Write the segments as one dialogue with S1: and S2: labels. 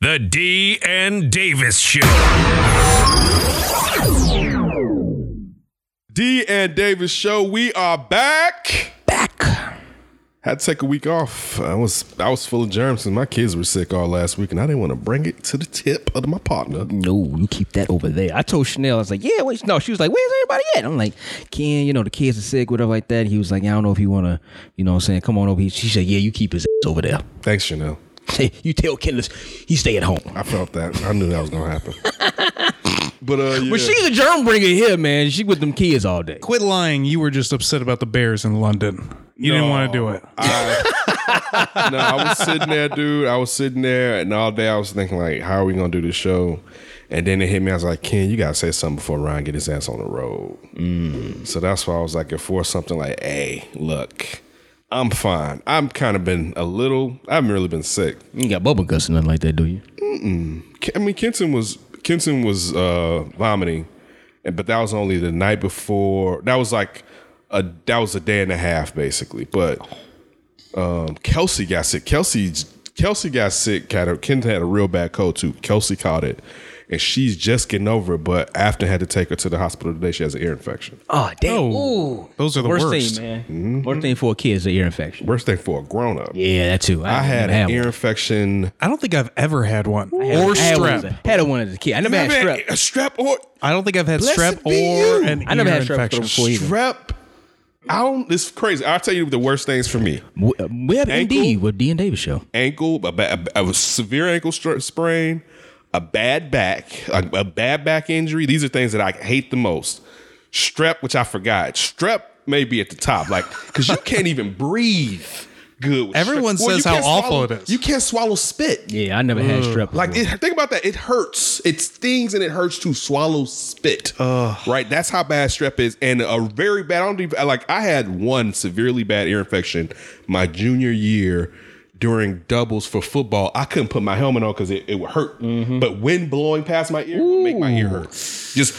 S1: The D and Davis Show.
S2: D and Davis show. We are back. Back. Had to take a week off. I was I was full of germs and my kids were sick all last week, and I didn't want to bring it to the tip of my partner.
S3: No, you keep that over there. I told Chanel, I was like, yeah, wait, no. She was like, where's everybody at? I'm like, Ken, you know, the kids are sick, whatever like that. He was like, I don't know if you want to, you know what I'm saying? Come on over here. She said, yeah, you keep his ass over there.
S2: Thanks, Chanel.
S3: you tell Ken, this, he stay at home.
S2: I felt that. I knew that was gonna happen. but uh, yeah.
S3: But she's a germ bringer here, man. She with them kids all day.
S4: Quit lying. You were just upset about the Bears in London. You didn't want to do it.
S2: no, I was sitting there, dude. I was sitting there, and all day I was thinking, like, how are we gonna do this show? And then it hit me. I was like, Ken, you gotta say something before Ryan get his ass on the road. So that's why I was like, if for something like, hey, look, I'm fine. I'm kind of been a little. I haven't really been sick.
S3: You ain't got bubble guts or nothing like that, do you?
S2: K- I mean, Kenton was Kenton was uh, vomiting, and but that was only the night before. That was like a that was a day and a half basically. But um, Kelsey got sick. Kelsey Kelsey got sick. Had a, Kenton had a real bad cold too. Kelsey caught it, and she's just getting over it. But Afton had to take her to the hospital today. She has an ear infection.
S3: Oh, damn.
S4: Oh, those are the
S3: worst,
S4: worst. Mm-hmm.
S3: thing, man. Worst thing for a kid is an ear infection.
S2: Worst thing for a grown up.
S3: Yeah, that too.
S2: I had
S3: never
S2: an
S3: one.
S2: ear infection.
S4: I don't think I've ever had one
S3: I had-
S4: or
S3: I had one as
S4: strep.
S3: a- Had one as a kid. I never had
S2: Man,
S3: strep.
S2: a strep or
S4: I don't think I've had
S2: Blessed
S4: strep
S2: be you.
S4: or an
S3: I never
S4: ear
S3: had strep
S4: infection.
S3: before either.
S2: strep. I don't. It's crazy. I'll tell you the worst things for me.
S3: We we have MD with D and Davis show.
S2: ankle, a, ba- a, a severe ankle str- sprain, a bad back, a, a bad back injury. These are things that I hate the most. Strep, which I forgot. Strep may be at the top, like because you can't even breathe good. With
S4: Everyone
S2: strep. Well,
S4: says
S2: you
S4: how
S2: can't
S4: awful
S2: swallow-
S4: it is.
S2: You can't swallow spit.
S3: Yeah, I never had strep.
S2: Mm. Like
S3: before.
S2: it, think about that. It hurts. It stings and it hurts to swallow spit. right. That's how bad strep is, and a very bad. I don't even like. I had one severely bad ear infection my junior year during doubles for football. I couldn't put my helmet on because it, it would hurt.
S4: Mm-hmm.
S2: But wind blowing past my ear would make my ear hurt. Just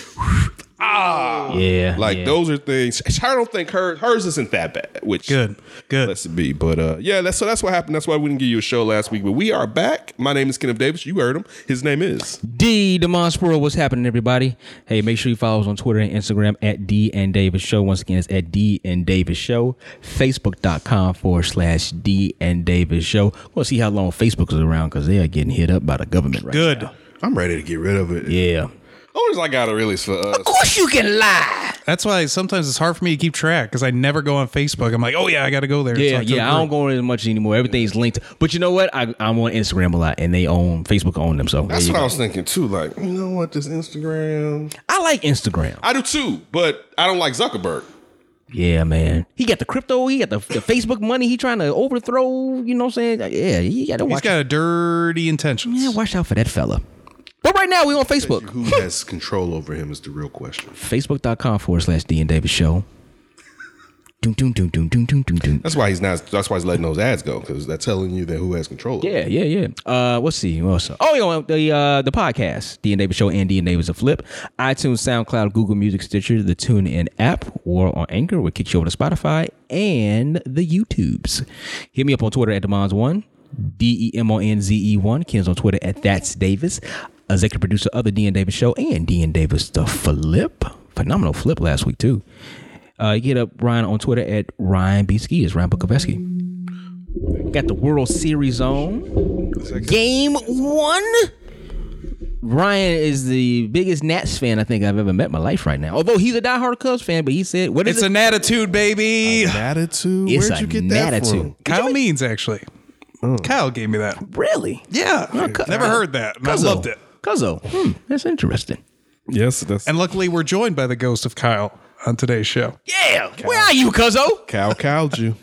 S2: ah,
S3: yeah,
S2: like
S3: yeah.
S2: those are things. I don't think hers hers isn't that bad. Which
S4: Good, good.
S2: Let's be. But uh, yeah, that's so that's what happened. That's why we didn't give you a show last week. But we are back. My name is Kenneth Davis. You heard him. His name is.
S3: D Demonspora, what's happening, everybody? Hey, make sure you follow us on Twitter and Instagram at D and Davis Show. Once again, it's at D and Davis Show. Facebook.com forward slash D and Davis Show. We'll see how long Facebook is around because they are getting hit up by the government right
S4: Good.
S3: now.
S2: I'm ready to get rid of it.
S3: Yeah.
S2: Owners, I got a release for us.
S3: Of course you can lie.
S4: That's why sometimes it's hard for me to keep track because I never go on Facebook. I'm like, oh yeah, I got to go there.
S3: Yeah,
S4: It's not
S3: yeah. I don't go in as much anymore. Everything's linked. But you know what? I, I'm on Instagram a lot, and they own Facebook own them. So there
S2: That's
S3: you
S2: what I
S3: go.
S2: was thinking too. Like, you know what? This Instagram.
S3: I like Instagram.
S2: I do too, but I don't like Zuckerberg.
S3: Yeah, man. He got the crypto. He got the, the Facebook money. He trying to overthrow. You know what I'm saying? Yeah, he got to
S4: He's
S3: watch.
S4: got a dirty intentions.
S3: yeah, watch out for that fella. But right now we on Facebook.
S2: Who has control over him is the real question.
S3: Facebook.com forward slash D and Davis Show. Doom, doom, doom, doom, doom, doom, doom, doom.
S2: That's why he's not. That's why he's letting those ads go because that's telling you that who has control. over
S3: Yeah, yeah, yeah. Uh, let's see. What else? Oh, yeah, the uh, the podcast, D and Davis Show, and D and Davis a flip. iTunes, SoundCloud, Google Music, Stitcher, the TuneIn app, or on Anchor, which kicks you over to Spotify and the YouTubes. Hit me up on Twitter at Demons One, D E M O N Z E One. Ken's on Twitter at That's Davis. Executive producer of the D and Davis Show and D and Davis the flip. Phenomenal flip last week too. Uh, you get up Ryan on Twitter at Ryan B Ski. It's Ryan Bukoveski. Got the World Series on. Game one. Ryan is the biggest Nats fan I think I've ever met in my life right now. Although he's a diehard Cubs fan, but he said, "What is
S4: It's
S3: it?"
S4: an attitude, baby.
S2: Attitude.
S3: It's
S2: Where'd
S3: a
S2: you get that
S3: attitude.
S2: from?
S4: Kyle Means actually.
S3: Mm.
S4: Kyle gave me that.
S3: really?
S4: Yeah,
S3: Cu-
S4: never heard that. and I
S3: Cuzzo.
S4: loved it.
S3: Cuzzo. Hmm, that's interesting.
S2: Yes, that's
S4: And luckily, we're joined by the ghost of Kyle on today's show.
S3: Yeah. Where are you, Cuzzo?
S2: cow cowed you.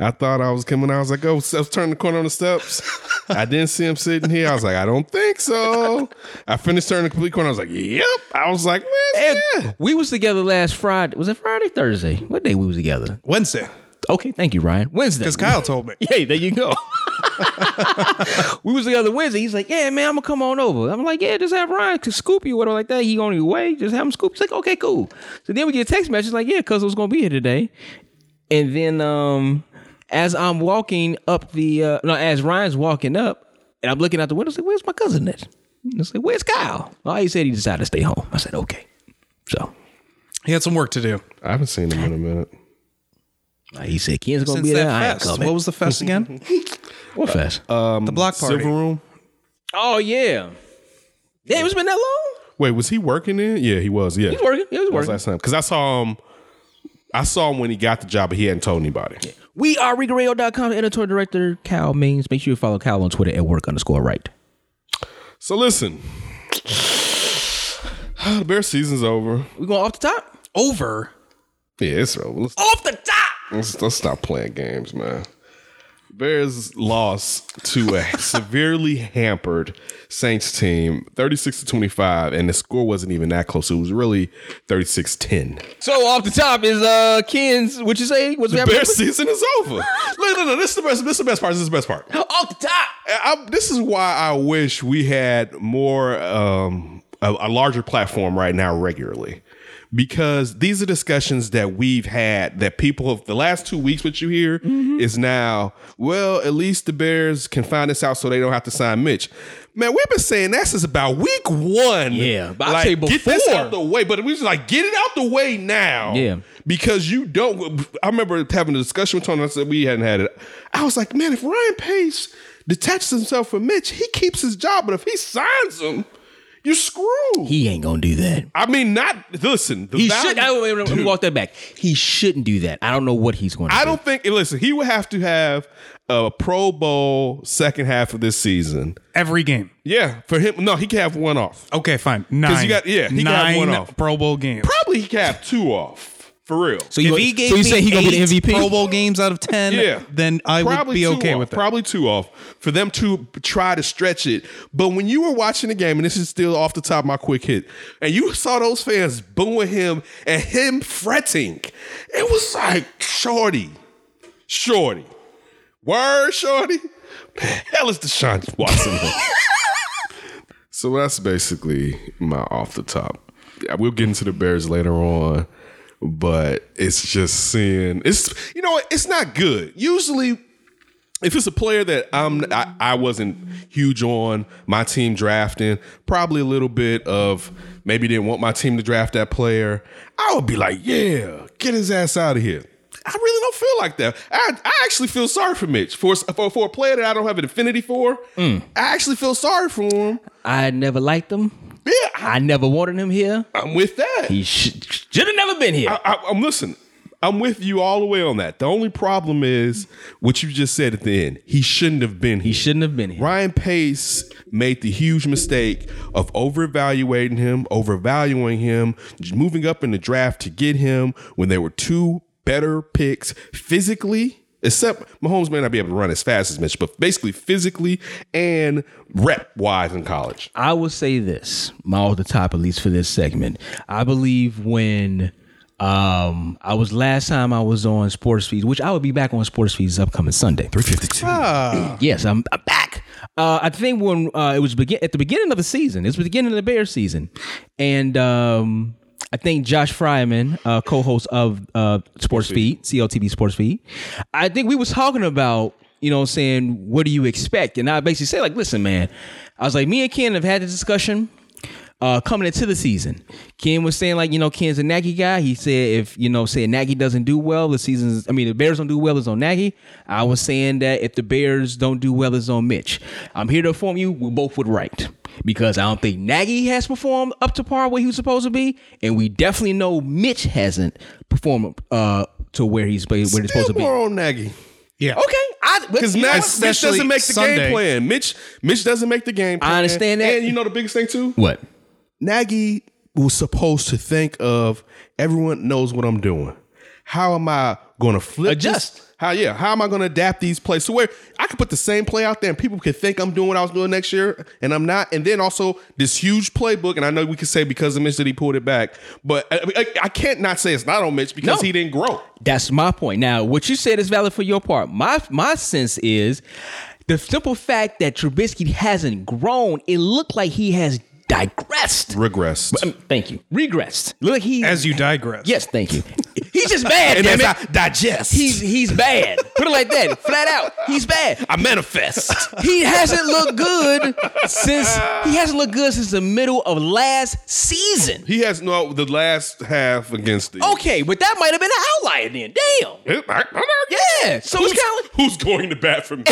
S2: I thought I was coming. I was like, oh, so I was turning the corner on the steps. I didn't see him sitting here. I was like, I don't think so. I finished turning the complete corner. I was like, yep. I was like, man, yeah.
S3: We was together last Friday. Was it Friday, Thursday? What day we was together?
S4: Wednesday,
S3: Okay, thank you, Ryan. Wednesday.
S4: because Kyle told me.
S3: Hey, there you go. we was together Wednesday. He's like, "Yeah, man, I'm gonna come on over." I'm like, "Yeah, just have Ryan to scoop you, whatever like that." He on his way, just have him scoop. He's like, "Okay, cool." So then we get a text message like, "Yeah, cuz was gonna be here today." And then, um, as I'm walking up the, uh, no, as Ryan's walking up, And I'm looking out the window, I said, Where's my cousin at? And I said, Where's Kyle? Oh, he said he decided to stay home. I said, Okay. So
S4: He had some work to do.
S2: I haven't seen him in a minute.
S3: uh, he said, Ken's gonna
S4: Since
S3: be there. I
S4: that
S3: ain't
S4: fest.
S3: coming.
S4: What was the fest again?
S3: What fest?
S4: the block party.
S2: Silver Room.
S3: oh yeah. Yeah, it's been that long.
S2: Wait, was he working in? Yeah, he was. Yeah,
S3: He's working. Yeah, he's
S2: That was
S3: working.
S2: last time because I saw him. I saw him when he got the job, but he hadn't told anybody.
S3: We are RigoRadio.com editorial director Kyle Means. Make sure you follow Kyle on Twitter at work underscore right.
S2: So listen, the bear season's over.
S3: We going off the top?
S4: Over.
S2: Yeah, it's over. Let's,
S3: Off the top.
S2: let's, let's stop playing games, man. Bears lost to a severely hampered Saints team, 36 to 25, and the score wasn't even that close. It was really 36 10.
S3: So off the top is uh Ken's. What you say? What's
S2: The
S3: happening?
S2: bear season is over. Look, look, look, this is the best, this is the best part. This is the best part.
S3: Off the top.
S2: I, this is why I wish we had more um, a, a larger platform right now regularly, because these are discussions that we've had that people have the last two weeks. What you hear is now, well, at least the Bears can find this out so they don't have to sign Mitch. Man, we've been saying that since about week one.
S3: Yeah, but I'll
S2: like,
S3: tell you
S2: get this
S3: before.
S2: out the way. But we just like get it out the way now.
S3: Yeah.
S2: Because you don't. I remember having a discussion with Tony. I said we hadn't had it. I was like, man, if Ryan Pace detaches himself from Mitch, he keeps his job. But if he signs him, you're screwed.
S3: He ain't gonna do that.
S2: I mean, not listen. The
S3: He
S2: value-
S3: should. I, wait, wait, wait, let me
S2: Dude.
S3: walk that back. He shouldn't do that. I don't know what he's going to.
S2: I
S3: do.
S2: don't think. Listen, he would have to have a Pro Bowl second half of this season.
S4: Every game.
S2: Yeah, for him. No, he can have one off.
S4: Okay, fine. Nine.
S2: got- yeah, he
S4: nine
S2: can have one off.
S4: Pro Bowl games.
S2: Probably he can have two off. For real.
S3: So you, so you say he gonna be the MVP?
S4: Pro Bowl games out of ten,
S2: Yeah.
S4: then I would be
S2: two
S4: okay
S2: off,
S4: with that.
S2: Probably two off for them to try to stretch it. But when you were watching the game, and this is still off the top of my quick hit, and you saw those fans booing him and him fretting, it was like, Shorty, Shorty, word, Shorty, hell is Deshaun Watson. so that's basically my off the top. We'll get into the Bears later on but it's just seeing it's you know what it's not good usually if it's a player that I'm I, I wasn't huge on my team drafting probably a little bit of maybe didn't want my team to draft that player I would be like yeah get his ass out of here I really don't feel like that I, I actually feel sorry for Mitch for, for for a player that I don't have an affinity for I actually feel sorry for him
S3: I never liked him.
S2: yeah I,
S3: I never wanted him here.
S2: I'm with that
S3: He should, should have never been here.
S2: I, I'm listen. I'm with you all the way on that. The only problem is what you just said at the end. He shouldn't have been.
S3: he shouldn't have been here.
S2: Ryan Pace made the huge mistake of overvaluating him, overvaluing him, moving up in the draft to get him when there were two better picks physically. Except Mahomes may not be able to run as fast as Mitch, but basically physically and rep wise in college.
S3: I will say this, my off the top, at least for this segment. I believe when um I was last time I was on Sports Feeds, which I will be back on Sports Feeds this upcoming Sunday.
S1: 352.
S2: Ah,
S3: Yes, I'm, I'm back. Uh, I think when uh, it was begin at the beginning of the season, it was the beginning of the Bears season, and um, I think Josh Fryman, uh, co-host of uh, Sports Feed, CLTV Sports Feed, I think we was talking about you know what I'm saying what do you expect, and I basically said like, listen, man, I was like, me and Ken have had this discussion uh, coming into the season. Ken was saying like, you know, Ken's a Nagy guy. He said if you know, say Nagy doesn't do well, the season's. I mean, the Bears don't do well is on Nagy. I was saying that if the Bears don't do well is on Mitch. I'm here to inform you, we both were right because I don't think Nagy has performed up to par where he was supposed to be, and we definitely know Mitch hasn't performed uh, to where he's where he's supposed to be.
S2: More
S3: Okay,
S2: on Nagy.
S4: yeah.
S3: I
S2: Because
S3: you know
S2: Mitch,
S3: what?
S2: Mitch
S4: Especially
S2: doesn't make the
S4: Sunday.
S2: game plan. Mitch Mitch doesn't make the game plan.
S3: understand that.
S2: And you know the biggest thing too?
S3: what?
S2: Nagy was supposed to think of everyone knows what I'm doing. How am I gonna flip this?
S3: Adjust.
S2: How yeah, how am I gonna adapt these plays? So where I could put the same play out there and people could think I'm doing what I was doing next year and I'm not. And then also this huge playbook, and I know we could say because of Mitch that he pulled it back, but I, I, I can't not say it's not on Mitch because
S3: No.
S2: he didn't grow.
S3: That's my point. Now, what you said is valid for your part. My my sense is the simple fact that Trubisky hasn't grown, it looked like he has digressed.
S2: Regressed.
S3: Um, Thank you. Regressed. Look like he
S4: As you digress.
S3: Yes, thank you. He He's just bad.
S5: And
S3: damn
S5: as
S3: it.
S5: I digest,
S3: he's he's bad. Put it like that, flat out. He's bad.
S5: I manifest.
S3: He hasn't looked good since he hasn't looked good since the middle of last season.
S2: He has no the last half against the.
S3: Okay, but that might have been an outlier then. Damn. Yeah. So
S2: Who's,
S3: it's kind of
S2: who's going to bat for me?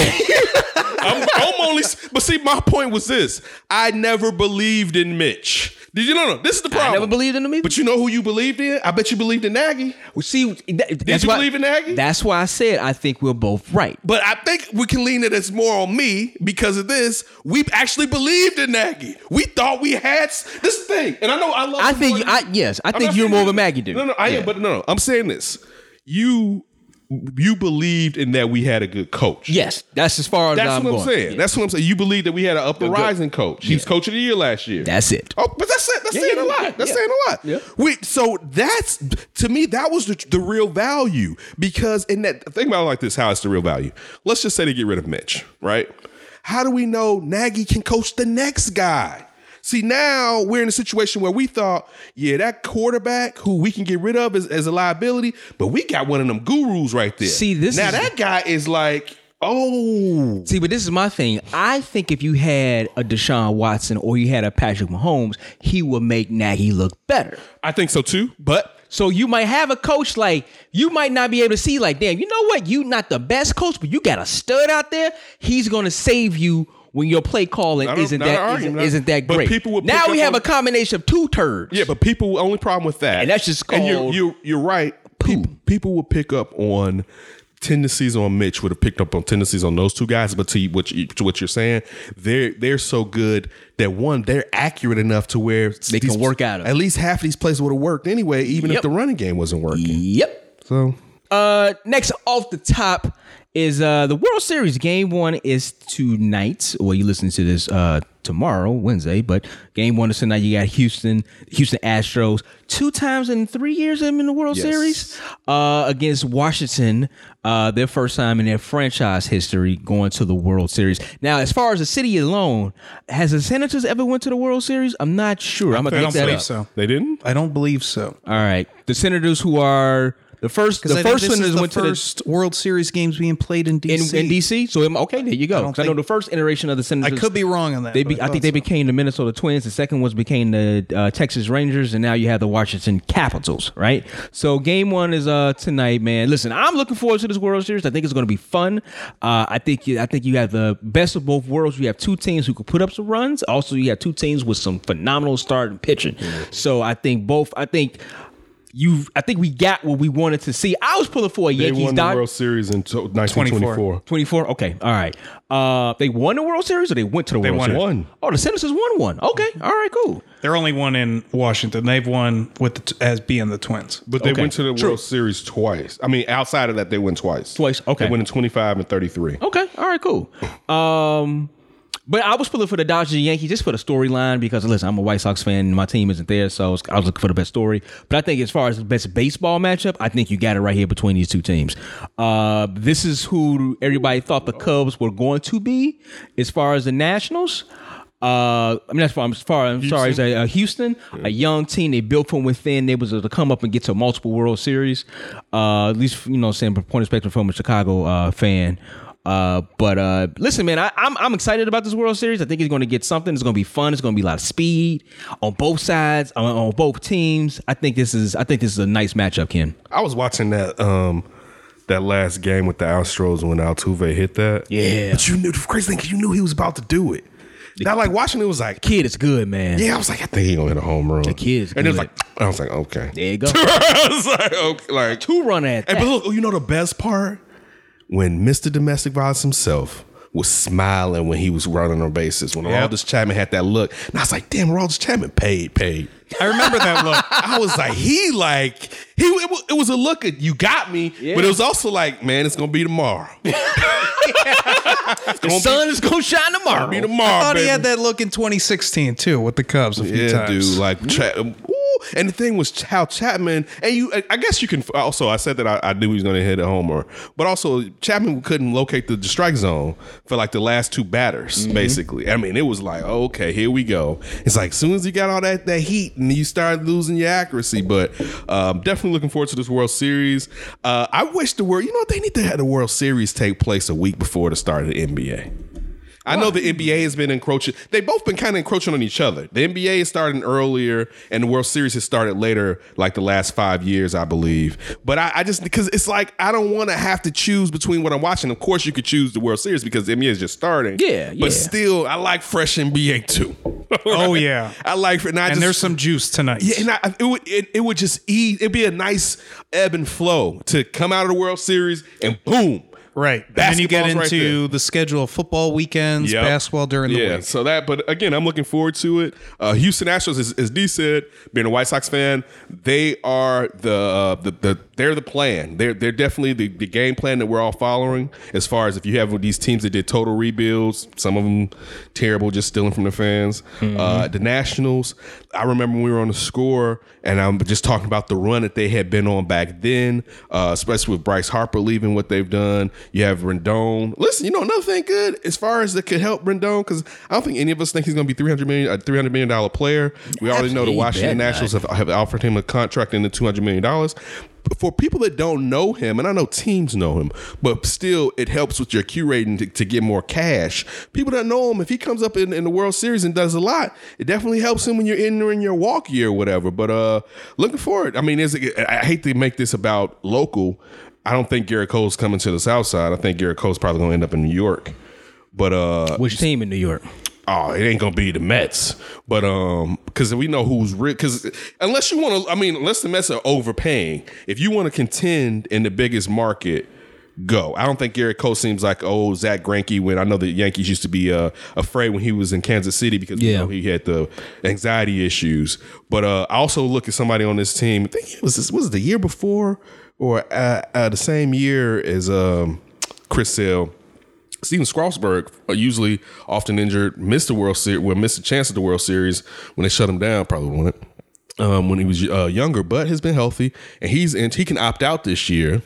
S2: I'm, I'm only, but see, my point was this: I never believed in Mitch. Did you no no? This is the problem.
S3: I never believed in him either.
S2: But you know who you believed in? I bet you believed in Nagy.
S3: Well, see, that, did
S2: you believe in Nagy?
S3: That's why I said I think we're both right.
S2: But I think we can lean it as more on me because of this. We actually believed in Nagy. We thought we had s- this thing, and I know I love.
S3: I
S2: him
S3: think
S2: more
S3: you,
S2: than-
S3: I yes, I
S2: I'm
S3: think
S2: not
S3: you're
S2: saying
S3: more of
S2: you-
S3: a Maggie dude.
S2: No, no, I am, but no, no. I'm saying this. You, you believed in that we had a good coach.
S3: yes, that's as far as
S2: That's
S3: I'm
S2: what I'm
S3: going.
S2: saying. That's what I'm saying. You believe that we had an up and
S3: good-
S2: rising coach. He was coach of the year last year.
S3: That's it.
S2: Oh, but that's it. That's
S3: Yeah,
S2: saying
S3: yeah,
S2: a lot.
S3: yeah,
S2: that's
S3: yeah.
S2: saying a lot.
S3: Yeah.
S2: Wait, so that's to me that was the, the real value because in that think about it like this, how it's the real value. Let's just say they get rid of Mitch, right? How do we know Nagy can coach the next guy? See, now we're in a situation where we thought, yeah, that quarterback who we can get rid of as, as a liability, but we got one of them gurus right there.
S3: See, this
S2: now
S3: is-
S2: that guy is like, oh,
S3: See, but this is my thing. I think if you had a Deshaun Watson or you had a Patrick Mahomes, he would make Nagy look better.
S2: I think so too. But
S3: So you might have a coach like you might not be able to see like, damn, you know what? You not the best coach, but you got a stud out there. He's gonna save you when your play calling
S2: I don't-
S3: isn't
S2: not an
S3: that
S2: argument,
S3: isn't,
S2: not-
S3: isn't that
S2: but
S3: great.
S2: people will
S3: now
S2: pick
S3: we
S2: up
S3: have
S2: on-
S3: a combination of two turds.
S2: Yeah, but people only problem with that,
S3: And that's just
S2: you're,
S3: called
S2: you're you're right.
S3: poo.
S2: People, people will pick up on tendencies on Mitch would have picked up on tendencies on those two guys, but to you- what you, to what you're saying, they're they're so good that one they're accurate enough to where they
S3: can work out of it.
S2: At least half of these plays would have worked anyway, even if
S3: Yep.
S2: the running game wasn't working.
S3: Yep.
S2: So
S3: Uh, next off the top is uh the World Series game one is tonight. Well, you listen to this uh tomorrow, Wednesday, but game one is tonight. You got Houston, Houston Astros, two times in three years them in the World Series uh against Washington. Uh, their first time in their franchise history going to the World Series. Now, as far as the city alone, has the Senators ever went to the World Series? I'm not sure. I'm
S4: I
S3: gonna look
S4: don't
S3: that
S4: believe
S3: up.
S4: so.
S2: they didn't.
S4: I don't believe so.
S3: All right, the Senators who are the first, the
S4: I think
S3: first
S4: this
S3: Senators
S4: is the
S3: went to the
S4: first World Series games being played in
S3: in
S4: DC.
S3: in DC. So I'm- okay, there you go. 'Cause I, know
S4: think-
S3: the first iteration of the
S4: I
S3: Senators.
S4: could be wrong on that.
S3: They
S4: but
S3: be, I, think
S4: thought
S3: they
S4: so.
S3: became the Minnesota Twins. The second ones became the uh, Texas Rangers, and now you have the Washington Capitals, right? So game one is uh, tonight, man. Listen, I'm looking forward to this World Series. I think it's going to be fun. Uh, I think you, I think you have the best of both worlds. You have two teams who could put up some runs. Also, you have two teams with some phenomenal starting pitching. So I think both. I think. You, I think we got what we wanted to see. I was pulling for a
S2: They
S3: Yankees.
S2: won
S3: Dod-
S2: the World Series in to- 1924.
S3: 24. Okay. All right. Uh, they won the World Series or they went to the World
S4: won
S3: Series?
S4: it.
S2: Won.
S3: Oh, the Senators won one. Okay. All right. Cool.
S4: They're only one in Washington. They've won with the t- as being the Twins.
S2: But they
S3: Okay.
S2: went to the World Series twice. I mean, outside of that, they went twice. Oh.
S3: Twice, okay.
S2: They went in 25 and 33.
S3: Okay. All right. Cool. Um, but I was pulling for the Dodgers and Yankees just for the storyline because listen, I'm a White Sox fan. and My team isn't there, so I was, I was looking for the best story. But I think as far as the best baseball matchup, I think you got it right here between these two teams. Uh, this is who everybody thought the Cubs were going to be as far as the Nationals. Uh, I mean, as far as far I'm sorry, as a, uh, Houston, a young team they built from within. They was able to come up and get to multiple World Series. Uh, at least you know, saying from point of spectrum from a Chicago uh, fan. Uh, but uh, listen, man, I, I'm I'm excited about this World Series. I think it's going to get something. It's going to be fun. It's going to be a lot of speed on both sides, on, on both teams. I think this is I think this is a nice matchup, Ken.
S2: I was watching that um that last game with the Astros when Altuve hit that.
S3: Yeah.
S2: But you knew the crazy thing, 'cause you knew he was about to do it. Not like Washington was like,
S3: Kid is good, man.
S2: yeah, I was like, I think he gonna hit a home run. The
S3: kid's
S2: and it was
S3: good.
S2: like, I was like, okay.
S3: There you go.
S2: I was like, okay, like
S3: Two run at
S2: And but
S3: that.
S2: look, oh, you know the best part when Mr. Domestic Violence himself was smiling when he was running on bases when Aldous Chapman had that look, and I was like, damn, Aldous Chapman paid, paid.
S4: I remember that look.
S2: I was like, he like he. It, wa- it was a look at you got me, but it was also like, man, it's gonna be tomorrow.
S3: The sun is gonna shine tomorrow.
S2: Be tomorrow,
S4: I thought
S2: baby.
S4: he had that look in 2016 too with the Cubs a few
S2: yeah,
S4: times.
S2: dude. Like, tra- ooh, And the thing was how Chapman and you. I- I guess you can. Also, I said that I, I knew he was going to hit a homer, but also Chapman couldn't locate the, the strike zone for like the last two
S4: Mm-hmm.
S2: batters. Basically, I mean, it was like okay, here we go. It's like soon as you got all that that heat and you started losing your accuracy. But um, definitely looking forward to this World Series. Uh, I wish the world. You know what? They need to have the World Series take place a week before the start of the NBA. I know the NBA has been encroaching. They both been kind of encroaching on each other. The NBA is starting earlier, and the World Series has started later, like the last five years, I believe. But I, I just because it's like I don't want to have to choose between what I'm watching. Of course, you could choose the World Series because the NBA is just starting.
S3: Yeah, yeah.
S2: But still, I like fresh NBA too.
S4: Oh, yeah.
S2: I like and, I
S4: And
S2: just,
S4: there's some juice tonight.
S2: yeah, and I, it would it, it would just eat. It'd be a nice ebb and flow to come out of the World Series and boom.
S4: Right. And then you get
S2: Basketball's right
S4: into
S2: there.
S4: the schedule of football weekends,
S2: Yep.
S4: basketball during the
S2: yeah,
S4: week.
S2: so that, but again, I'm looking forward to it. Uh, Houston Astros, as, as D said, being a White Sox fan, they are the uh, the, the they're the plan. They're they're definitely the, the game plan that we're all following. As far as if you have these teams that did total rebuilds, some of them terrible, just stealing from the fans.
S3: Mm-hmm.
S2: Uh, the Nationals, I remember when we were on the score, and I'm just talking about the run that they had been on back then, uh, especially with Bryce Harper leaving, what they've done. You have Rendon. Listen, you know another thing good as far as that could help Rendon because I don't think any of us think he's going to be 300 million a 300 million dollar player. We already know the
S3: Absolutely,
S2: Washington
S3: bet not.
S2: Nationals have, have offered him a contract in the 200 million dollars. For people that don't know him, and I know teams know him, but still, it helps with your Q rating to, to get more cash. People that know him, if he comes up in, in the World Series and does a lot, it definitely helps him when you're in during your walk year or whatever. But uh looking forward, I mean, there's a- I I hate to make this about local. I don't think Garrett Cole's coming to the South Side. I think Garrett Cole's probably going to end up in New York. But uh
S3: Which team in New York?
S2: oh, it ain't gonna be the Mets, but um, because we know who's rich. Because unless you want to, I mean, unless the Mets are overpaying, if you want to contend in the biggest market. Go. I don't think Garrett Cole seems like oh Zach Greinke. When I know the Yankees used to be uh, afraid when he was in Kansas City because we
S3: Yeah.
S2: know Oh, he had the anxiety issues. But uh, I also look at somebody on this team. I think it was this, was it the year before or uh, uh, the same year as um, Chris Sale. Steven Strasburg, uh, usually often injured, missed the World Series, well, missed a chance at the World Series when they shut him down, probably won it um, when he was uh, younger, but has been healthy and he's and he can opt out this year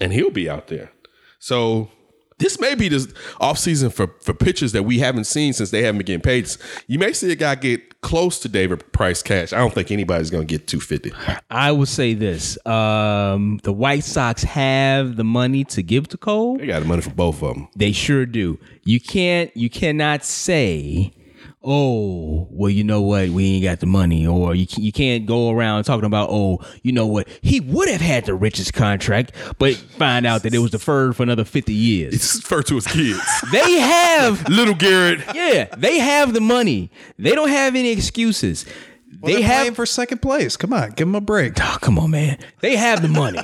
S2: and he'll be out there. So this may be the offseason for for pitchers that we haven't seen since they haven't been getting paid. You may see a guy get close to David Price cash. I don't think anybody's going to get 250.
S3: I would say this: um, the White Sox have the money to give to Cole.
S2: They got the money for both of them.
S3: They sure do. You can't. You cannot say, "Oh, well, you know what? We ain't got the money," or you ca- you can't go around talking about, "Oh, you know what? He would have had the richest contract, but find out that it was deferred for another fifty years."
S2: It's referred to as kids.
S3: They have,
S2: Little Garrett.
S3: yeah, they have the money. They don't have any excuses. they
S4: They're playing
S3: have
S4: for second place. Come on, give them a break.
S3: Oh, come on, man. They have the money.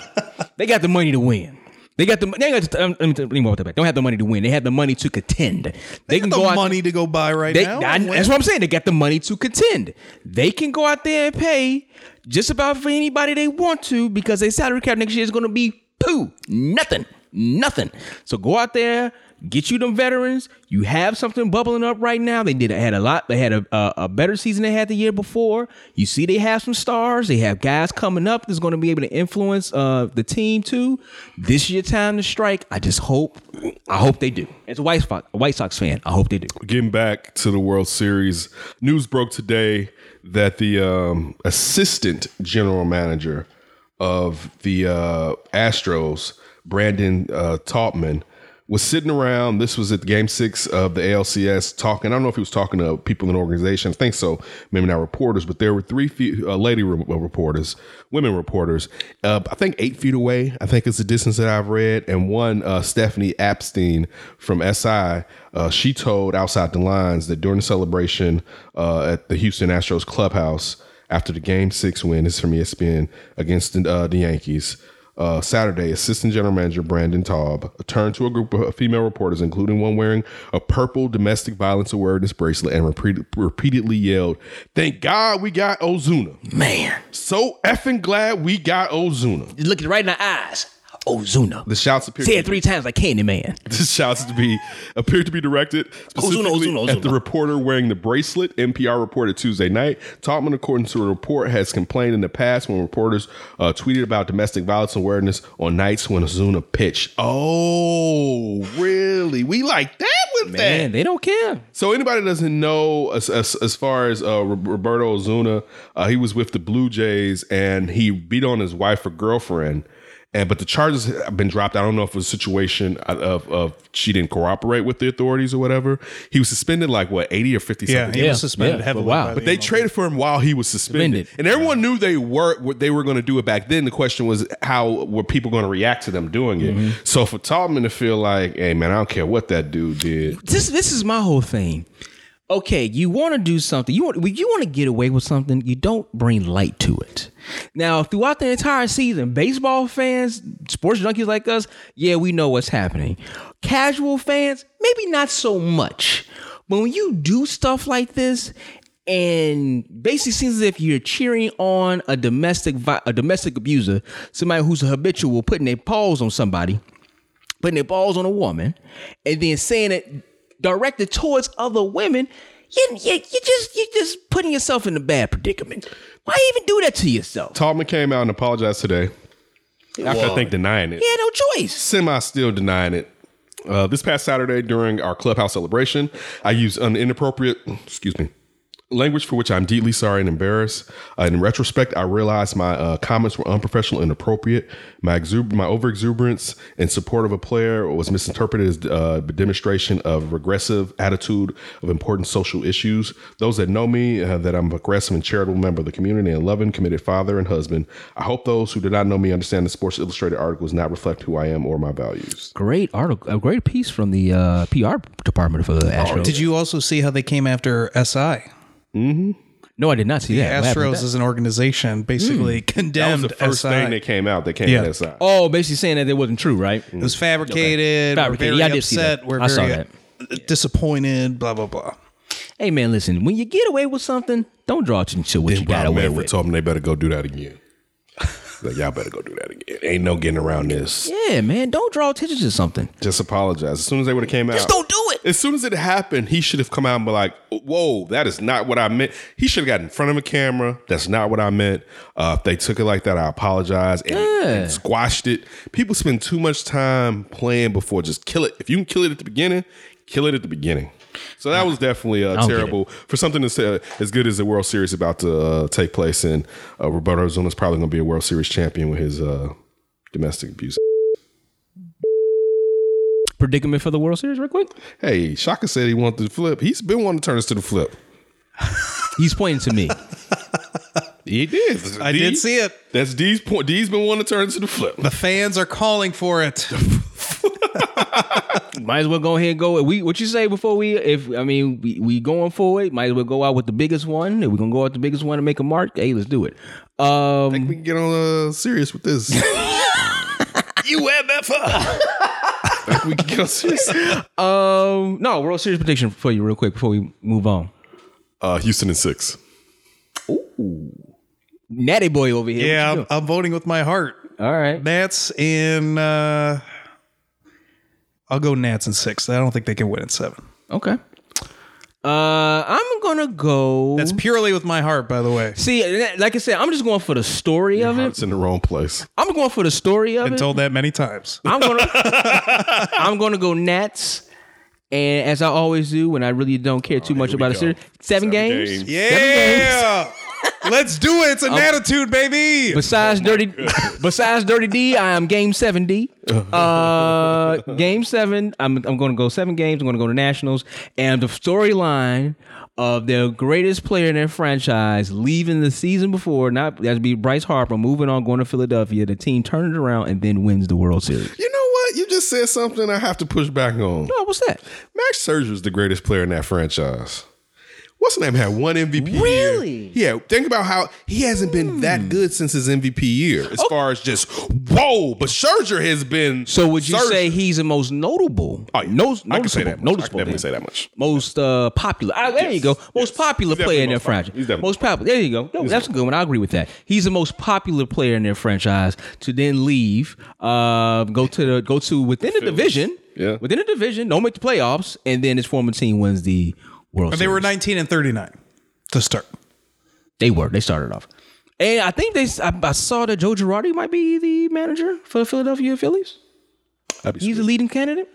S3: they got the money to win. They got the. They got. The, um, let me, let me walk that back. Don't have the money to win. They have the money to contend. They,
S4: They,
S3: can
S4: got
S3: go
S4: the
S3: out.
S4: money to go buy right
S3: they,
S4: now.
S3: I-
S4: and win.
S3: that's what I'm saying. They got the money to contend. They can go out there and pay just about for anybody they want to because their salary cap next year is going to be poo, nothing, nothing. So go out there, get you them veterans. You have something bubbling up right now. They did had a lot. They had a, a, a better season they had the year before. You see, they have some stars. They have guys coming up that's going to be able to influence uh, the team too. This year, time to strike. I just hope. I hope they do. As a White Sox, White Sox fan, I hope they do.
S2: getting back to the World Series, news broke today that the um, assistant general manager of the uh, Astros, Brandon uh, Taubman, was sitting around. This was at Game Six of the ALCS, talking. I don't know if he was talking to people in the organization. I think so, maybe not reporters, but there were three feet, uh, lady re- uh, reporters, women reporters. Uh, I think eight feet away. I think it's the distance that I've read. And one, uh, Stephanie Epstein from SI, uh, she told Outside the Lines that during the celebration uh, at the Houston Astros clubhouse after the Game Six win, this is from E ESPN against uh, the Yankees. Uh, Saturday, Assistant General Manager Brandon Taub turned to a group of female reporters, including one wearing a purple domestic violence awareness bracelet, and repeat- repeatedly yelled, "Thank God we got Ozuna!
S3: Man.
S2: So effing glad we got Ozuna!"
S3: look it right in the eyes. Ozuna.
S2: The shouts appear
S3: Say it three times like Candyman.
S2: the shouts to be appeared to be directed specifically
S5: Oh, Ozuna,
S2: at the
S5: Ozuna.
S2: reporter wearing the bracelet. NPR reported Tuesday night. Taubman, according to a report, has complained in the past when reporters uh, tweeted about domestic violence awareness on nights when Ozuna pitched. Oh, really? We like that with
S3: Man, they don't care.
S2: so anybody that doesn't know as as, as far as uh, Ro- Roberto Ozuna, uh, he was with the Blue Jays and he beat on his wife or girlfriend. And but the charges have been dropped. I don't know if it was a situation of of she didn't cooperate with the authorities or whatever. He was suspended like what eighty or fifty
S4: Yeah,
S2: something.
S4: he
S3: Yeah,
S4: was suspended
S3: yeah,
S4: heavily.
S3: but wow.
S4: by
S3: But
S4: the
S2: They
S4: MLB.
S2: traded for him while he was suspended,
S3: Suspended.
S2: and everyone knew they were what they were going to do it back then. The question was how were people going to react to them doing it. So for Taubman to feel like, hey man, I don't care what that dude did.
S3: This this is my whole thing. Okay, you want to do something. You want when you want to get away with something. You don't bring light to it. Now, throughout the entire season, baseball fans, sports junkies like us, yeah, we know what's happening. Casual fans, maybe not so much. But when you do stuff like this, and basically seems as if you're cheering on a domestic vi- a domestic abuser, somebody who's a habitual putting their paws on somebody putting their balls on a woman and then saying it directed towards other women, you, you, you just you just putting yourself in a bad predicament. Why even do that to yourself?
S2: Talman came out and apologized today. After I think denying it.
S3: Yeah, no choice.
S2: Semi still denying it. Uh, this past Saturday during our clubhouse celebration, I used an inappropriate, excuse me, language for which I'm deeply sorry and embarrassed. Uh, in retrospect, I realized my uh, comments were unprofessional and inappropriate. My exub- my overexuberance in support of a player was misinterpreted as uh, a demonstration of regressive attitude of important social issues. Those that know me, uh, that I'm a aggressive and charitable member of the community and loving, committed father and husband. I hope those who do not know me understand the Sports Illustrated article does not reflect who I am or my values.
S3: Great article, a great piece from the uh, PR department for the Astros.
S4: Did you also see how they came after SI?
S3: no, I did not see that. What happened with
S4: Astros
S3: that?
S4: as an organization basically
S2: Hmm. That was
S4: condemned
S2: the first
S4: SI.
S2: thing that came out. They came
S4: Yeah.
S2: to that side.
S3: Oh, basically saying that it wasn't true, right?
S4: It was fabricated. We're
S3: Fabricated.
S4: very
S3: Yeah, I did see
S4: upset.
S3: that.
S4: We're
S3: I
S4: very
S3: saw
S4: disappointed. Blah blah blah.
S3: Hey man, listen, when you get away with something, don't draw attention to what you got away with.
S2: told them they better go do that again. like y'all better go do that again. Ain't no getting around this.
S3: yeah, man, don't draw attention to something.
S2: Just apologize. As soon as they would have came out,
S3: Just don't do it.
S2: As soon as it happened, he should have come out and be like, "Whoa, that is not what I meant." He should have got in front of a camera. That's not what I meant. Uh, if they took it like that, I apologize and, and squashed it. People spend too much time playing before just kill it. If you can kill it at the beginning, kill it at the beginning. So that was definitely uh,
S3: don't get it.
S2: terrible for something that's uh, as good as the World Series about to uh, take place, and uh, Roberto Ozuna's probably going to be a World Series champion with his uh, domestic abuse.
S3: Predicament for the World Series, real quick.
S2: Hey, Shaka said he wanted to flip. He's been wanting to turn us to the flip.
S3: He's pointing to me.
S2: He did.
S4: I did see it.
S2: That's D's point. D's been wanting to turn us to the flip.
S4: The fans are calling for it.
S3: Might as well go ahead and go. We what you say before we? If I mean we, we going forward, might as well go out with the biggest one. If we gonna go out with the biggest one and make a mark, hey, let's do it. Um,
S2: We can get on uh, serious with this.
S5: UMFR.
S2: we can get on serious.
S3: um, no World Series prediction for you, real quick, before we move on.
S2: Uh, Houston in six.
S3: Natty boy over here.
S4: yeah,
S3: What
S4: I'm,
S3: you
S4: I'm voting with my heart.
S3: doing? all right.
S4: Nats in. Uh, I'll go Nats in six. I don't think they can win in seven.
S3: Okay. Uh, I'm gonna go.
S4: That's purely with my heart, by the way.
S3: See, like I said, I'm just going for the story of it.
S2: It's in the wrong place.
S3: I'm going for the story of
S4: Been
S3: it.
S4: told that many times.
S3: I'm gonna I'm gonna go Nats. And as I always do, when I really don't care too much about a
S2: go.
S3: series, seven, Um, games.
S2: games.
S4: Yeah, let's do it. It's an attitude, baby.
S3: Besides Dirty, besides Dirty D, I am Game Seven D. Uh, game Seven. I'm I'm going to go seven games. I'm going to go to Nationals, and the storyline of their greatest player in their franchise leaving the season before, not that'd be Bryce Harper, moving on, going to Philadelphia. The team turns it around and then wins the World Series.
S2: You know what? You just said something I have to push back on.
S3: Oh, what's that?
S2: Max Scherzer is the greatest player in that franchise. What's his name had one MVP year.
S3: Really? Hmm.
S2: Yeah. Think about how he hasn't been that good since his MVP year, as far as just whoa. But Scherzer has been.
S3: Oh. So would you
S2: Scherzer.
S3: say he's the most notable?
S2: Oh, yeah.
S3: no,
S2: I can say that. Much.
S3: noticeable-
S2: I can
S3: Noticeable.
S2: definitely
S3: then.
S2: say that much.
S3: Most uh, popular. Ah, there you go. Most popular
S2: He's
S3: player in
S2: definitely
S3: their
S2: most popular. He's definitely-
S3: franchise. most popular. There you go. No, that's a good one. I agree with that. He's the most popular player in their franchise. To then leave, uh, go to the go to within the division.
S2: Yeah.
S3: Within the division, don't make the playoffs, and then his former team wins the World.
S4: But they were
S3: Series.
S4: 19 and 39 to start.
S3: They were. They started off. And I think they. I, I saw that Joe Girardi might be the manager for the Philadelphia Phillies.
S2: That'd be
S3: He's the
S2: sweet.
S3: leading candidate.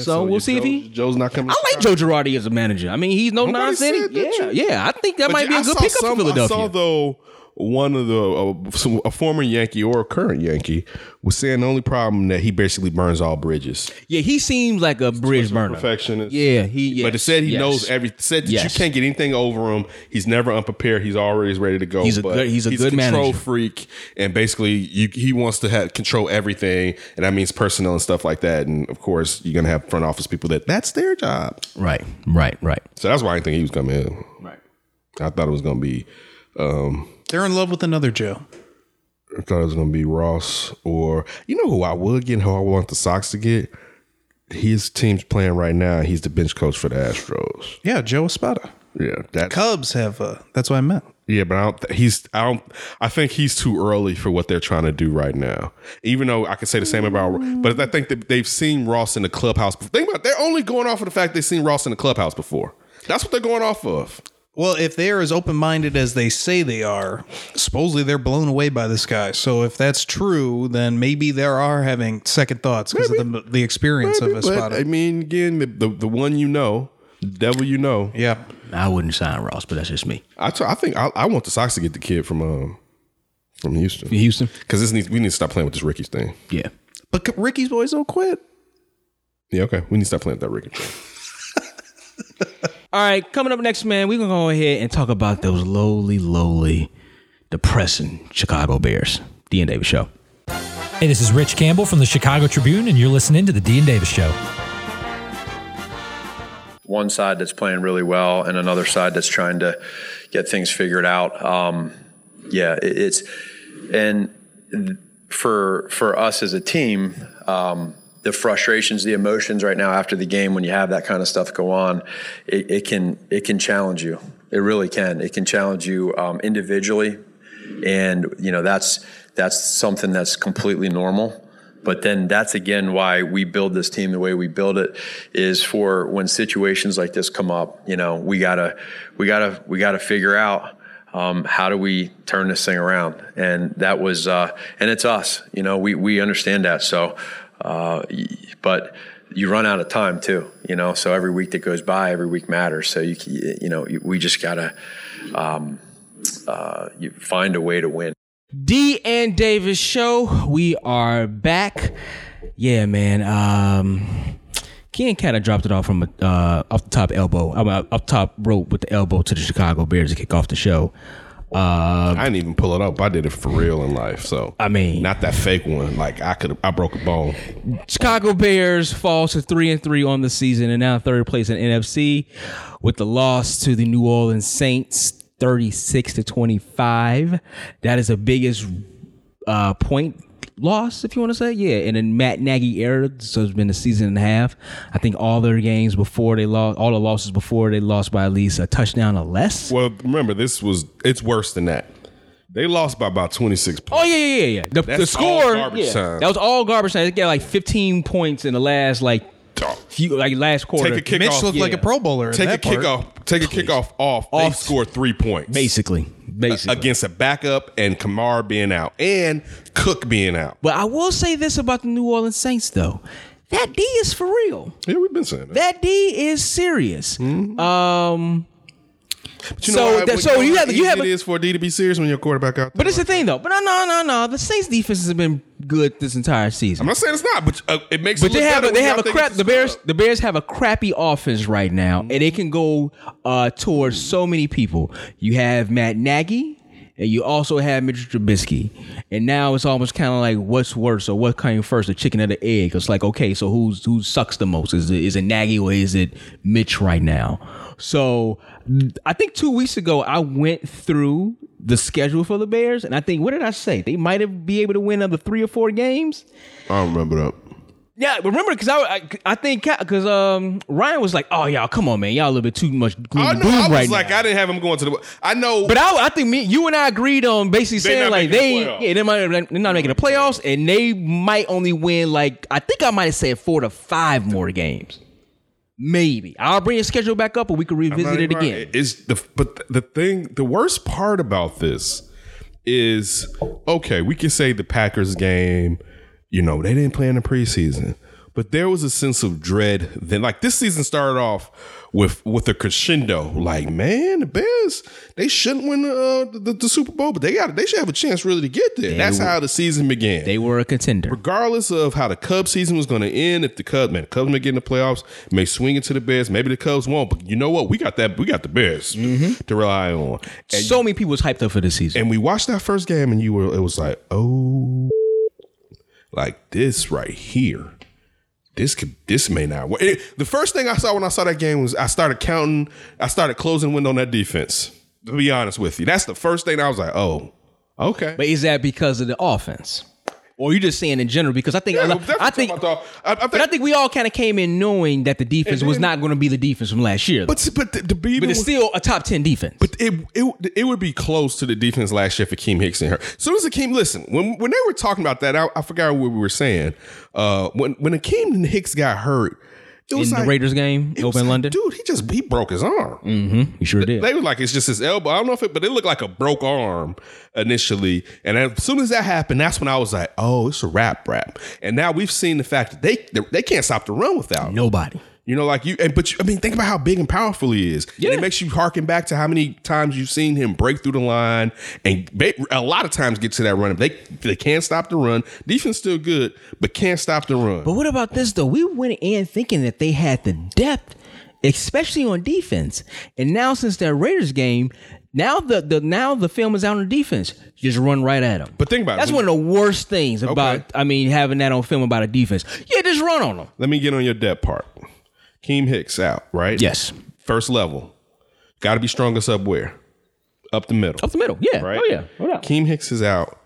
S3: so, we'll
S2: your
S3: see if
S2: Joe-
S3: he.
S2: Joe's not coming.
S3: I like Joe Girardi as a manager. I mean, he's no
S2: Nobody
S3: nonsense.
S2: said
S3: Yeah,
S2: that you-
S3: yeah. I think that
S2: But
S3: might be
S2: yeah,
S3: a
S2: I
S3: good
S2: saw
S3: pickup
S2: some-
S3: for Philadelphia.
S2: I saw though one of the uh, some, a former Yankee or a current Yankee was saying the only problem that he basically burns all bridges.
S3: yeah, he seems like a bridge burner.
S2: Perfectionist.
S3: Yeah, he. Yes,
S2: But it said he
S3: yes.
S2: knows every. Said that
S3: Yes.
S2: you can't get anything over him. He's never unprepared. He's always ready to go.
S3: He's a
S2: but
S3: good- he's a good
S2: control
S3: manager.
S2: freak, and basically you, he wants to have control everything, and that means personnel and stuff like that. And of course, you're gonna have front office people that that's their job.
S3: Right, right, right.
S2: So that's why I didn't think he was coming in. Right. I thought it was gonna be. Um,
S4: They're in love with another Joe.
S2: I thought it was gonna be Ross or you know who I would get, and who I want the Sox to get. His team's playing right now. He's the bench coach for the Astros.
S4: Yeah, Joe Espada.
S2: Yeah, that
S4: Cubs have, uh, that's what I meant.
S2: Yeah, but I don't. th- He's I don't. I think he's too early for what they're trying to do right now. Even though I could say the same about, but I think that they've seen Ross in the clubhouse. bef- Think about it, they're only going off of the fact they've seen Ross in the clubhouse before. That's what they're going off of.
S4: Well, if they're as open minded as they say they are, supposedly they're blown away by this guy. So if that's true, then maybe they are having second thoughts because of the, the experience of
S2: But,
S4: Espada.
S2: I mean, again, the, the the one you know, the devil you know.
S4: yeah.
S3: I wouldn't sign Ross, but that's just me.
S2: I t- I think I, I want the Sox to get the kid from um from Houston
S3: Houston.
S2: because this needs we need to stop playing with this Ricky thing.
S3: Yeah.
S4: But Ricky's boys don't quit.
S2: Yeah, okay, we need to stop playing with that Ricky thing.
S3: All right, coming up next, man, we're gonna go ahead and talk about those lowly, lowly, depressing Chicago Bears. D and Davis show.
S6: Hey, this is Rich Campbell from the Chicago Tribune, and you're listening to the Dean Davis Show.
S7: one side that's playing really well and another side that's trying to get things figured out. Um, yeah, it, it's and th- for for us as a team, um, the frustrations, the emotions right now after the game when you have that kind of stuff go on, it, it can it can challenge you. It really can. It can challenge you um, individually, and you know that's that's something that's completely normal. But then that's again why we build this team the way we build it is for when situations like this come up. You know, we gotta, we gotta, we gotta figure out um, how do we turn this thing around. And that was, uh, and it's us. You know, we we understand that. So, uh, y- but you run out of time too. You know, so every week that goes by, every week matters. So you, c- you know, you- we just gotta um, uh, you find a way to win.
S3: D and Davis show. We are back. Yeah, man. Um Ken kind of dropped it off from a, uh, off the top elbow, I mean, off the top rope with the elbow to the Chicago Bears to kick off the show. Uh,
S2: I didn't even pull it up. I did it for real in life. So
S3: I mean-
S2: not that fake one. Like I could, I broke a bone.
S3: Chicago Bears fall to three and three on the season and now third place in NFC with the loss to the New Orleans Saints, thirty six to twenty five. That is the biggest uh, point loss, if you want to say, yeah. And in Matt Nagy era, so it's been a season and a half. I think all their games before they lost, all the losses before they lost by at least a touchdown or less.
S2: Well, remember this was it's worse than that. They lost by about twenty six points.
S3: Oh yeah, yeah, yeah, yeah. The, the
S2: That's all
S3: score,
S2: garbage
S3: yeah.
S2: time.
S3: that was all garbage time. They got like 15 points in the last like few, like last quarter.
S2: Take a kick
S4: Mitch
S2: off.
S4: looked like a
S3: yeah.
S4: Pro Bowler. in
S2: Take a
S4: that part.
S2: kickoff. Take a kickoff off. They
S3: Off.
S2: scored three points
S3: Basically, Uh, basically.
S2: against a backup and Kamara being out and Cook being out.
S3: But I will say this about the New Orleans Saints, though. That D is for real.
S2: Yeah, we've been saying that.
S3: That D is serious. Um,
S2: But you
S3: so
S2: why-
S3: that-
S2: what-
S3: so you
S2: know
S3: have-
S2: how
S3: you
S2: easy
S3: have
S2: it
S3: a-
S2: is for D to be serious when your quarterback out.
S3: but it's the thing, though. But no, no, no, no. The Saints defense has been good this entire season.
S2: I'm not saying it's not, but uh, it makes.
S3: But
S2: it
S3: they
S2: look
S3: have
S2: better
S3: a, they
S2: when
S3: have
S2: y'all
S3: a
S2: think
S3: crap.
S2: it's Mm-hmm.
S3: The Bears
S2: scrub.
S3: the Bears have a crappy offense right now, and it can go uh, towards so many people. You have Matt Nagy and you also had Mitchell Trubisky, and now it's almost kind of like what's worse or what came first, the chicken or the egg? It's like okay, so who's who sucks the most? Is it, is it Nagy or is it Mitch right now? So I think two weeks ago I went through the schedule for the Bears, and I think what did I say? They might have be able to win another three or four games.
S2: I don't remember that.
S3: Yeah, but remember because I, I I think because um Ryan was like, oh y'all come on man, y'all a little bit too much gloom
S2: I
S3: and
S2: know.
S3: doom
S2: I was
S3: right
S2: like,
S3: now.
S2: I didn't have him going to the. I know.
S3: but I, I think me, you and I agreed on basically saying
S2: not
S3: like
S2: making the
S3: they yeah,
S2: playoffs.
S3: they might they're not making the playoffs and they might only win like I think I might have said four to five more games, maybe. I'll bring your schedule back up and we can revisit it
S2: Right,
S3: again.
S2: right. Is the but the thing the worst part about this is okay, we can say the Packers game, you know, they didn't play in the preseason. But there was a sense of dread then. Like this season started off with with a crescendo. Like, man, the Bears, they shouldn't win the, uh, the, the Super Bowl, but they got they should have a chance really to get there. That's how the season began
S3: They were a contender.
S2: regardless of how the Cubs season was going to end, if the Cubs, man, the Cubs may get in the playoffs, may swing into the Bears, maybe the Cubs won't. But you know what? We got that. We got the Bears
S3: Mm-hmm.
S2: to rely on. And,
S3: So many people was hyped up for this season.
S2: and we watched that first game, and you were it was like, oh, like this right here. This could. This may not work. It- the first thing I saw when I saw that game was I started counting. I started closing window on that defense. To be honest with you, that's the first thing I was like, oh, okay.
S3: But is that because of the offense? Or you just saying in general? Because I think a
S2: Yeah,
S3: lot-
S2: we're definitely
S3: I think,
S2: talking about the- I- I
S3: but I
S2: think-
S3: think we all kind of came in knowing that the defense was not going to be the defense from last year.
S2: but but the, the
S3: but it's still a top ten defense.
S2: But it, it it would be close to the defense last year for Keem Hicks and her. So as Akeem, listen, when when they were talking about that, I, I forgot what we were saying. Uh, when when Akeem and Hicks got hurt, it was
S3: in
S2: like,
S3: the Raiders game
S2: it was
S3: over in
S2: like,
S3: London, Mm.
S2: dude, he just he broke his arm.
S3: you sure did.
S2: They were like, it's just his elbow. I don't know if it, but it looked like a broke arm initially. And as soon as that happened, that's when I was like, oh, it's a wrap, wrap. And now we've seen the fact that they they, they can't stop the run without. him.
S3: Nobody.
S2: You know, like you, and but you, I mean, think about how big and powerful he is. Yeah,
S3: Yeah.
S2: it makes you harken back to how many times you've seen him break through the line, and ba- a lot of times get to that run. They they can't stop the run. Defense still good, but can't stop the run.
S3: But what about this though? We went in thinking that they had the depth, especially on defense. And now since that Raiders game, now the, the now the film is out on defense. Just run right at them.
S2: But think about it.
S3: that's
S2: When-
S3: one of the worst things about. I mean, having that on film about a defense. Yeah, just run on them.
S2: Let me get on your depth part. Keem Hicks out, right?
S3: Yes,
S2: First level, got to be strongest up where, up the middle.
S3: up the middle. Yeah.
S2: right?
S3: Oh yeah. No doubt.
S2: Keem Hicks is out.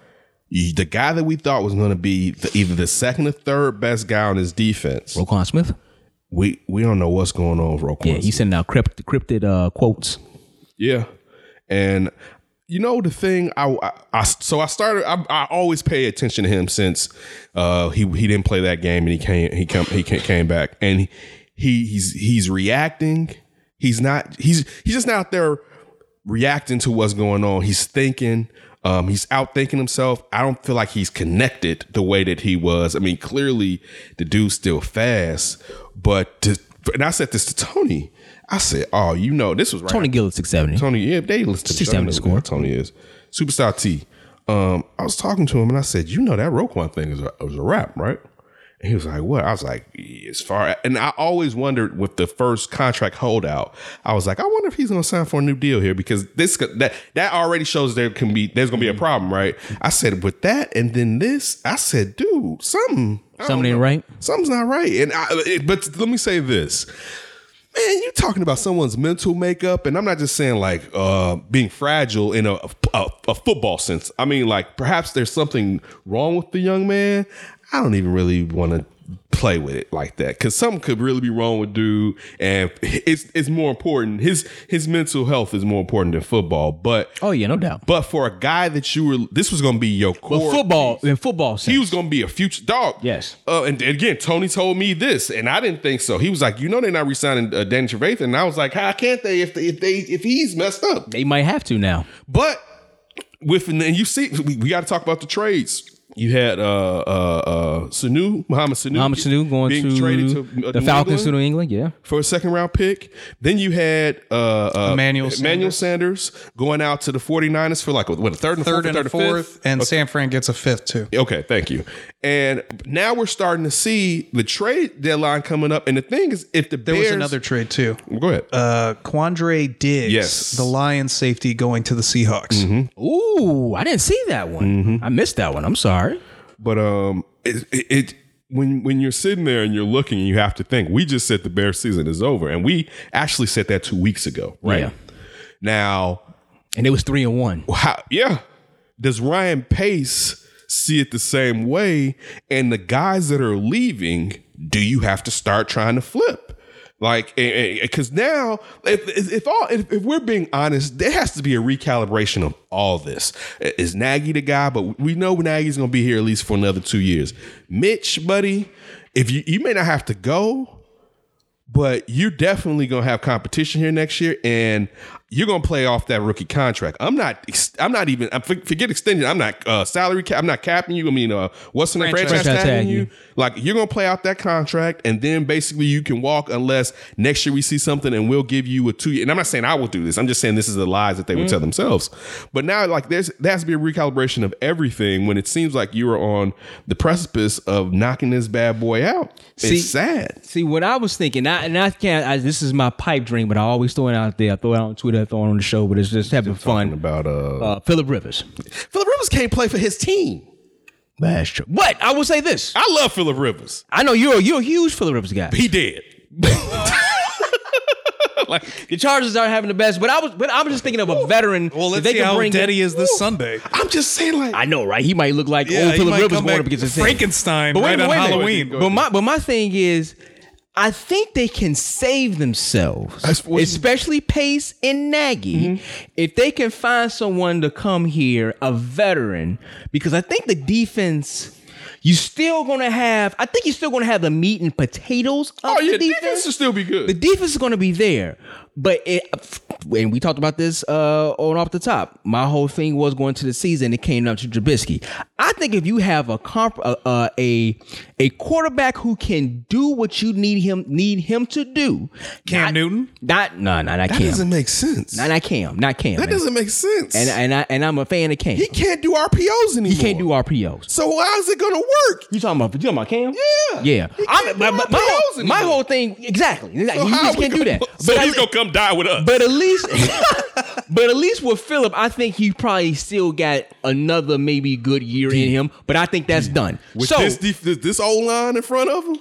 S2: You- The guy that we thought was going to be the, either the second or third best guy on his defense,
S3: Roquan Smith.
S2: we we don't know what's going on with Roquan.
S3: Yeah, he's sending out crypt, cryptid uh, quotes.
S2: Yeah, and you know the thing I, I, I- so I started I, I always pay attention to him since uh, he he didn't play that game and he came he come he ca- came back and he he's he's reacting. He's not he's he's just not out there reacting to what's going on. He's thinking. Um, he's outthinking himself. I don't feel like he's connected the way that he was. I mean, clearly the dude's still fast, but to, and I said this to Tony. I said, "Oh, you know, this was right
S3: Tony Gill at six seventy.
S2: Tony, yeah, they listen to the
S3: 670
S2: show.
S3: score.
S2: Tony is superstar T. Um, I was talking to him and I said, you know that Roquan thing is a, was a rap, right? And he was like, what? I was like, "Yeah, as far a-" and I always wondered with the first contract holdout, I was like, I wonder if he's gonna sign for a new deal here because this could- that that already shows there can be there's gonna be a problem, right? I said with that and then this, I said, dude, something I don't
S3: Something ain't
S2: know.
S3: right.
S2: Something's not right. And I, it, but let me say this man, you talking about someone's mental makeup, and I'm not just saying like uh, being fragile in a, a a football sense. I mean, like perhaps there's something wrong with the young man. I don't even really want to play with it like that because something could really be wrong with dude, and it's it's more important. His his mental health is more important than football, but.
S3: Oh yeah, no doubt.
S2: But for a guy that you were, this was going to be your core.
S3: But football in football sense.
S2: He was going to be a future dog.
S3: Yes.
S2: Uh, and, and again, Tony told me this, and I didn't think so. He was like, "You know, they're not resigning uh, Danny Trevathan," and I was like, "How can't they if they if they if he's messed up?"
S3: they might have to now.
S2: But with and you see, we, we got to talk about the trades. You had uh, uh, uh, Sanu, Muhammad Sanu,
S3: Mohamed Sanu going
S2: being
S3: to,
S2: traded to uh,
S3: the
S2: New
S3: Falcons to
S2: England
S3: New England. Yeah,
S2: for a second round pick. Then you had uh, uh,
S4: Emmanuel
S2: Emmanuel Sanders. going out to the 49ers for like what a third and
S4: Third
S2: fourth,
S4: and
S2: third
S4: a
S2: and
S4: fourth,
S2: fifth.
S4: and San Fran gets a fifth too.
S2: Okay, thank you. And now we're starting to see the trade deadline coming up. And the thing is, if the
S4: There
S2: Bears,
S4: was another trade too.
S2: go ahead.
S4: Uh, Quandre Diggs,
S2: Yes.
S4: the Lions safety, going to the Seahawks.
S3: Ooh, I didn't see that one. I missed that one. I'm sorry.
S2: But um, it, it, it when when you're sitting there and you're looking, you have to think. We just said the bear season is over, and we actually said that two weeks ago, right?
S3: Yeah.
S2: Now,
S3: And it was three and one.
S2: how, yeah, does Ryan Pace see it the same way? And the guys that are leaving, do you have to start trying to flip? Like, because now, if if if all if, if we're being honest, there has to be a recalibration of all this. I- Is Nagy the guy? But we know Nagy's going to be here at least for another two years. Mitch, buddy, if you you may not have to go, but you're definitely gonna have competition here next year, and you're gonna play off that rookie contract. I'm not. ex- I'm not even. I'm, forget extending. I'm not uh, salary. Cap, I'm not capping you. I mean, uh, what's in the franchise,
S3: Franchise
S2: tagging
S3: tag,
S2: you?
S3: yeah.
S2: Like you're gonna play out that contract, and then basically you can walk unless next year we see something, and we'll give you a two. year And I'm not saying I will do this. I'm just saying this is the lies that they would tell themselves. But now, like there's there has to be a recalibration of everything when it seems like you are on the precipice of knocking this bad boy out.
S3: See-
S2: it's sad.
S3: See what I was thinking, I, and I can't. I, this is my pipe dream, but I always throw it out there. I throw it out on Twitter, I throw it on the show, but it's just having fun.
S2: About uh,
S3: uh, Philip Rivers.
S2: Philip Rivers can't play for his team.
S3: That's true. But I will say this:
S2: I love Philip Rivers.
S3: I know you're you're a huge Philip Rivers guy.
S2: He did.
S3: The Chargers aren't having the best, but I was but I was just thinking of a veteran.
S4: Well,
S3: that
S4: let's
S3: they
S4: see
S3: can
S4: how
S3: bring
S4: dead
S3: in-
S4: he is this Sunday.
S2: I'm just saying, like,
S3: I know, right? He might look like
S4: Yeah,
S3: old
S4: he
S3: Philip
S4: might
S3: Rivers
S4: come
S3: going
S4: back
S3: up against his
S4: Frankenstein
S3: But wait,
S4: right
S3: but
S4: on
S3: wait a minute.
S4: Halloween.
S3: But my but my thing is, I think they can save themselves,
S2: That's what-
S3: especially Pace and Nagy, if they can find someone to come here, a veteran, because I think the defense. You still gonna have? I think you're still gonna have the meat and potatoes. Of
S2: oh yeah,
S3: the
S2: defense,
S3: defense.
S2: will still be good.
S3: The defense is going to be there, but it, and we talked about this uh, on off the top. My whole thing was going to the season. It came down to Trubisky. I think if you have a comp, uh, uh, a a quarterback who can do what you need him need him to do,
S4: Cam
S3: not-
S4: Newton?
S3: not no no not
S2: that
S3: Cam,
S2: doesn't make sense.
S3: not, not Cam, not Cam.
S2: that
S3: man.
S2: doesn't make sense.
S3: and and I and I'm a fan of Cam.
S2: he
S3: He,
S2: can't do RPOs anymore.
S3: can't do RPOs.
S2: So how's it gonna work?
S3: You talking about you talking about Cam?
S2: Yeah.
S3: yeah.
S2: He
S3: I'm,
S2: can't
S3: my,
S2: do
S3: my,
S2: RPOs
S3: my whole, my
S2: anymore.
S3: whole thing exactly.
S2: So
S3: you
S2: how
S3: just
S2: we
S3: can't do
S2: gonna-
S3: that. But I think-
S2: come die with us.
S3: But at least, but at least with Philip, I think he probably still got another maybe good year in him. But I think that's done.
S2: With
S3: so
S2: this, def- this this old line in front of him,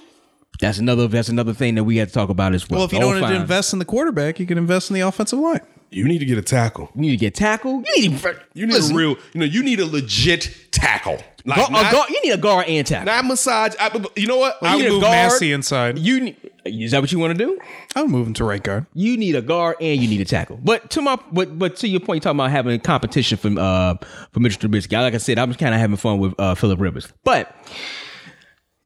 S3: that's another that's another thing that we had to talk about as well.
S4: well, if you
S3: The
S4: don't want to
S3: O-line.
S4: invest in the quarterback, you can invest in the offensive line.
S2: you need to get a tackle.
S3: you need to get tackled. You need,
S2: You need a real, you know, you need a legit tackle. Like
S3: gu- a
S2: not,
S3: guard- you need a guard and tackle.
S2: not massage. I, but- but you know what?
S4: I
S2: I
S4: would
S3: need a
S4: move
S3: guard.
S4: Massey inside.
S3: you need, is that what you want to do?
S4: I would move him to right guard.
S3: You need a guard and you need a tackle. But to my but but to your point, you talking about having competition from uh for Mitchell Trubisky. Like I said, I'm kind of having fun with uh Philip Rivers, but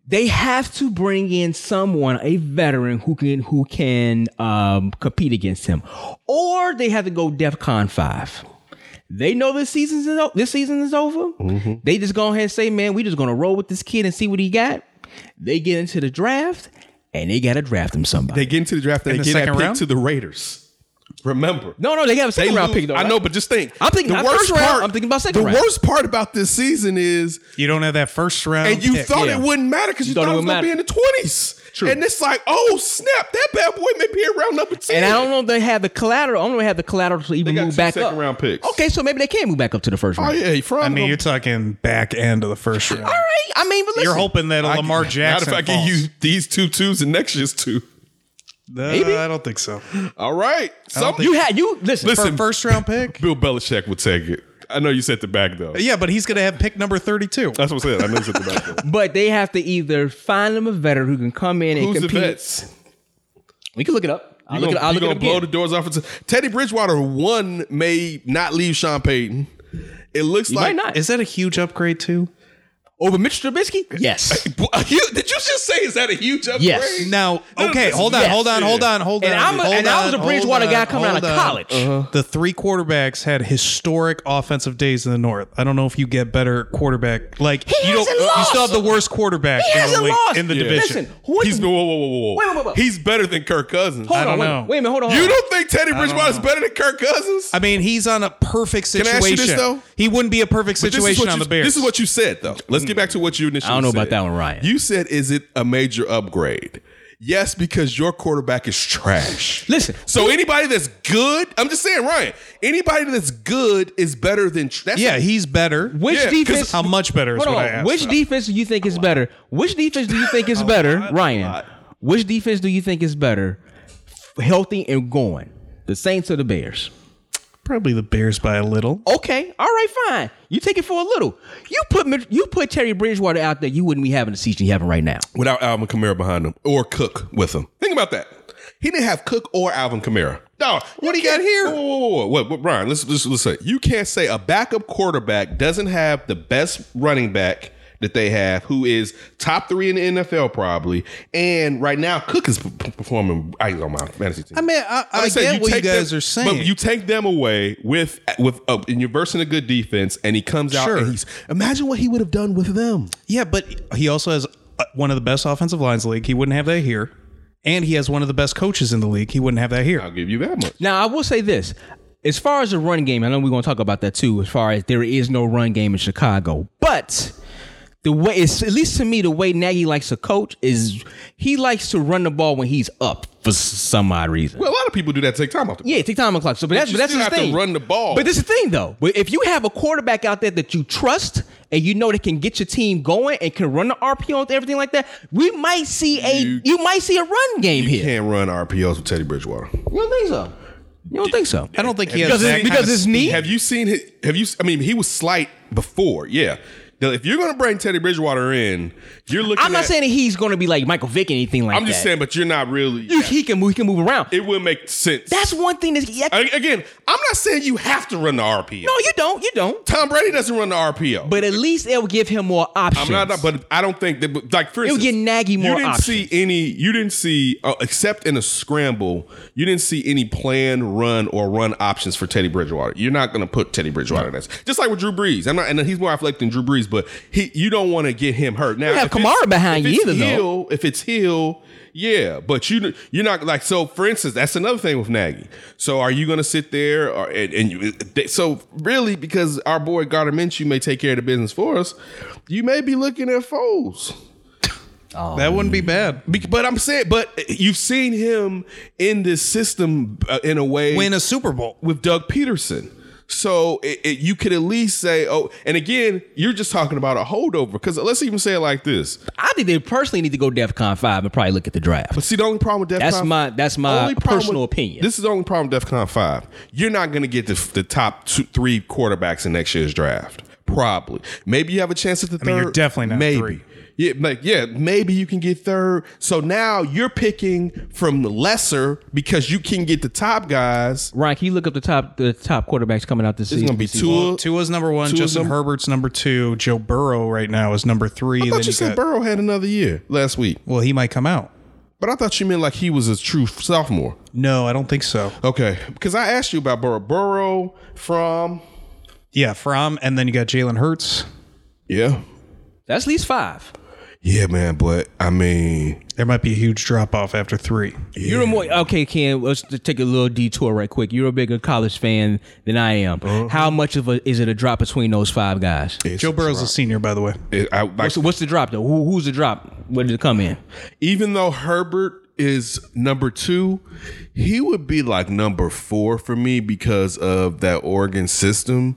S3: they have to bring in someone, a veteran who can who can um, compete against him, or they have to go DefCon five. They know this season is o- this season is over. They just go ahead and say, "Man, we just gonna roll with this kid and see what he got." They get into the draft and they gotta draft him somebody.
S2: They get into the draft. They
S4: the
S2: get that
S4: second
S2: pick
S4: round?
S2: to the Raiders. Remember,
S3: No, no, they got a second round
S2: lose-
S3: pick though.
S2: I
S3: right?
S2: know, but just think.
S3: I'm thinking not first round, I'm thinking about second
S2: The
S3: round.
S2: worst part about this season is,
S4: You don't have that first round.
S2: and you
S4: pick.
S2: thought
S3: Oh, yeah.
S2: it wouldn't matter because you,
S3: thought
S2: thought,
S3: it
S2: it was
S3: wouldn't
S2: gonna be in the twenties. True. And it's like, oh snap, that bad boy may be around number ten.
S3: and I don't know if they have the collateral. I don't know if they have the collateral to even
S2: They got
S3: move
S2: two
S3: back
S2: second
S3: up.
S2: round picks.
S3: Okay, so maybe they can move back up to the first
S2: Oh
S3: round.
S2: yeah, he from.
S4: I mean,
S2: them.
S4: you're talking back end of the first round.
S3: All right, I mean, but listen,
S4: You're hoping that
S2: I-
S4: Lamar Jackson.
S2: Not if I
S4: falls.
S2: give you these two twos and next year's two.
S4: Uh,
S3: Maybe?
S4: I don't think so.
S2: All right, some
S3: you had you listen.
S2: Listen,
S4: For a first round pick?
S2: Bill Belichick would take it. I know you said the back though.
S4: yeah, but he's going to have pick number 32.
S3: Uh,
S2: That's what I said. I know you said the back though.
S3: But they have to either find them a veteran who can come in and
S2: Who's the
S3: compete.
S2: vets?
S3: We can look it up. I'll
S2: You
S3: look it.
S2: gonna,
S3: I'll
S2: you
S3: look it
S2: gonna
S3: up
S2: blow
S3: again.
S2: the doors off. It's- Teddy Bridgewater one may not leave Sean Payton. It looks
S3: He
S2: like
S3: might not.
S4: Is that a huge upgrade, too?
S3: over Mitch Trubisky?
S5: Yes.
S2: You- Did you just say is that a huge upgrade?
S5: Yes.
S4: Now,
S2: No,
S4: okay,
S2: this
S4: hold
S2: is-
S4: on,
S5: yes.
S4: hold on, hold on, hold on.
S3: And I'm a-
S4: hold
S3: and I was a
S4: on,
S3: Bridgewater
S4: hold
S3: guy
S4: on,
S3: coming out of
S4: hold on.
S3: college.
S2: Uh-huh.
S4: The three quarterbacks had historic offensive days in the North. I don't know if you get better quarterback. Like
S3: He
S4: you don't,
S3: hasn't
S4: you
S3: lost.
S4: still have the worst quarterback
S3: He
S4: in the,
S3: hasn't
S4: league,
S3: lost.
S4: in the
S3: Yeah.
S4: division.
S3: Listen, who is
S2: He's whoa, whoa, whoa, whoa, whoa.
S3: Wait, wait, wait, wait.
S2: He's better than Kirk Cousins.
S3: Hold on,
S4: don't
S3: wait,
S4: know.
S3: wait a minute, hold on.
S2: you
S3: hold on.
S2: don't think Teddy Bridgewater's better than Kirk Cousins?
S4: I mean, he's on a perfect
S2: I
S4: situation.
S2: ask you this, though?
S4: He wouldn't be a perfect
S2: But this is
S4: situation
S2: what
S4: on
S2: you-
S4: the Bears.
S2: This is what you said, though. Let's get back to what you initially.
S3: I don't know about
S2: said.
S3: that one, Ryan.
S2: You said, "Is it a major upgrade?" Yes, because your quarterback is trash.
S3: Listen.
S2: So anybody that's good, I'm just saying, Ryan. Anybody that's good is better than. tr- That's
S4: yeah, he's better.
S3: Which
S2: Yeah, 'cause
S3: defense?
S4: how much better is
S3: Hold
S4: what
S3: on.
S4: I asked.
S3: Which defense do you think is better? Which defense do you think is better, Ryan? Which defense do you think is better, f- healthy and going? The Saints or the Bears?
S4: Probably the Bears by a little.
S3: Okay, all right, fine. You take it for a little. You put Mitch- you put Terry Bridgewater out there, you wouldn't be having the season you having right now.
S2: without Alvin Kamara behind him or Cook with him. Think about that. He didn't have Cook or Alvin Kamara. No, what he got here? Whoa, whoa, whoa, whoa. What, what, Brian? Let's, let's let's say you can't say a backup quarterback doesn't have the best running back that they have, who is top three in the NFL probably, and right now Cook is p- p- performing. I he's on my fantasy team.
S4: I mean, I, I,
S2: Like said,
S4: get what you
S2: take
S4: guys
S2: them-
S4: are saying.
S2: But you take them away with with uh, and you're versing a good defense, and he comes out
S4: Sure.
S2: and he's imagine what he would have done with them.
S4: yeah, but he also has uh, one of the best offensive lines in the league. He wouldn't have that here. And he has one of the best coaches in the league. He wouldn't have that here.
S2: I'll give you that much.
S3: Now, I will say this. As far as the run game, I know we're going to talk about that too, as far as there is no run game in Chicago. But the way, it's, at least to me, the way Nagy likes to coach is he likes to run the ball when he's up for s- some odd reason.
S2: Well, a lot of people do that. Take time off the
S3: yeah, take time on clock. So, but, that's,
S2: you
S3: but that's
S2: still
S3: the
S2: have to
S3: thing.
S2: run the ball.
S3: But this is the thing, though. But if you have a quarterback out there that you trust and you know that can get your team going and can run the RPO and everything like that, we might see a you,
S2: You-
S3: might see a run game
S2: You
S3: here.
S2: can't run RPOs with Teddy Bridgewater.
S3: You don't think so? You don't think so?
S4: I don't think he has
S3: Because
S4: that
S3: it's-
S4: kind of
S3: because it's knee?
S2: Have you seen his? Have you? I mean, he was slight before. Yeah. Now, If you're going to bring Teddy Bridgewater in, you're looking.
S3: I'm not
S2: at-
S3: saying that he's going to be like Michael Vick or anything like that.
S2: I'm just saying, but you're not really.
S3: You- he can move. He can move around.
S2: it would make sense.
S3: That's one thing that's yeah,
S2: A- again. I'm not saying you have to run the RPO.
S3: no, you don't. You don't.
S2: Tom Brady doesn't run the RPO.
S3: But at least it'll give him more options.
S2: I'm not, but I don't think that. Like for
S3: It'll
S2: instance,
S3: get Nagy
S2: You
S3: more
S2: didn't
S3: options.
S2: see any. You didn't see uh, except in a scramble. You didn't see any plan, run, or run options for Teddy Bridgewater. You're not going to put Teddy Bridgewater in that. Just like with Drew Brees, I'm not, and he's more athletic than Drew Brees, but he. You don't want to get him hurt. Now,
S3: have
S2: if it's-
S3: Kamara behind
S2: if
S3: you
S2: it's
S3: either, though.
S2: Hill, if it's Hill. Yeah, but you you're not like so. For instance, that's another thing with Nagy. So are you going to sit there or, and, and you, they- so really because our boy Gardner Minshew may take care of the business for us, you may be looking at foes.
S4: that wouldn't be bad.
S2: Bec- But I'm saying, but you've seen him in this system uh, in a way
S4: Win a Super Bowl.
S2: with Doug Peterson. So it, it, you could at least say, oh, and again, you're just talking about a holdover because let's even say it like this.
S3: I think they personally need to go DefCon five and probably look at the draft.
S2: But see, the only problem with DEF
S3: That's
S2: CON-
S3: my- that's my
S2: only problem
S3: personal
S2: with-
S3: opinion.
S2: This is the only problem with DEF CON 5. You're not going to get the, the top two, three quarterbacks in next year's draft. Probably. Maybe you have a chance at the third.
S4: mean, you're definitely not
S2: Maybe.
S4: three.
S2: Yeah, like, yeah, maybe you can get third. So now you're picking from the lesser because you can get the top guys.
S3: Ryan, can you look up the top the top quarterbacks coming out this
S2: It's
S3: season?
S2: going to be Tua.
S4: Tua's number one.
S2: Tua's
S4: Justin
S2: number-
S4: Herbert's number two. Joe Burrow right now is number three.
S2: I
S4: Then
S2: thought you
S4: got-
S2: said Burrow had another year last week,
S4: Well, he might come out.
S2: but I thought you meant like he was a true sophomore.
S4: No, I don't think so.
S2: Okay, because I asked you about Burrow. Burrow from
S4: Yeah, From and then you got Jalen Hurts.
S2: yeah,
S3: That's at least five.
S2: Yeah, man, but I mean,
S4: There might be a huge drop off after three.
S3: You're a more okay, Ken. Let's just take a little detour right quick. You're a bigger college fan than I am.
S2: Uh-huh.
S3: How much of a is it a drop between those five guys?
S4: Joe Burrow's a senior, by the way.
S2: it- I, like,
S3: So what's the drop though? Who, who's the drop? Where did it come in?
S2: even though Herbert is number two, he would be like number four for me because of that Oregon system.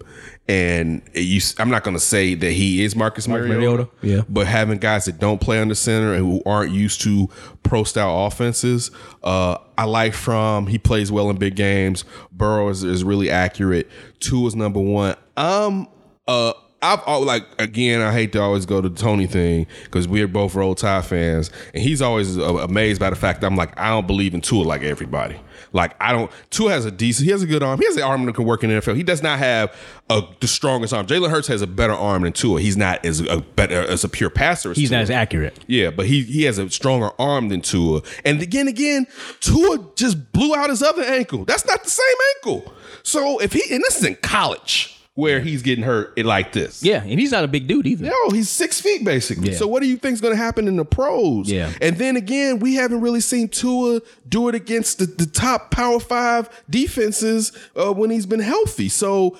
S2: And you, I'm not going to say that he is Marcus Mariota,
S3: Mariota, yeah.
S2: but having guys that don't play under center and who aren't used to pro style offenses, uh, I like from he plays well in big games. Burrow is, is really accurate. Two is number one. Um, uh, I- I've al- like again. I hate to always go to the Tony thing because we're both Roll Tide fans, and he's always a- amazed by the fact that I'm like I don't believe in Tua like everybody. Like I don't. Tua has a decent. He has a good arm. He has an arm that can work in the NFL. He does not have a, the strongest arm. Jalen Hurts has a better arm than Tua. He's not as a better as a pure passer. As
S3: He's
S2: Tua.
S3: not as accurate.
S2: Yeah, but he he has a stronger arm than Tua. And again, again, Tua just blew out his other ankle. That's not the same ankle. So if he and this is in college where he's getting hurt it like this.
S3: Yeah, and he's not a big dude either.
S2: No, he's six feet basically.
S3: Yeah.
S2: So what do you think's going to happen in the pros?
S3: Yeah.
S2: And then again, we haven't really seen Tua do it against the, the top Power Five defenses uh, when he's been healthy. So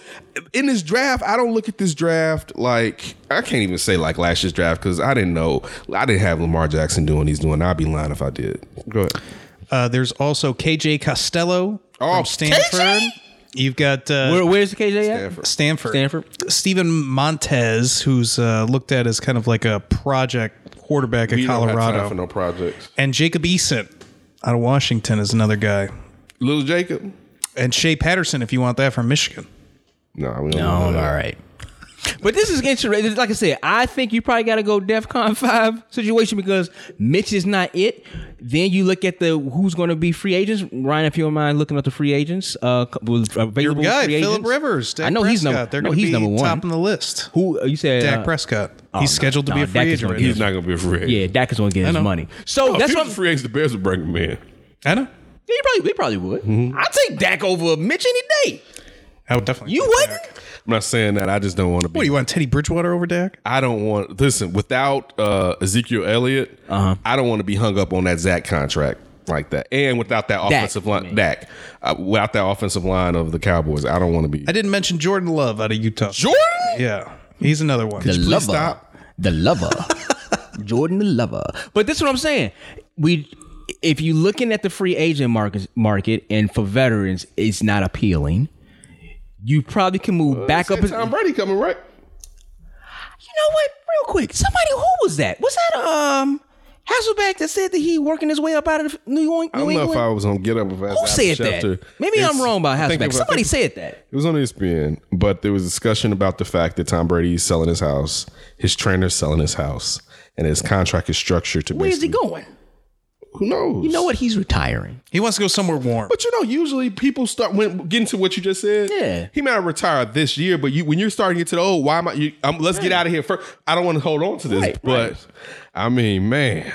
S2: in this draft, I don't look at this draft like I can't even say like last year's draft because I didn't know I didn't have Lamar Jackson doing what he's doing. I'd be lying if I did. Go ahead.
S4: Uh, there's also KJ Costello
S2: Oh,
S4: from Stanford.
S2: KJ?
S4: You've got uh,
S3: Where, where's the KJ at?
S4: Stanford.
S3: Stanford.
S4: Stephen Montez, who's uh, looked at as kind of like a project quarterback at
S2: We don't have time
S4: Colorado,
S2: for no projects.
S4: and Jacob Eason out of Washington is another guy,
S2: Little Jacob.
S4: and Shea Patterson if you want that from Michigan.
S2: No, we don't.
S3: Oh,
S2: know
S3: all
S2: that.
S3: right. But this is interesting. Like I said, I think you probably got to go DefCon five situation because Mitch is not it. Then you look at the who's going to be free agents. Ryan, if you don't mind looking up the free agents, uh, was available
S4: Your guy
S3: free
S4: Philip
S3: agents.
S4: Rivers. Dak
S3: I know he's
S4: Prescott.
S3: number.
S4: They're
S3: no,
S4: gonna
S3: he's
S4: be
S3: number one.
S4: top on the list.
S3: Who you said?
S4: Dak
S3: uh,
S4: Prescott.
S3: oh,
S4: he's
S3: no,
S4: scheduled to
S3: no,
S4: be a
S3: Dak
S4: free
S3: is
S4: agent.
S3: gonna
S4: Right
S3: be-
S2: He's not going to be a free agent.
S3: Yeah, Dak is going to get his
S4: know.
S3: money. So
S2: Oh,
S3: that's
S2: if he
S3: what
S2: was
S3: I'm,
S2: a free agent, the Bears would bring him in.
S4: now. I know.
S3: he probably he probably would.
S4: Mm-hmm.
S3: I'd take Dak over Mitch any day.
S4: I would definitely.
S3: You
S4: take
S3: wouldn't?
S4: Dak.
S2: I'm not saying that. I just don't want to be.
S4: What do you want, Teddy Bridgewater over Dak?
S2: I don't want listen without uh, Ezekiel Elliott.
S3: Uh-huh.
S2: I don't want to be hung up on that Zach contract like that, and without that offensive line, Dak, uh, without that offensive line of the Cowboys, I don't want to be.
S4: I didn't mention Jordan Love out of Utah.
S2: Jordan,
S4: Yeah, he's another one.
S3: the lover,
S2: stop?
S3: the lover, Jordan the lover. But this is what I'm saying. We, if you're looking at the free agent market, market, and for veterans, it's not appealing. You probably can move back up.
S2: Got
S3: as-
S2: Tom Brady coming right.
S3: you know what? Real quick, somebody who was that? Was that um Hasselback that said that he working his way up out of the New York?
S2: I
S3: New
S2: don't know
S3: England?
S2: if I was on Get Up. If I
S3: who said that? Maybe I'm wrong about Hasselback. Somebody
S2: said.
S3: said that.
S2: It was on E ESPN, but there was discussion about the fact that Tom Brady is selling his house, his trainer's selling his house, and his contract is structured to.
S3: Where's he
S2: basically-
S3: going?
S2: Who knows?
S3: You know what? He's retiring.
S4: He wants to go somewhere warm.
S2: But you know, usually people start when getting to what you just said.
S3: Yeah.
S2: he may not retire this year, but you when you're starting to get to the oh, why am I? You, um, let's get out of here first. I don't want to hold on to this,
S3: Right,
S2: but I mean, man,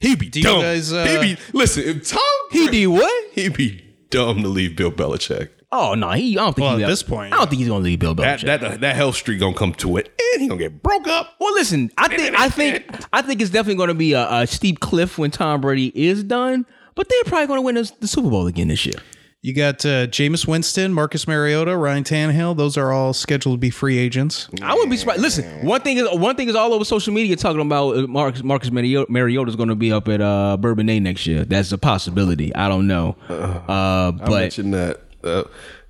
S2: he'd be
S4: you
S2: dumb.
S4: guys, uh,
S2: he'd be listen. If Tom,
S3: He did what?
S2: He'd be dumb to leave Bill Belichick.
S3: Oh no, he. I don't think
S4: Well,
S3: he-
S4: at this point,
S3: I don't think he's gonna leave Bill Belichick.
S2: That that uh, that health streak gonna come to it, and he gonna get broke up.
S3: Well, listen, I think I think I think it's definitely going to be a, a steep cliff when Tom Brady is done. But they're probably going to win this, the Super Bowl again this year.
S4: You got uh, Jameis Winston, Marcus Mariota, Ryan Tannehill. Those are all scheduled to be free agents.
S3: I wouldn't be surprised. Listen, one thing is one thing is all over social media talking about uh, Marcus Marcus Mario- Mariota is going to be up at uh, Bourbonnais next year. That's a possibility. I don't know, uh,
S2: I
S3: but
S2: mentioned that uh,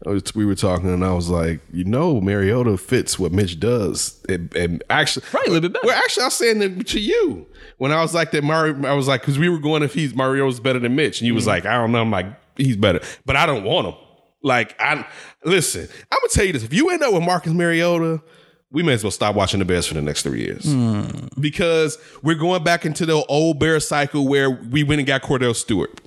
S2: I was- we were talking, and I was like, you know, Mariota fits what Mitch does, and, and actually,
S3: Right, a little bit better.
S2: Well, actually, I was saying that to you when I was like that. Mario, I was like, because we were going if he's Mariota's better than Mitch, and you was
S3: Mm-hmm.
S2: like, I don't know, I'm like, he's better, but I don't want him. Like, I listen, I'm gonna tell you this: if you end up with Marcus Mariota. We may as well stop watching the Bears for the next three
S3: Hmm.
S2: years because we're going back into the old bear cycle where we went and got Cordell Stewart.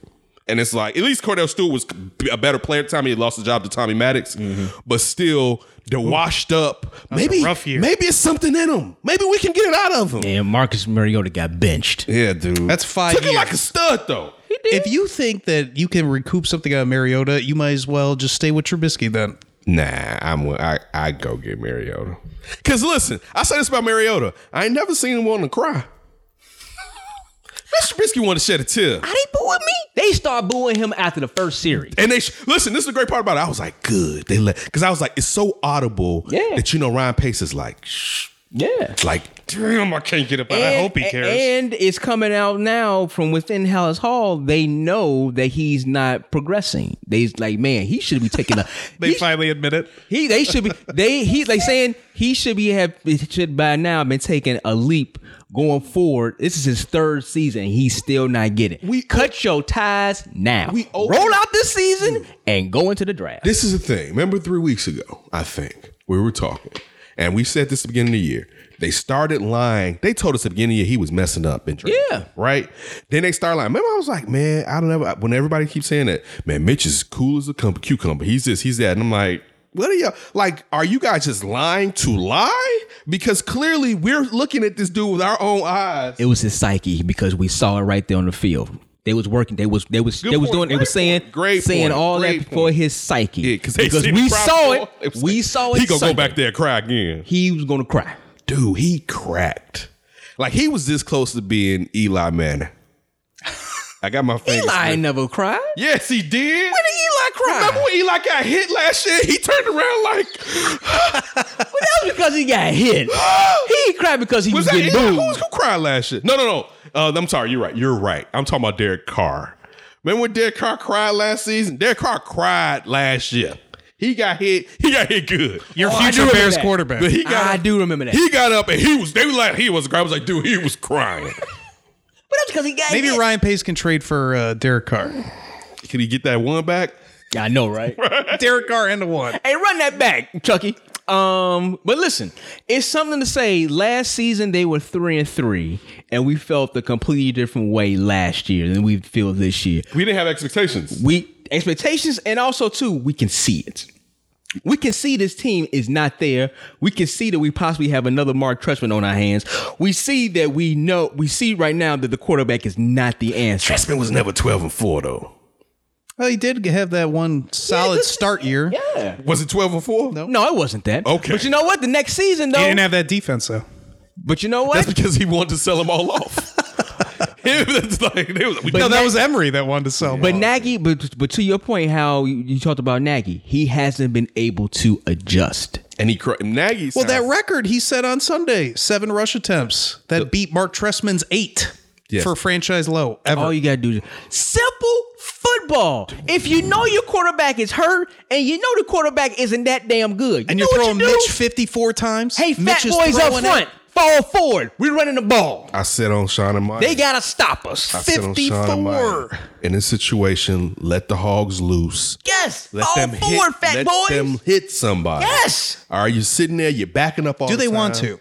S2: And it's like, at least Cordell Stewart was a better player at the time. He lost the job to Tommy Maddox,
S4: Mm-hmm.
S2: but still, they're washed up. Maybe,
S4: rough year.
S2: maybe it's something in him. Maybe we can get it out of him.
S3: and Marcus Mariota got benched.
S2: Yeah, dude.
S4: That's five
S2: Took it
S4: years.
S2: like a stud, though.
S4: if you think that you can recoup something out of Mariota, you might as well just stay with Trubisky then.
S2: Nah, I'm with- I I go get Mariota. Cause listen, I say this about Mariota. I ain't never seen him want to cry. Mr. Trubisky want to shed a tear.
S3: How they booing me? They start booing him after the first series.
S2: And they sh- listen. This is the great part about it. I was like, good. They let because I was like, it's so audible
S3: Yeah.
S2: that you know Ryan Pace is like, shh,
S3: Yeah.
S2: like damn, I can't get up. out.
S3: and, And it's coming out now from within Hallis Hall. They know that he's not progressing. They's like, man, he should be taking a.
S4: They
S3: he,
S4: finally admit it.
S3: he- they should be. They he like saying he should be have should by now been taking a leap going forward. This is his third season. He's still not getting.
S2: We-
S3: We cut your ties now.
S2: We open-
S3: roll out this season and go into the draft.
S2: This is the thing. Remember three weeks ago, I think we were talking, and we said this at the beginning of the year. They started lying. They told us at the beginning of the year he was messing up and drinking,
S3: Yeah.
S2: right. Then they started lying. Remember, I was like, man, I don't know. When everybody keeps saying that, man, Mitch is cool as a cum- cucumber. He's this, he's that, and I'm like. What are you like? Are you guys just lying to lie? Because clearly we're looking at this dude with our own eyes.
S3: It was his psyche because we saw it right there on the field. They was working. They was they was they was
S2: point.
S3: doing. They was
S2: Great
S3: saying
S2: point. Great
S3: saying
S2: point.
S3: all
S2: Great
S3: that for
S2: point.
S3: his psyche.
S2: Yeah,
S3: because
S2: they see the
S3: we
S2: crowd
S3: saw
S2: fall.
S3: it.
S2: was
S3: We
S2: like,
S3: saw it.
S2: He gonna
S3: Sunday.
S2: go back there and cry again.
S3: He was gonna cry.
S2: dude, he cracked. Like he was this close to being Eli Manning. I got my fingers.
S3: Eli
S2: crossed.
S3: ain't never cried.
S2: Yes, he did.
S3: When did Eli cry?
S2: Remember when Eli got hit last year? He turned around like.
S3: But that was because he got hit.
S2: oh,
S3: he cried because he was,
S2: was that
S3: getting
S2: Eli? Who,
S3: booed.
S2: was, who cried last year? No, no, no. Uh, I'm sorry. You're right. You're right. I'm talking about Derek Carr. Remember when Derek Carr cried last season? Derek Carr cried last year. He got hit. He got hit good.
S4: Your
S3: I do
S4: future
S3: remember
S4: Bears
S3: that.
S4: quarterback.
S2: But he got
S3: I
S2: up-
S3: do remember that.
S2: He got up and he was. They were like he was. I was like, dude, he was crying.
S3: but that's because he got
S4: Maybe
S3: hit.
S4: Ryan Pace can trade for uh, Derek Carr.
S2: Can he get that one back?
S3: Yeah, I know, right?
S4: Derek Carr and a one.
S3: Hey, run that back, Chucky. Um, but listen, it's something to say. Last season they were three and three, and we felt a completely different way last year than we feel this year.
S2: We didn't have expectations.
S3: We expectations, and also too, we can see it. We can see this team is not there. We can see that we possibly have another Mark Trestman on our hands. We see that we know we see right now that the quarterback is not the answer.
S2: Trestman was never 12 and 4, though.
S4: Well, he did have that one solid
S3: this-
S4: start year.
S3: Yeah.
S2: Was it 12 and 4? No.
S3: No, it wasn't that.
S2: Okay.
S3: But you know what? The next season though.
S4: He didn't have that defense though.
S3: but you know what?
S2: That's because he wanted to sell them all off. It's like, they was like, we-
S4: no,
S2: no,
S4: that was Emery that wanted to sell.
S3: But
S4: him.
S3: Nagy, but but to your point, how you, you talked about Nagy, he hasn't been able to adjust.
S2: and he cried. Nagy.
S4: well, that
S2: sounds-
S4: record he set on Sunday, seven rush attempts that beat Mark Tressman's eight
S2: Yes. Oh,
S4: for franchise low ever.
S3: All you gotta do is simple football. If you know your quarterback is hurt and you know the quarterback isn't that damn good, you
S4: and
S3: know
S4: you're throwing
S3: what you do?
S4: Mitch fifty four times.
S3: hey, fat
S4: Mitch is
S3: boys up
S4: throwing it.
S3: front, fall forward. We're running the ball.
S2: I said on Sean and Mike.
S3: They gotta stop us.
S2: I said "Oh, on Sean and Mike,
S4: 54.
S2: In this situation, let the hogs loose.
S3: Yes,
S2: Let
S3: fall
S2: them
S3: forward,
S2: hit,
S3: Oh, fat
S2: let
S3: boys.
S2: them hit somebody.
S3: Yes.
S2: Are you sitting there? You're backing up all
S4: Do
S2: the
S4: they want
S2: time?
S4: to?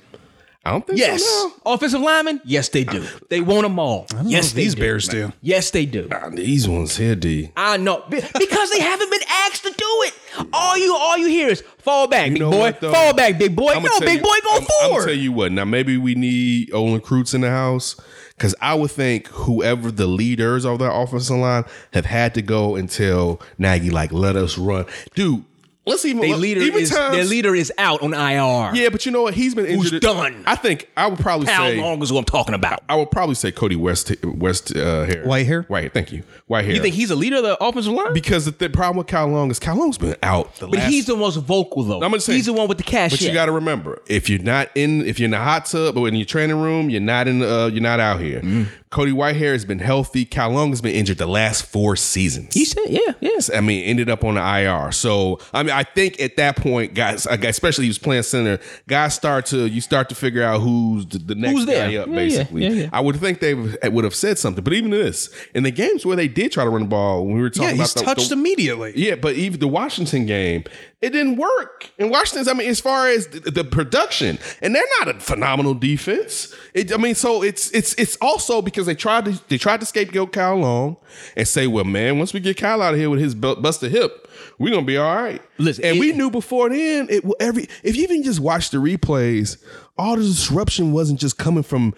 S2: I don't think
S3: yes,
S2: so.
S3: offensive linemen. Yes, they do. They want them all. Yes, they
S4: these
S3: do.
S4: Bears do.
S3: Yes, they do.
S2: No. Nah, These ones here, D.
S3: I know Be- because they haven't been asked to do it. All you, all you hear is fall back, big
S2: know
S3: boy,
S2: what, though?
S3: fall back, big boy.
S2: I'ma
S3: no,
S2: tell
S3: big
S2: you-
S3: boy, go
S2: I'm,
S3: forward.
S2: I'm tell you what. Now maybe we need Olin Krutz in the house because I would think whoever the leaders of that offensive line have had to go and tell Nagy like, "Let us run, dude." Let's even
S3: their leader
S2: even
S3: is
S2: times-
S3: their leader is out on IR.
S2: Yeah, but you know what? He's been
S3: Who's
S2: injured.
S3: done?
S2: I think I would probably
S3: how
S2: say
S3: long is what I'm talking about?
S2: I would probably say Cody West West uh, hair
S4: White hair?
S2: white. Thank you, white hair.
S3: You think he's a leader of the offensive line?
S2: because the, th- problem with Kyle Long is Kyle Long's been out the
S3: but
S2: last
S3: he's the most vocal though.
S2: I'm gonna say
S3: he's the one with the cash.
S2: But you got to remember, if you're not in, if you're in the hot tub or in your training room, you're not in. Uh, you're not out here.
S3: Mm.
S2: Cody Whitehair has been healthy. Cal Long has been injured the last four seasons.
S3: He said, yeah, yeah.
S2: I mean, ended up on the IR. So I mean, I think at that point, guys, I guess- especially he was playing center, guys start to you start to figure out who's the, the next
S3: Who's there?
S2: guy up.
S3: Yeah, yeah,
S2: basically,
S3: yeah, yeah.
S2: I would think they would have said something. But even this, in the games where they did try to run the ball, when we were
S4: Yeah,
S2: talking
S4: he's
S2: about the,
S4: touched
S2: the,
S4: immediately.
S2: yeah, but even the Washington game, it didn't work. And Washington's, I mean, as far as the, the production, and they're not a phenomenal defense. It, I mean, so it's it's it's also because they tried to they tried to scapegoat Kyle Long and say, well, man, once we get Kyle out of here with his bu- busted hip, we're gonna be all right.
S3: Listen,
S2: and
S3: it-
S2: we knew before then it will every if you even just watch the replays, all the disruption wasn't just coming from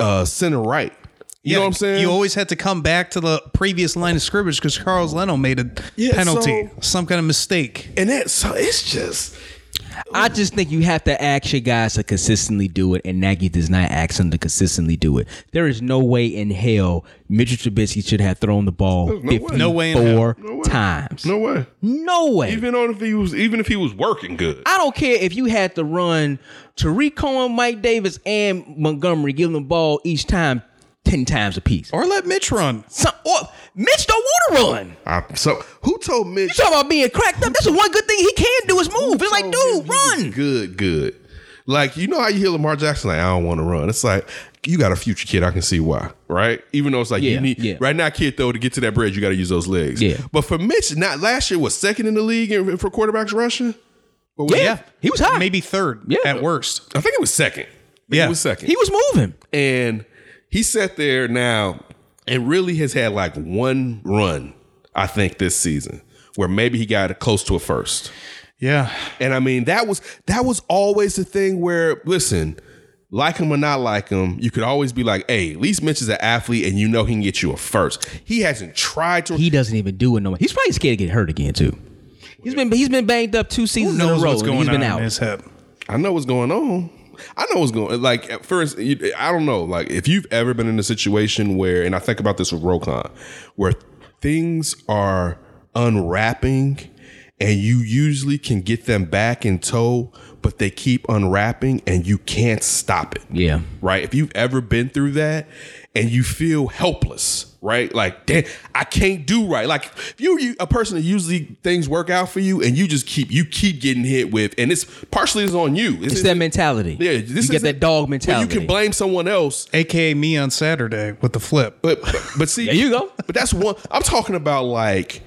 S2: uh center right. You know what I'm saying?
S4: You always had to come back to the previous line of scrimmage because Carlos Leno made a
S2: Yeah,
S4: penalty,
S2: so-
S4: some kind of mistake.
S2: and that so it's just
S3: I just think you have to ask your guys to consistently do it, and Nagy does not ask them to consistently do it. There is no way in hell Mitchell Trubisky should have thrown the ball
S2: way.
S3: 54
S4: No way in hell.
S3: times.
S2: no way.
S3: No way.
S2: Even on if he was even if he was working good.
S3: I don't care if you had to run Tariq Cohen, Mike Davis, and Montgomery, give them the ball each time ten times apiece. Or,
S4: Or let Mitch run.
S3: some, or Mitch don't want to run.
S2: I- so who told Mitch?
S3: You talking about being cracked up? That's the one good thing he can do is move. It's like,
S2: told him
S3: dude,
S2: he was
S3: run.
S2: Good, good. Like you know how you hear Lamar Jackson like I don't want to run. It's like you got a future kid. I can see why, right? Even though it's like
S3: Yeah,
S2: you need
S3: yeah.
S2: right now, kid though to get to that bread, you got to use those legs.
S3: Yeah.
S2: But for Mitch, not last year was second in the league in, for quarterbacks rushing.
S4: What was-
S3: Yeah, he was hot.
S4: Maybe third
S3: Yeah.
S4: at worst.
S2: I think it was second.
S4: Yeah.
S2: It was second.
S3: He was moving.
S2: and he sat there now and really has had like one run, I think, this season where maybe he got close to a first.
S4: Yeah.
S2: And I mean, that was that was always the thing where listen, like him or not like him, you could always be like, hey, at least Mitch is an athlete and you know he can get you a first. He hasn't tried to
S3: He doesn't even do it no more. He's probably scared to get hurt again too. He's been he's been banged up two
S4: Who
S3: seasons in a
S4: knows
S3: row.
S4: what's
S3: and
S4: going
S3: he's
S4: on
S3: been
S4: in
S3: out.
S4: his head?
S2: I know what's going on. I know what's going. Like at first, you, I don't know. Like if you've ever been in a situation where, and I think about this with Rokon, where things are unwrapping, and you usually can get them back in tow, but they keep unwrapping, and you can't stop it.
S3: Yeah.
S2: Right. If you've ever been through that, and you feel helpless. Right, like damn, I can't do right. Like if you're you- a person that usually things work out for you, and you just keep you keep getting hit with, and it's partially it's on you.
S3: It's that mentality.
S2: Yeah,
S3: you get
S2: isn't-
S3: that dog
S2: Well,
S3: mentality.
S2: you can blame someone else,
S4: AKA me on Saturday with the flip.
S2: but but, but see,
S3: There you go.
S2: But that's one. I'm talking about like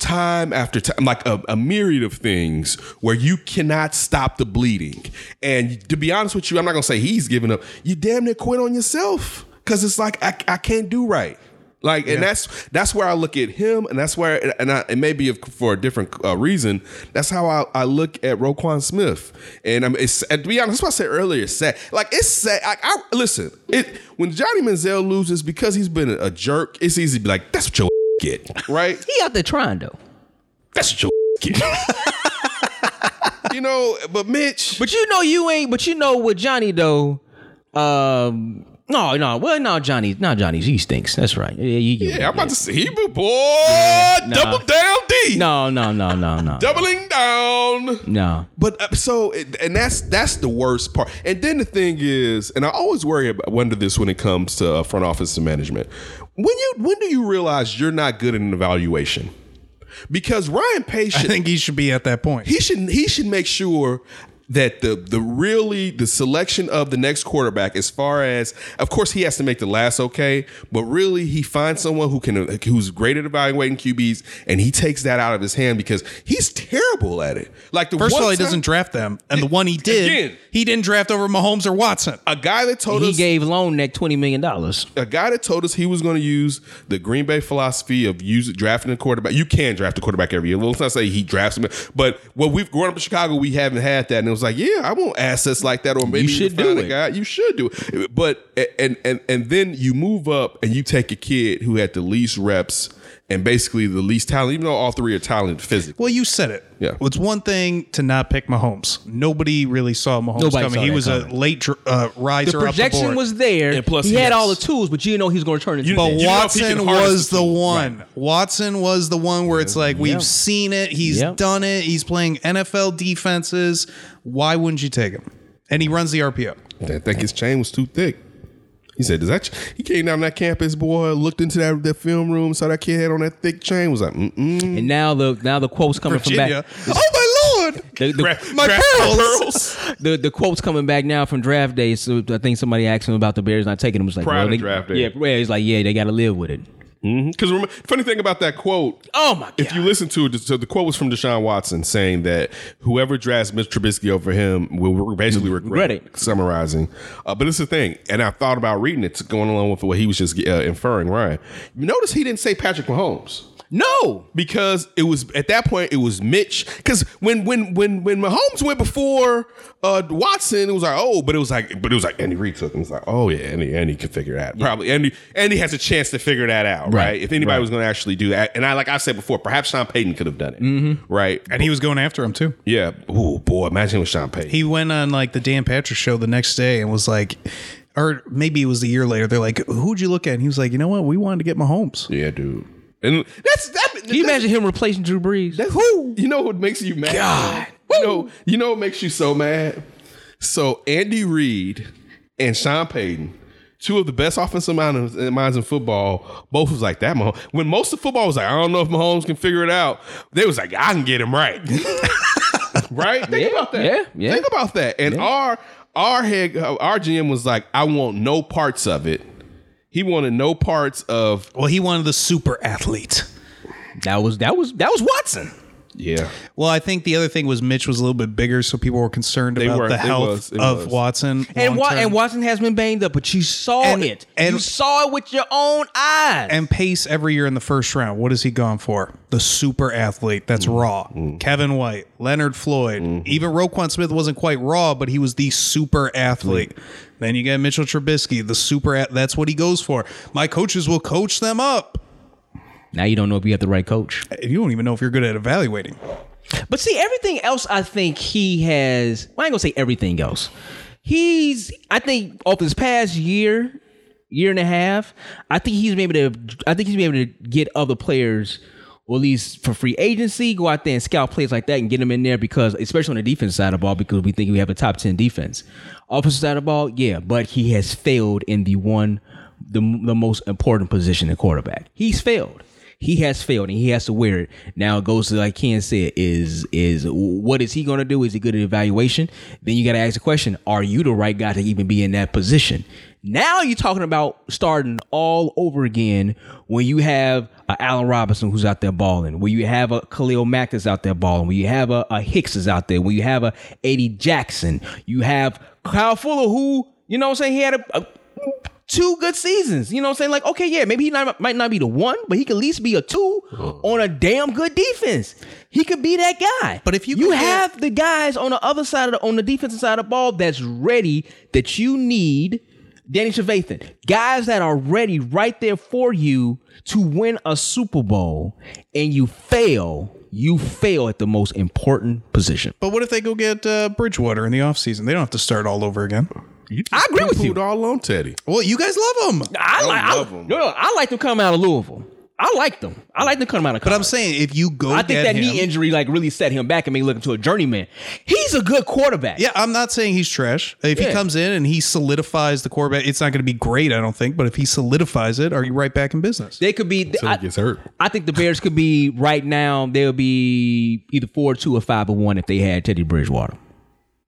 S2: time after time, like a, a myriad of things where you cannot stop the bleeding. And to be honest with you, I'm not gonna say he's giving up. You damn near quit on yourself because it's like I, I can't do right. Like and that's that's where I look at him, and that's where and I, and maybe if for a different uh, reason, that's how I, I look at Roquan Smith. And I'm it's and to be honest, that's what I said earlier. It's sad. Like it's sad. I, I listen. It when Johnny Manziel loses because he's been a jerk. It's easy to be like, that's what your get right.
S3: he out there trying though.
S2: That's what your kid. you know, but Mitch,
S3: But you know you ain't. But you know with Johnny though. Um. No, no. Well, no, Johnny. No, Johnny. He stinks. That's right. Yeah, you, you,
S2: yeah, I'm about to see he be boy
S3: nah.
S2: double down D,
S3: No, no, no, no, no.
S2: doubling down.
S3: No.
S2: But uh, so, it- and that's that's the worst part. And then the thing is, and I always worry about wonder this when it comes to uh, front office and management. When you when do you realize you're not good at an evaluation? Because Ryan Pace,
S4: I
S2: should,
S4: think he should be at that point.
S2: he should he should make sure that the the really the selection of the next quarterback as far as of course he has to make the last okay but really he finds someone who can who's great at evaluating QBs and he takes that out of his hand because he's terrible at it like the
S4: First of
S2: one
S4: all, he
S2: time-
S4: doesn't draft them. And the one he did,
S2: Again.
S4: he didn't draft over Mahomes or Watson.
S2: a guy that told
S3: He
S2: us
S3: gave Lone Neck twenty million dollars.
S2: a guy that told us he was going to use the Green Bay philosophy of use, drafting a quarterback. You can draft a quarterback every year. Let's not say he drafts him, but what we've grown up in Chicago, we haven't had that. And it was like, yeah, I want assets like that, or maybe
S3: should
S2: can find
S3: do
S2: a
S3: it.
S2: guy. You should do it. But and and and then you move up and you take a kid who had the least reps and basically the least talent, even though all three are talented physically.
S4: Well, you said it.
S2: Yeah.
S4: It's one thing to not pick Mahomes. Nobody really saw Mahomes
S3: Nobody
S4: coming.
S3: saw
S4: he
S3: that
S4: was
S3: coming.
S4: a late dr- uh, riser.
S3: The
S4: up the
S3: projection
S4: board.
S3: was there.
S2: And plus
S3: he
S2: he
S3: had
S2: has-
S3: all the tools, but you know he's going to turn into.
S2: You-
S3: But
S4: But
S2: you know if he
S4: Watson
S2: can harness
S4: was
S2: the
S4: the
S2: team.
S4: one. Watson was the one where it's like we've seen it. He's
S3: Yeah.
S4: done it. He's playing NFL defenses. Why wouldn't you take him? And he runs the RPO.
S2: I think his chain was too thick. He said, "Does that?" ch-" He came down that campus, boy, looked into that, that film room, saw that kid had on that thick chain, was like, "Mm mm."
S3: and now the now the quotes coming
S4: Virginia.
S3: from back.
S4: Oh my lord!
S3: The, the-
S4: My pearls.
S3: the the quotes coming back now from draft day. So I think somebody asked him about the Bears not taking him. It's like
S2: Prior
S3: well,
S2: to
S3: they-
S2: draft day.
S3: Yeah, well, he's like, yeah, they got to live with it.
S2: Because remember, Mm-hmm. funny thing about that quote,
S3: Oh my god!
S2: if you listen to it, so the quote was from Deshaun Watson saying that whoever drafts Mitch Trubisky over him will basically regret,
S3: Regret it.
S2: Summarizing, uh, but it's the thing, and I thought about reading it going along with what he was just uh, inferring. Right? You notice he didn't say Patrick Mahomes.
S3: no,
S2: because it was at that point it was Mitch. Because when when when when Mahomes went before uh, Watson, it was like oh, but it was like but it was like Andy Reid took him. It's like oh yeah, Andy Andy can figure that probably. Andy Andy has a chance to figure that out, right?
S3: Right,
S2: If anybody was going to actually do that, and I like I said before, perhaps Sean Payton could have done it,
S3: Mm-hmm.
S2: right?
S4: And he was going after him too.
S2: Yeah. Oh boy, imagine with Sean Payton.
S4: He went on like the Dan Patrick show the next day and was like, or maybe it was the year later. They're like, who'd you look at? And he was like, you know what? We wanted to get Mahomes.
S2: yeah, dude. And that's that.
S3: can you imagine him replacing Drew Brees?
S2: That's who you know what makes you mad. God, you know you know what makes you so mad. So Andy Reid and Sean Payton, two of the best offensive minds, minds in football, both was like that. Mahomes. When most of football was like, I don't know if Mahomes can figure it out. They was like, I can get him right. right? Think about that.
S3: yeah, yeah.
S2: Think about that. And our our head our GM was like, I want no parts of it. He wanted no parts of
S4: Well, he wanted the super athlete.
S3: That was that was that was Watson.
S2: Yeah.
S4: Well, I think the other thing was Mitch was a little bit bigger, so people were concerned
S2: They
S4: about
S2: were.
S4: the
S2: It
S4: health
S2: was. It
S4: of
S2: was.
S4: Watson.
S3: And, Wa-
S4: long-term.
S3: and Watson has been banged up, but you saw
S4: And-
S3: it.
S4: and-
S3: you saw it with your own eyes.
S4: and Pace every year in the first round. What has he gone for? The super athlete that's
S3: Mm-hmm.
S4: raw. Kevin White, Leonard Floyd, even Roquan Smith wasn't quite raw, but he was the super athlete.
S3: Mm-hmm.
S4: Then you get Mitchell Trubisky, the super. At- that's what he goes for. My coaches will coach them up.
S3: now you don't know if you have the right coach.
S4: You don't even know if you're good at evaluating.
S3: But see, everything else I think he has. Well, I ain't gonna say everything else. He's. I think over this past year, year and a half, I think he's been able to. I think he's been able to get other players. Or at least for free agency, go out there and scout players like that and get them in there because, especially on the defense side of the ball, because we think we have a top ten defense. Offensive side of the ball, yeah, but he has failed in the one, the, the most important position in quarterback. He's failed he has failed and he has to wear it. Now it goes to like Ken said, is is what is he gonna do? Is he good at evaluation? Then you gotta ask the question, are you the right guy to even be in that position? Now you're talking about starting all over again when you have a Allen Robinson who's out there balling, when you have a Khalil Mack that's out there balling, when you have a, a Hicks is out there, when you have a Eddie Jackson, you have Kyle Fuller who, you know what I'm saying, he had a- a two good seasons. You know what I'm saying? Like, okay, yeah, maybe he not, might not be the one, but he could at least be a two on a damn good defense. He could be that guy.
S4: But if you
S3: you
S4: compare-
S3: have the guys on the other side of the, on the defensive side of the ball that's ready that you need. Danny Trevathan, guys that are ready right there for you to win a Super Bowl, and you fail, you fail at the most important position.
S4: But what if they go get uh, Bridgewater in the offseason? They don't have to start all over again.
S3: I agree with you.
S2: Pooed all on Teddy.
S4: Well, you guys love him.
S3: I, like I,
S2: love 'em.
S3: No, no, I like them coming out of Louisville. I like them. I like them coming out of.
S4: But I'm saying if you go
S3: Ah. I think
S4: get
S3: that
S4: him,
S3: knee injury like really set him back and made him look into a journeyman. He's a good quarterback.
S4: Yeah, I'm not saying he's trash. If
S3: Yeah.
S4: he comes in and he solidifies the quarterback, it's not going to be great, I don't think. But if he solidifies it, are you right back in business?
S3: They could be.
S2: Till
S3: I,
S2: he gets hurt.
S3: I think the Bears could be right now. They'll be either four, two, or five, or one if they had Teddy Bridgewater,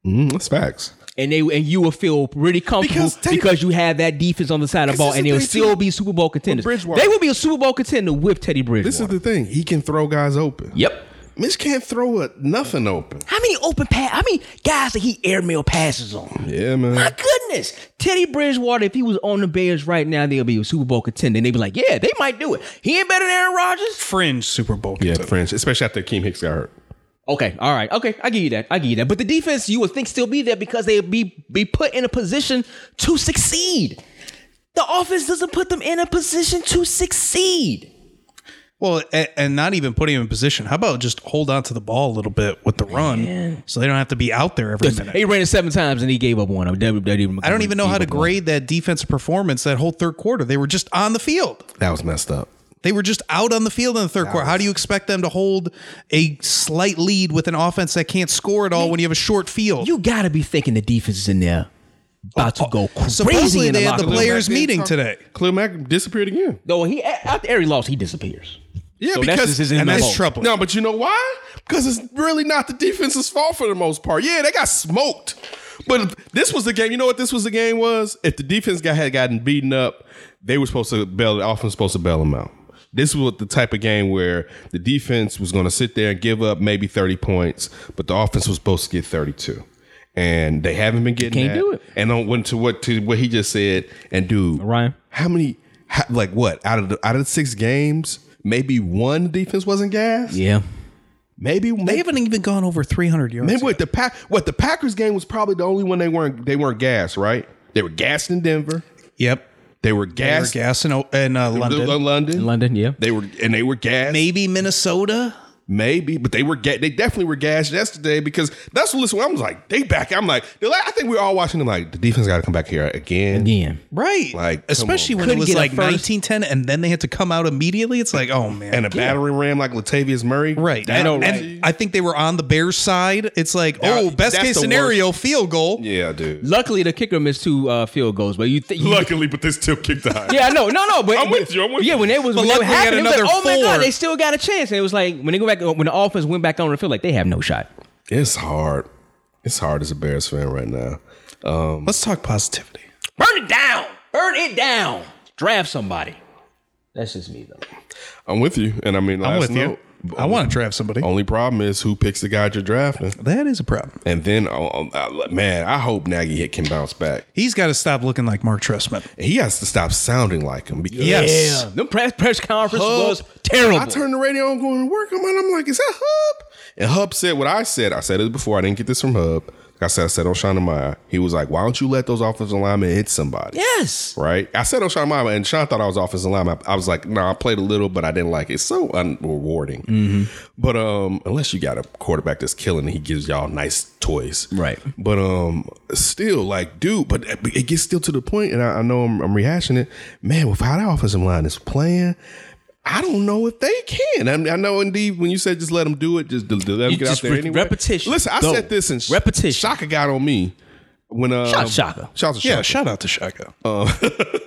S2: Mm, that's facts.
S3: and they and you will feel pretty comfortable because,
S2: Because Teddy-
S3: you have that defense on the side of the ball,
S2: this is
S3: and
S2: the
S3: they'll
S2: thing,
S3: still
S2: too,
S3: be Super Bowl contenders.
S2: Bridgewater-
S3: They will be a Super Bowl contender with Teddy Bridgewater.
S2: This is the thing. He can throw guys open.
S3: yep.
S2: Mitch can't throw a nothing open.
S3: How many open pass? How many guys that he airmail passes on?
S2: Yeah, man.
S3: My goodness. Teddy Bridgewater, if he was on the Bears right now, they'll be a Super Bowl contender. And they'd be like, yeah, they might do it. He ain't better than Aaron Rodgers.
S4: Fringe Super Bowl.
S2: Yeah, French, especially after Keem Hicks got hurt.
S3: Okay, all right. Okay, I give you that. I give you that. But the defense, you would think, still be there because they'd be, be put in a position to succeed. The offense doesn't put them in a position to succeed.
S4: Well, and, and not even putting him in position. How about just hold on to the ball a little bit with the run, so they don't have to be out there every minute.
S3: He ran it seven times and he gave up one.
S4: I don't even know how to grade that defensive performance. That whole third quarter, they were just on the field.
S2: That was messed up.
S4: They were just out on the field in the third quarter. How do you expect them to hold a slight lead with an offense that can't score at all when you have a short field?
S3: You got to be thinking the defense is in there about to go crazy
S4: Uh, Supposedly
S3: in
S4: they
S3: the
S4: had
S3: locker
S4: the
S3: room.
S4: players meeting today.
S2: Khalil Mack disappeared again.
S3: Though he after every loss, he disappears.
S2: Yeah,
S3: So that's
S2: because
S3: just his
S4: And
S3: MO.
S4: that's troubling.
S2: no, but you know why? Because it's really not the defense's fault for the most part. Yeah, they got smoked, but this was the game. You know what? This was the game. Was if the defense got had gotten beaten up, they were supposed to bail. The offense was supposed to bail them out. This was the type of game where the defense was going to sit there and give up maybe thirty points, but the offense was supposed to get thirty-two. And they haven't been getting
S3: Can't
S2: that.
S3: do it.
S2: And on went to what to what he just said. And dude,
S3: Ryan?
S2: how many? How, like what? Out of the, out of the six games, maybe one defense wasn't gas.
S3: Yeah.
S2: Maybe
S4: They
S2: maybe,
S4: haven't even gone over 300 yards.
S2: maybe what the pack what the Packers game was probably the only one they weren't they weren't gassed right. They were gassed in Denver.
S4: Yep.
S2: They
S4: They were
S2: were gassed
S4: gas in, O- in uh,
S2: in
S4: London.
S2: London.
S3: London, yeah.
S2: They were and they were gassed. Maybe,
S4: Maybe Minnesota.
S2: but they were ga- they definitely were gassed yesterday because that's what listen. I was like they back. I'm like, they're like I think we are all watching them like the defense got to come back here again.
S3: Again.
S4: Right.
S2: Like, come
S4: Especially
S2: on.
S4: when it
S3: Couldn't
S4: was
S3: get a
S4: like
S3: first-
S4: 1910 and then they had to come out immediately. It's like, oh man.
S2: And a battering ram like Latavius Murray.
S4: right.
S2: That-
S4: and,
S2: and-
S4: and I think they were on the Bears side. It's like,
S2: That-
S4: oh, best
S2: that's
S4: case
S2: the
S4: scenario, field goal.
S2: yeah, dude.
S3: Luckily, the kicker missed two uh, field goals, but you think.
S2: Luckily, but they still kicked the high.
S3: Yeah, no, no, no. But
S2: I'm with you, I'm with
S3: yeah,
S2: you.
S3: when it was
S4: But
S3: when they were
S4: luckily we had
S3: happening, it was like,
S4: another
S3: oh my god,
S4: four.
S3: they still got a chance. And it was like when they go back, when the offense went back on the field, like they have no shot.
S2: It's hard. It's hard as a Bears fan right now.
S4: Let's talk positivity.
S3: Burn it down, burn it down. Draft somebody. That's just me though.
S2: I'm with you, and I mean, last
S4: with you.
S2: note,
S4: I want to draft somebody.
S2: Only problem is who picks the guy you're drafting.
S4: That is a problem.
S2: And then, oh, oh, I- man, I hope Nagy hit can bounce back.
S4: He's got to stop looking like Mark Trestman.
S2: He has to stop sounding like him because
S4: Yes.
S3: Them press press conference was terrible.
S2: I turned the radio on going to work. I'm, and I'm like, is that Hub? And Hub said what I said. I said it before. I didn't get this from Hub. Like I said, I said O'Shana Meyer. He was like, why don't you let those offensive linemen hit somebody?
S3: yes.
S2: Right? I said O'Shana Meyer, and Sean thought I was offensive lineman. I, I was like, no, I played a little, but I didn't like it. It's so unrewarding.
S3: Mm-hmm.
S2: But um, unless you got a quarterback that's killing, and he gives y'all nice toys.
S3: Right.
S2: But um, still, like, dude, but it gets still to the point, and I, I know I'm, I'm rehashing it. Man, with how that offensive line is playing, I don't know if they can. I, mean, I know, indeed, when you said just let them do it, just, let them
S3: You
S2: get
S3: just
S2: out there
S3: re-
S2: anyway.
S3: repetition.
S2: Listen, I
S3: Go.
S2: said this and
S3: Repetition.
S2: Shaka got on me when uh,
S3: Shout out Shaka.
S2: Shout out to
S4: Yeah,
S2: Shaka.
S4: shout out to Shaka.
S2: Uh,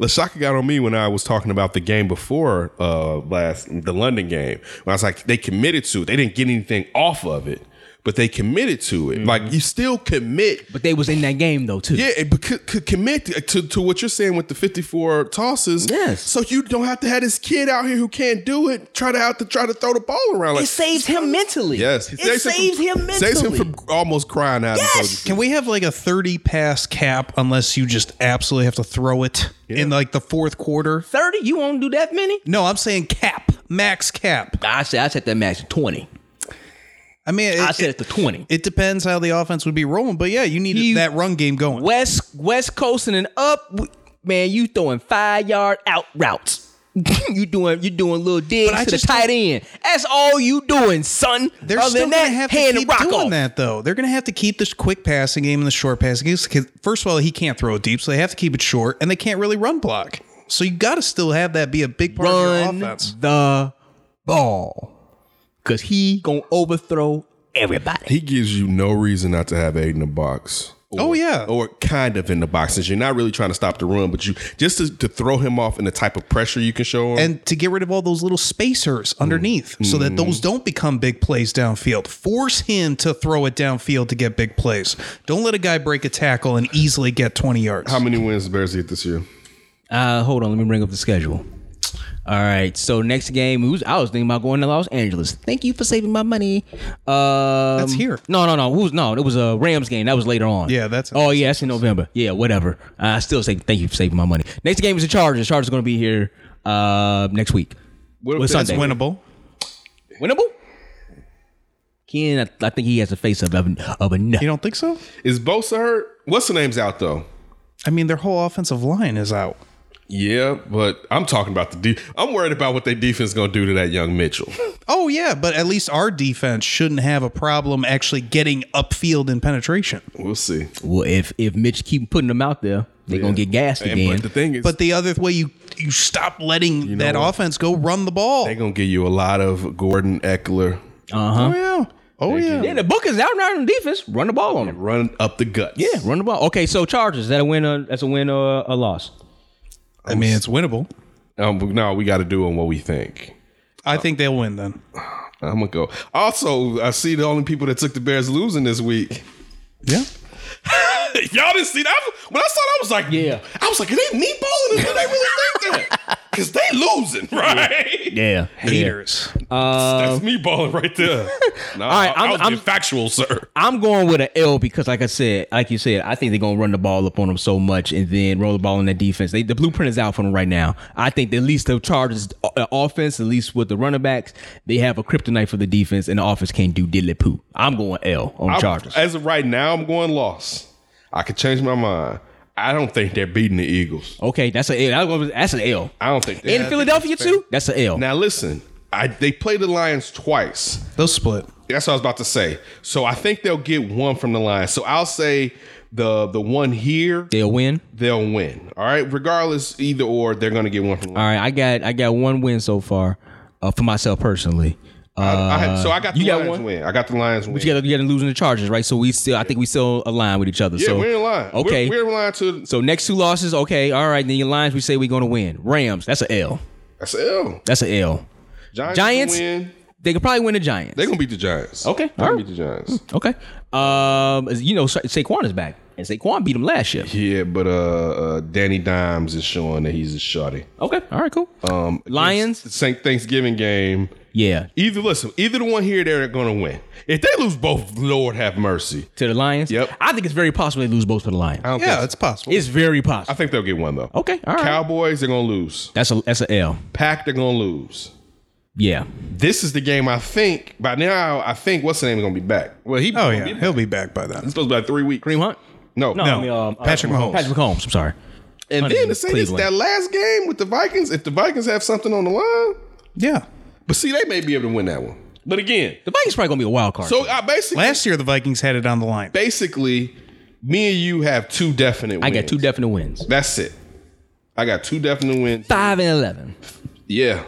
S2: Lashaka got on me when I was talking about the game before uh last the London game. When I was like, they committed to it. They didn't get anything off of it, but they committed to
S3: Mm-hmm.
S2: it. Like you still commit.
S3: But they was in that game though too.
S2: Yeah, it could, could commit to, to what you're saying with the 54 tosses.
S3: Yes.
S2: So you don't have to have this kid out here who can't do it try to out to try to throw the ball around. Like,
S3: It saves him mentally.
S2: yes,
S3: It, saves him mentally.
S2: Saves him from almost crying out. and
S3: Yes!
S2: told
S4: Can we have like a 30 pass cap unless you just absolutely have to throw it in like the fourth quarter?
S3: 30? You won't do that many?
S4: No, I'm saying cap, max cap.
S3: I said I set that max to 20.
S4: I mean, it,
S3: I said it to 20.
S4: it depends how the offense would be rolling, but yeah, you need
S3: You-
S4: that run game going.
S3: West West coasting and up, w- man, you throwing five yard out routes. you doing you doing little digs
S4: I
S3: to the
S4: just
S3: tight end. That's all you doing, son.
S4: They're
S3: Other
S4: still
S3: than
S4: going
S3: that,
S4: to have to
S3: hand the
S4: keep
S3: rock
S4: doing
S3: off.
S4: that, though. They're going to have to keep this quick passing game and the short passing game. 'cause First of all, he can't throw it deep, so they have to keep it short, and they can't really run block. So you got to still have that be a big part of
S3: Run
S4: your offense.
S3: the ball, cause he gonna overthrow everybody.
S2: He gives you no reason not to have eight in the box. Or-
S4: Oh, yeah.
S2: Uh, or kind of in the box since you're not really trying to stop the run, but you just to, to throw him off and the type of pressure you can show him.
S4: and to get rid of all those little spacers underneath so that those don't become big plays downfield. Force him to throw it downfield to get big plays. Don't let a guy break a tackle and easily get 20 yards.
S2: how many wins the Bears get this year?
S3: Uh, hold on, let me bring up the schedule. All right, so next game, who's I was thinking about going to Los Angeles. Thank you for saving my money. Um,
S4: That's here.
S3: No, no, no. Who's no? It was a Rams game. That was later on.
S4: Yeah, that's-
S3: Oh yeah, that's in November. Yeah, whatever. I still say thank you for saving my money. Next game is the Chargers. Chargers going to be here uh, next week.
S2: What
S3: Well,
S2: if that's
S3: Sunday.
S4: Winnable.
S3: Winnable. Ken, I, I think he has a face of a, of a nut.
S4: You don't think so?
S2: Is Bosa hurt? What's the name's out though?
S4: I mean, their whole offensive line is out.
S2: Yeah, but I'm talking about the de- I'm worried about what their defense going to do to that young Mitchell.
S4: Oh, yeah, but at least our defense shouldn't have a problem actually getting upfield and penetration.
S2: We'll see.
S3: well, if if Mitch keep putting them out there, they're gonna get gassed
S2: And,
S3: again.
S2: but the thing is,
S4: But the other way you you stop letting that offense go run the ball.
S2: they're going to give you a lot of Gordon Eckler
S4: oh yeah. Oh yeah.
S3: yeah, the book is out and out on defense. Run the ball on them.
S2: run up the gut.
S3: Yeah, run the ball. Okay, so Chargers. Is that a win? Or, that's a win or a loss?
S4: I mean, it's winnable.
S2: Um, but no, we got to do on what we think.
S4: I think they'll win then.
S2: I'm gonna go. Also, I see the only people that took the Bears losing this week.
S4: Yeah.
S2: Y'all didn't see that when I saw that. I was like,
S3: Yeah.
S2: I was like, are they meatballing? this? Do they really think that? Because they losing, right?
S3: Yeah, Um,
S4: Haters.
S2: That's meatballing right there. No, All
S3: right,
S2: right, I,
S3: I'm-
S2: was being
S3: I'm-
S2: factual, sir.
S3: I'm going with an L because, like I said, like you said, I think they're gonna run the ball up on them so much and then roll the ball in that defense. They, the blueprint is out for them right now. I think that at least the Chargers uh, offense, at least with the running backs, they have a kryptonite for the defense, and the offense can't do diddly poo. I'm going L on
S2: I'm-
S3: Chargers.
S2: As of right now, I'm going loss. I could change my mind. I don't think they're beating the Eagles.
S3: okay, that's a L. That was- That's an L.
S2: I don't think they
S3: In Philadelphia too. That's a L.
S2: Now listen, I they play the Lions twice.
S4: They'll split.
S2: That's what I was about to say. So I think they'll get one from the Lions. So I'll say the the one here
S3: They'll win.
S2: they'll win. All right, regardless, either or they're going to get one from. The
S3: All right, I got I got one win so far uh, for myself personally.
S2: Lions. I had, so I got the
S3: Uh, you got
S2: Lions
S3: one?
S2: win. I got the Lions win.
S3: But you got you got losing the Chargers, right? So we still, I think we still align with each other.
S2: yeah,
S3: so
S2: we're in line. We're-
S3: Okay,
S2: we're, in line to
S3: so next two losses, okay, all right. Then your lines, we say we're gonna win. Rams, that's a L.
S2: that's L.
S3: That's a L.
S2: Giants,
S3: Giants?
S2: win.
S3: They could probably win the Giants.
S2: They're going to beat the Giants.
S3: Okay,
S2: they're
S3: all
S2: going
S3: right.
S2: to beat the Giants.
S3: okay, um, you know Sa- Saquon is back, and Saquon beat him last year.
S2: Yeah, but uh, uh, Danny Dimes is showing that he's a shotty.
S3: Okay, all right, cool. Um, Lions,
S2: It's the Saint Thanksgiving game.
S3: Yeah,
S2: Either listen, either the one here, or there, they're gonna win. If they lose both, Lord have mercy.
S3: to the Lions.
S2: Yep.
S3: I think it's very possible they lose both to the Lions.
S2: I don't think
S4: Yeah,
S2: so.
S4: it's possible.
S3: It's very
S2: I
S3: possible.
S2: think they'll get one though.
S3: Okay, all right.
S2: Cowboys, they're gonna lose.
S3: that's a that's a L.
S2: Pack, they're gonna lose.
S3: Yeah.
S2: This is the game I think by now I think what's the name is gonna be back. Well, he
S4: oh
S2: gonna
S4: yeah,
S2: be back.
S4: he'll be back by then.
S2: It's supposed to be like three weeks.
S3: Kareem Hunt?
S2: No,
S3: No, I mean, um,
S4: Patrick
S3: uh,
S4: Mahomes.
S3: Patrick Mahomes. I'm sorry.
S2: And then to say this,
S3: Cleveland.
S2: that last game with the Vikings, if the Vikings have something on the line,
S4: Yeah.
S2: but see, they may be able to win that one. But again,
S3: The Vikings probably gonna be a wild card.
S2: so I basically,
S4: Last year the Vikings had it on the line.
S2: basically, me and you have two definite.
S3: I
S2: wins.
S3: got two definite wins.
S2: That's it. I got two definite wins.
S3: Five and eleven.
S2: Yeah,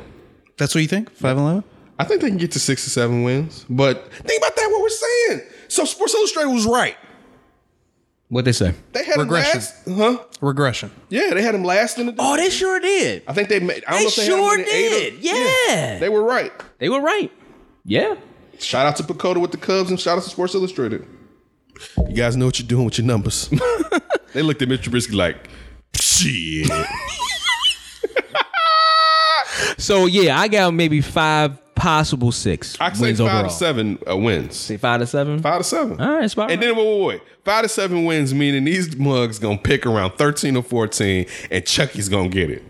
S4: That's what you think? Five and eleven?
S2: I think they can get to six or seven wins. But think about that. What we're saying. So Sports Illustrated was right.
S3: What they say?
S2: They had
S4: Regression.
S2: him last, huh?
S4: Regression.
S2: Yeah, they had him last in the.
S3: Oh, they sure did.
S2: I think they made. I don't
S3: They
S2: know if they
S3: sure
S2: had him in the eight or-
S3: did. Yeah.
S2: they were right.
S3: They were right. Yeah.
S2: Shout out to Pacoda with the Cubs and shout out to Sports Illustrated. You guys know what you're doing with your numbers. they looked at Mitch Trubisky like, shit.
S3: So yeah, I got maybe five possible six
S2: I say
S3: wins
S2: five
S3: overall.
S2: to seven uh, wins.
S3: Say five to seven.
S2: Five to seven.
S3: All right, it's about
S2: And then wait, wait, wait. Five to seven wins meaning these mugs gonna pick around 13 or 14, and Chucky's gonna get it.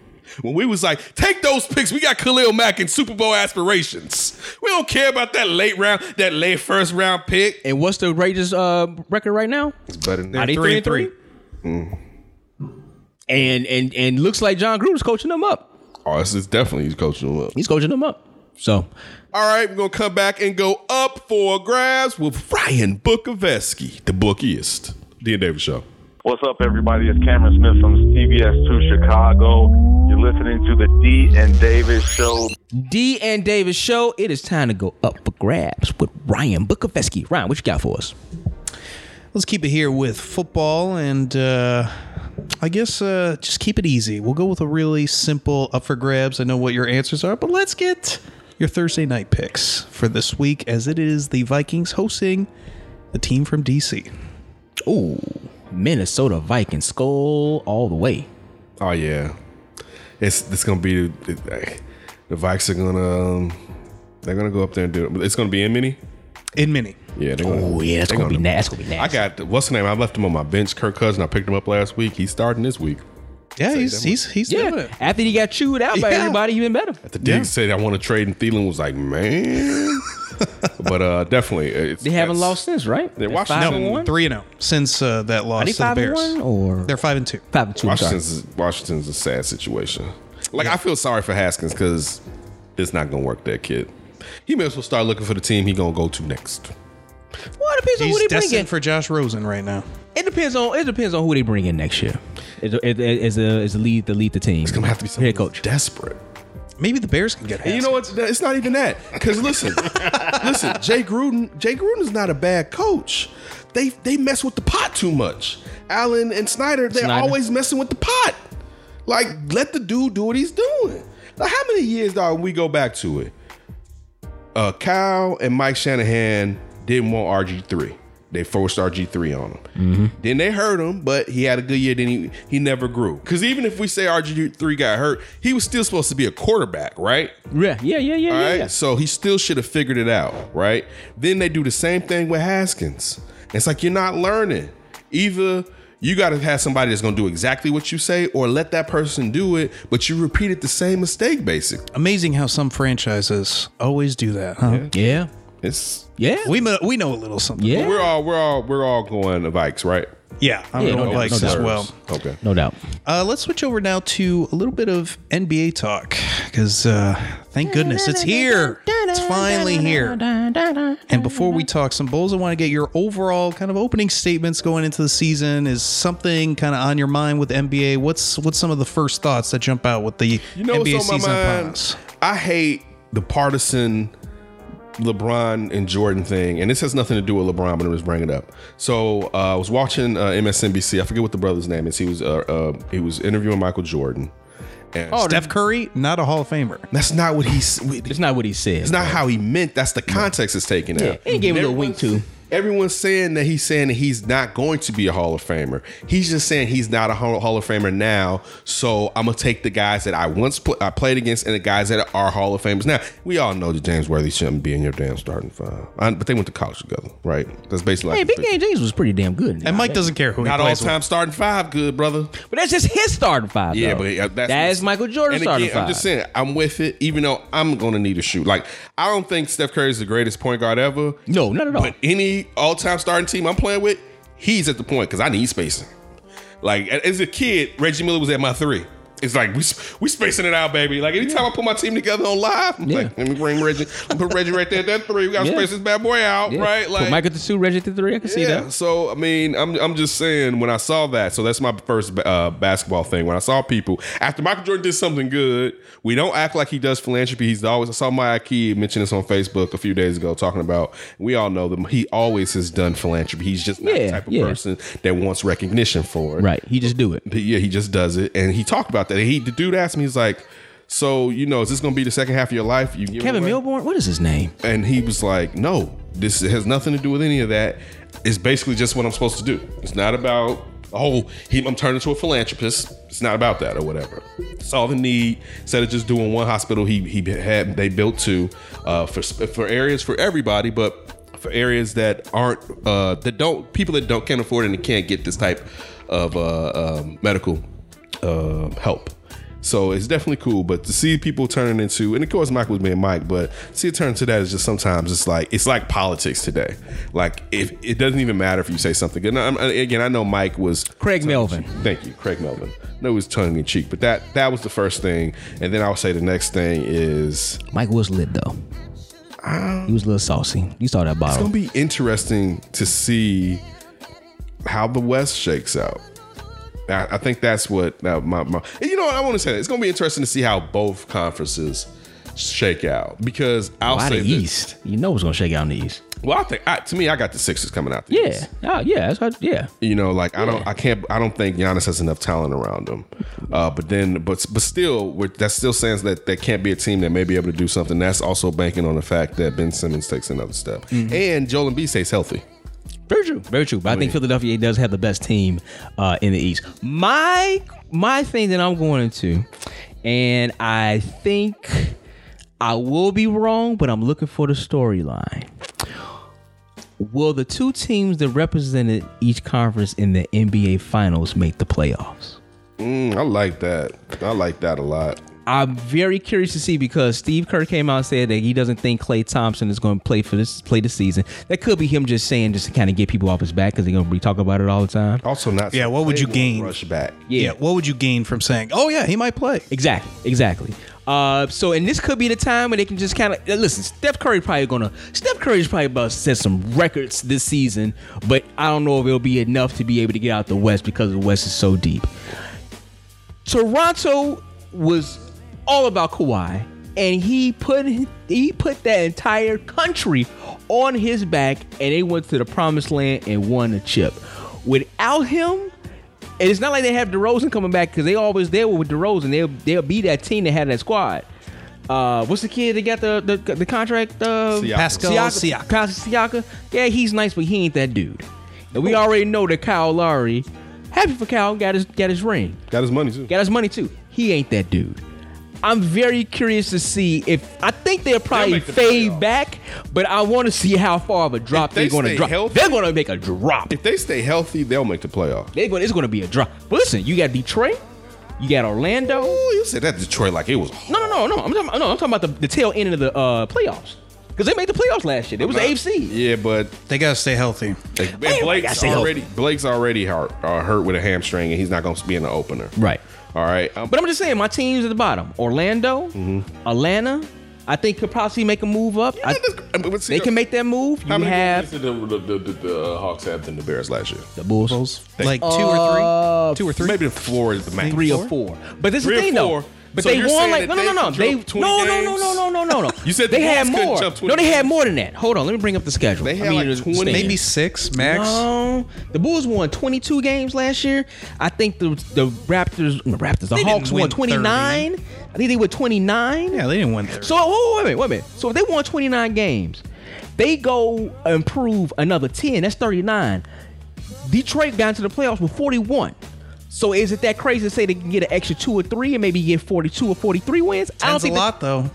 S2: When we was like, take those picks, we got Khalil Mack and Super Bowl aspirations. We don't care about that late round, that late first round pick.
S3: And what's the Raiders' uh, record right now?
S2: It's better than
S3: Are they three and three? And and and looks like John Gruden's coaching them up.
S2: Oh, this is definitely he's coaching them up.
S3: He's coaching them up. So
S2: All right, we're gonna come back and go up for grabs with Ryan Bukoveski, the bookiest. Dear David Show.
S8: What's up, everybody? It's Cameron Smith from CBS2 Chicago. You're listening to the D and Davis Show.
S3: D and Davis show. It is time to go up for grabs with Ryan Bukovetsky. Ryan, what you got for us?
S4: Let's keep it here with football and uh I guess uh just keep it easy. We'll go with a really simple up for grabs. I know what your answers are, but let's get your Thursday night picks for this week as it is the Vikings hosting the team from DC.
S3: Ooh, Minnesota Vikings skull all the way.
S2: Oh yeah, it's it's gonna be the, the Vikes are gonna um, they're gonna go up there and do it. It's gonna be in mini.
S4: In mini.
S2: Yeah. they're gonna-
S3: Oh yeah, that's
S2: they're
S3: gonna, be nasty. That's gonna be
S2: I
S3: nasty.
S2: got what's the name? I left him on my bench. Kirk Cousins. I picked him up last week. He's starting this week.
S4: Yeah, he's he's he's doing
S3: yeah.
S4: it.
S3: After he got chewed out by
S4: Yeah.
S3: everybody, he been better.
S2: The Diggs said I want to trade, and Thielen was like, man. but uh, definitely, it's,
S3: They haven't
S2: that's-
S3: lost since, right?
S2: They're
S3: They're
S2: Washington-
S3: five
S2: No,
S3: and one?
S4: Three and zero since uh, that loss
S3: Are they
S4: to the
S3: five and
S4: Bears.
S3: one or
S4: They're five and two.
S3: five and two? I'm sorry.
S2: Washington's Washington's a sad situation. Like I feel sorry for Haskins because it's not gonna work. That kid, he may as well start looking for the team he gonna go to next.
S3: Well, it depends on who
S4: He's
S3: they bring in.
S4: destined for Josh Rosen right now.
S3: it depends on it depends on who they bring in next year. As a, as a, as a lead the lead the team. It's
S2: Gonna have to be something
S3: head coach.
S2: desperate.
S4: Maybe the Bears can get.
S2: And you know what? It's not even that. Because listen, listen, Jay Gruden, Jay Gruden's not a bad coach. They they mess with the pot too much. Allen and Snyder, they're
S3: Snyder.
S2: always messing with the pot. Like, let the dude do what he's doing. Now, how many years dog we go back to it? Uh Kyle and Mike Shanahan didn't want RG3. They forced RG3 on him. Then they hurt him, but he had a good year. Then he he never grew. Because even if we say RG3 got hurt, he was still supposed to be a quarterback, right?
S3: Yeah, yeah, yeah, yeah,
S2: All
S3: yeah,
S2: right.
S3: yeah.
S2: So he still should have figured it out, right? Then they do the same thing with Haskins. It's like you're not learning. Either you got to have somebody that's going to do exactly what you say or let that person do it, but you repeated the same mistake basically.
S4: Amazing how some franchises always do that. Huh?
S3: Yeah.
S2: It's
S3: Yeah.
S4: We mo- we know a little something.
S3: yeah.
S2: we're all we're all we're all going the Vikes, right?
S4: yeah. I'm
S3: Yeah,
S4: going
S3: no doubt,
S4: Vikes
S3: no
S4: as
S3: doubt.
S4: well.
S2: Okay.
S3: no doubt.
S4: Uh, let's switch over now to a little bit of NBA talk because uh, thank goodness it's here. It's finally here. And before we talk some Bulls, I want to get your overall kind of opening statements going into the season. Is something kind of on your mind with NBA? What's what's some of the first thoughts that jump out with the
S2: You know
S4: NBA
S2: what's on my
S4: season upon
S2: mind?
S4: us?
S2: I hate the partisan LeBron and Jordan thing, and this has nothing to do with LeBron, but I'm just bringing it up. So uh, I was watching uh, MSNBC. I forget what the brother's name is. He was uh, uh, he was interviewing Michael Jordan. And
S4: Steph Curry, not a Hall of Famer.
S2: that's not what he's.
S3: It's not what he said.
S2: It's not how he meant. That's the context it's taken out.
S3: He gave him a little wink too.
S2: Everyone's saying that he's saying that he's not going to be a Hall of Famer. He's just saying he's not a Hall Hall of Famer now. So I'm gonna take the guys that I once pl- I played against and the guys that are Hall of Famers now. We all know that James Worthy shouldn't be in your damn starting five, I- but they went to college together, right? That's basically
S3: Hey,
S2: like
S3: Big Game James was pretty damn good.
S4: And Mike doesn't care who
S2: not
S4: he
S2: all
S4: plays
S2: time starting five, good brother.
S3: but that's just his starting five.
S2: Yeah,
S3: though.
S2: but uh, that's
S3: that is Michael Jordan's
S2: And again,
S3: starting five.
S2: I'm just saying, I'm with it, even though I'm gonna need a shoot. Like, I don't think Steph Curry is the greatest point guard ever.
S3: no, not at all.
S2: But any all-time starting team I'm playing with, he's at the point because I need spacing. Like a- as a kid, Reggie Miller was at my three. It's like we sp- we spacing it out, baby. Like anytime I put my team together on live, I'm
S3: Yeah.
S2: like, let me bring Reggie, let me put Reggie right there at that three. We gotta
S3: Yeah.
S2: space this bad boy out,
S3: Yeah.
S2: right?
S3: Put
S2: Like
S3: Michael to two, Reggie to three. I can see
S2: yeah.
S3: that.
S2: So I mean, I'm I'm just saying when I saw that, so that's my first uh, basketball thing. When I saw people after Michael Jordan did something good, we don't act like he does philanthropy. He's always. I saw Maya Key mention this on Facebook a few days ago, talking about we all know that he always has done philanthropy. He's just not
S3: Yeah,
S2: the type of
S3: yeah.
S2: person that wants recognition for it.
S3: Right, he just do it.
S2: But yeah, he just does it, and he talked about that. And he the dude asked me, he's like. So you know, is this going to be the second half of your life? You give
S3: Kevin
S2: away?"
S3: Milborn, what is his name?
S2: and he was like, "No, this has nothing to do with any of that. It's basically just what I'm supposed to do. It's not about oh, he, I'm turning into a philanthropist. It's not about that or whatever. Saw the need instead of just doing one hospital. He he had they built two uh, for for areas for everybody, but for areas that aren't uh, that don't people that don't can't afford it and can't get this type of uh, um, medical uh, help. So it's definitely cool, but to see people turning into, and of course Mike was being Mike, but see it turn to that is just sometimes it's like it's like politics today. Like if it doesn't even matter if you say something good. And I'm, and again, I know Mike was
S3: Craig Melvin.
S2: Thank you, Craig Melvin. No, it was tongue in cheek, but that that was the first thing, and then I would say the next thing is
S3: Mike was lit though. He was a little saucy. You saw that
S2: It's
S3: bottle.
S2: gonna be interesting to see how the West shakes out. I, I think that's what that my, my and you know what I want to say. It's gonna be interesting to see how both conferences shake out because I'll
S3: Why the
S2: say this.
S3: East? You know what's gonna shake out in the East.
S2: Well, I think I, to me, I got the Sixers coming out. The
S3: Yeah.
S2: East.
S3: Oh, yeah. That's what, yeah.
S2: You know, like I don't, I can't, I don't think Giannis has enough talent around him. Uh, but then, but but still, we're, that still says that that can't be a team that may be able to do something. That's also banking on the fact that Ben Simmons takes another step
S3: Mm-hmm.
S2: and Joel Embiid stays healthy.
S3: Very true. Very true. But I, think Philadelphia does have the best team uh, in the East. My my thing that I'm going into, and I think I will be wrong, but I'm looking for the storyline. Will the two teams that represented each conference in the NBA Finals make the playoffs?
S2: Mm, I like that. I like that a lot.
S3: I'm very curious to see because Steve Kerr came out and said that he doesn't think Klay Thompson is going to play for this play this season. That could be him just saying just to kind of get people off his back because they're going to be talking about it all the time.
S2: Also, not
S4: Yeah, what would you
S2: They won't
S4: gain?
S2: Rush back.
S4: with. Yeah, what would you gain from saying, "Oh yeah, he might play"?
S3: Exactly, exactly. Uh, so, and this could be the time where they can just kind of listen. Steph Curry probably gonna Steph Curry's probably about to set some records this season, but I don't know if it'll be enough to be able to get out the West because the West is so deep. Toronto was all about Kawhi, and he put he put that entire country on his back, and they went to the promised land and won the chip. Without him, and it's not like they have DeRozan coming back because they always there with DeRozan. They'll they'll be that team that had that squad. Uh, what's the kid that got the the, the contract? Uh,
S2: Siakam.
S4: Pascal
S3: Siaka.
S4: Siakam.
S3: Siaka. Yeah, he's nice, but he ain't that dude. And we already know that Kyle Lowry. Happy for Kyle, got his got his ring
S2: Got his money too.
S3: got his money too. He ain't that dude. I'm very curious to see if I think they'll probably
S2: make the
S3: fade
S2: playoffs.
S3: back, but I want to see how far of a drop
S2: If
S3: they're
S2: they
S3: going to
S2: stay
S3: drop.
S2: healthy-
S3: they're going to make a drop.
S2: if they stay healthy, they'll make the playoff.
S3: They're going. It's going to be a drop. But listen, you got Detroit, you got Orlando.
S2: Oh, you said that Detroit like it was. hard.
S3: No, no, no, no. I'm talking. No, I'm talking about the, the tail end of the uh, playoffs because they made the playoffs last year. It was the AFC.
S2: Yeah, but
S4: They gotta stay healthy.
S2: like, and
S3: Man, I gotta
S2: Blake's
S3: stay healthy.
S2: already Blake's already hurt, uh, hurt with a hamstring, and he's not going to be in the opener.
S3: Right.
S2: All right. Um,
S3: But I'm just saying, my team's at the bottom. Orlando,
S2: Mm-hmm.
S3: Atlanta. I think could possibly make a move up. I-
S2: but- but see,
S3: they can make that move. You
S2: How many
S3: have
S2: games did the, the, the, the, the uh, Hawks have than the Bears last year?
S3: the Bulls.
S4: Like two
S3: Uh,
S4: or three, two or three.
S2: Maybe the floor is the max.
S3: three or four. But this is
S2: Three
S3: the
S2: or
S3: thing, though.
S2: four.
S3: But
S2: So
S3: they
S2: you're
S3: won
S2: saying
S3: like no
S2: that
S3: no
S2: they
S3: no no
S2: could
S3: they no
S2: jump 20
S3: no no
S2: games?
S3: no no no no no.
S2: You said the
S3: they had
S2: Hawks couldn't
S3: more.
S2: jump 20
S3: No, they had
S2: games.
S3: more than that. Hold on, let me bring up the schedule.
S2: They
S3: I
S2: had like
S3: mean, the
S2: 20
S3: standings.
S4: maybe six max.
S3: No, the Bulls won 22 games last year. I think the the Raptors, the Raptors, the
S4: They didn't
S3: Hawks won
S4: win
S3: 29. I think they were 29.
S4: Yeah, they didn't win. 30.
S3: So wait, wait, wait, a minute, wait a minute. So if they won 29 games, They go improve another 10. That's 39. Detroit got into the playoffs with 41. So is it that crazy to say they can get an extra two or three and maybe get 42 or 43 wins? I don't
S4: That's a
S3: think that-
S4: lot, though.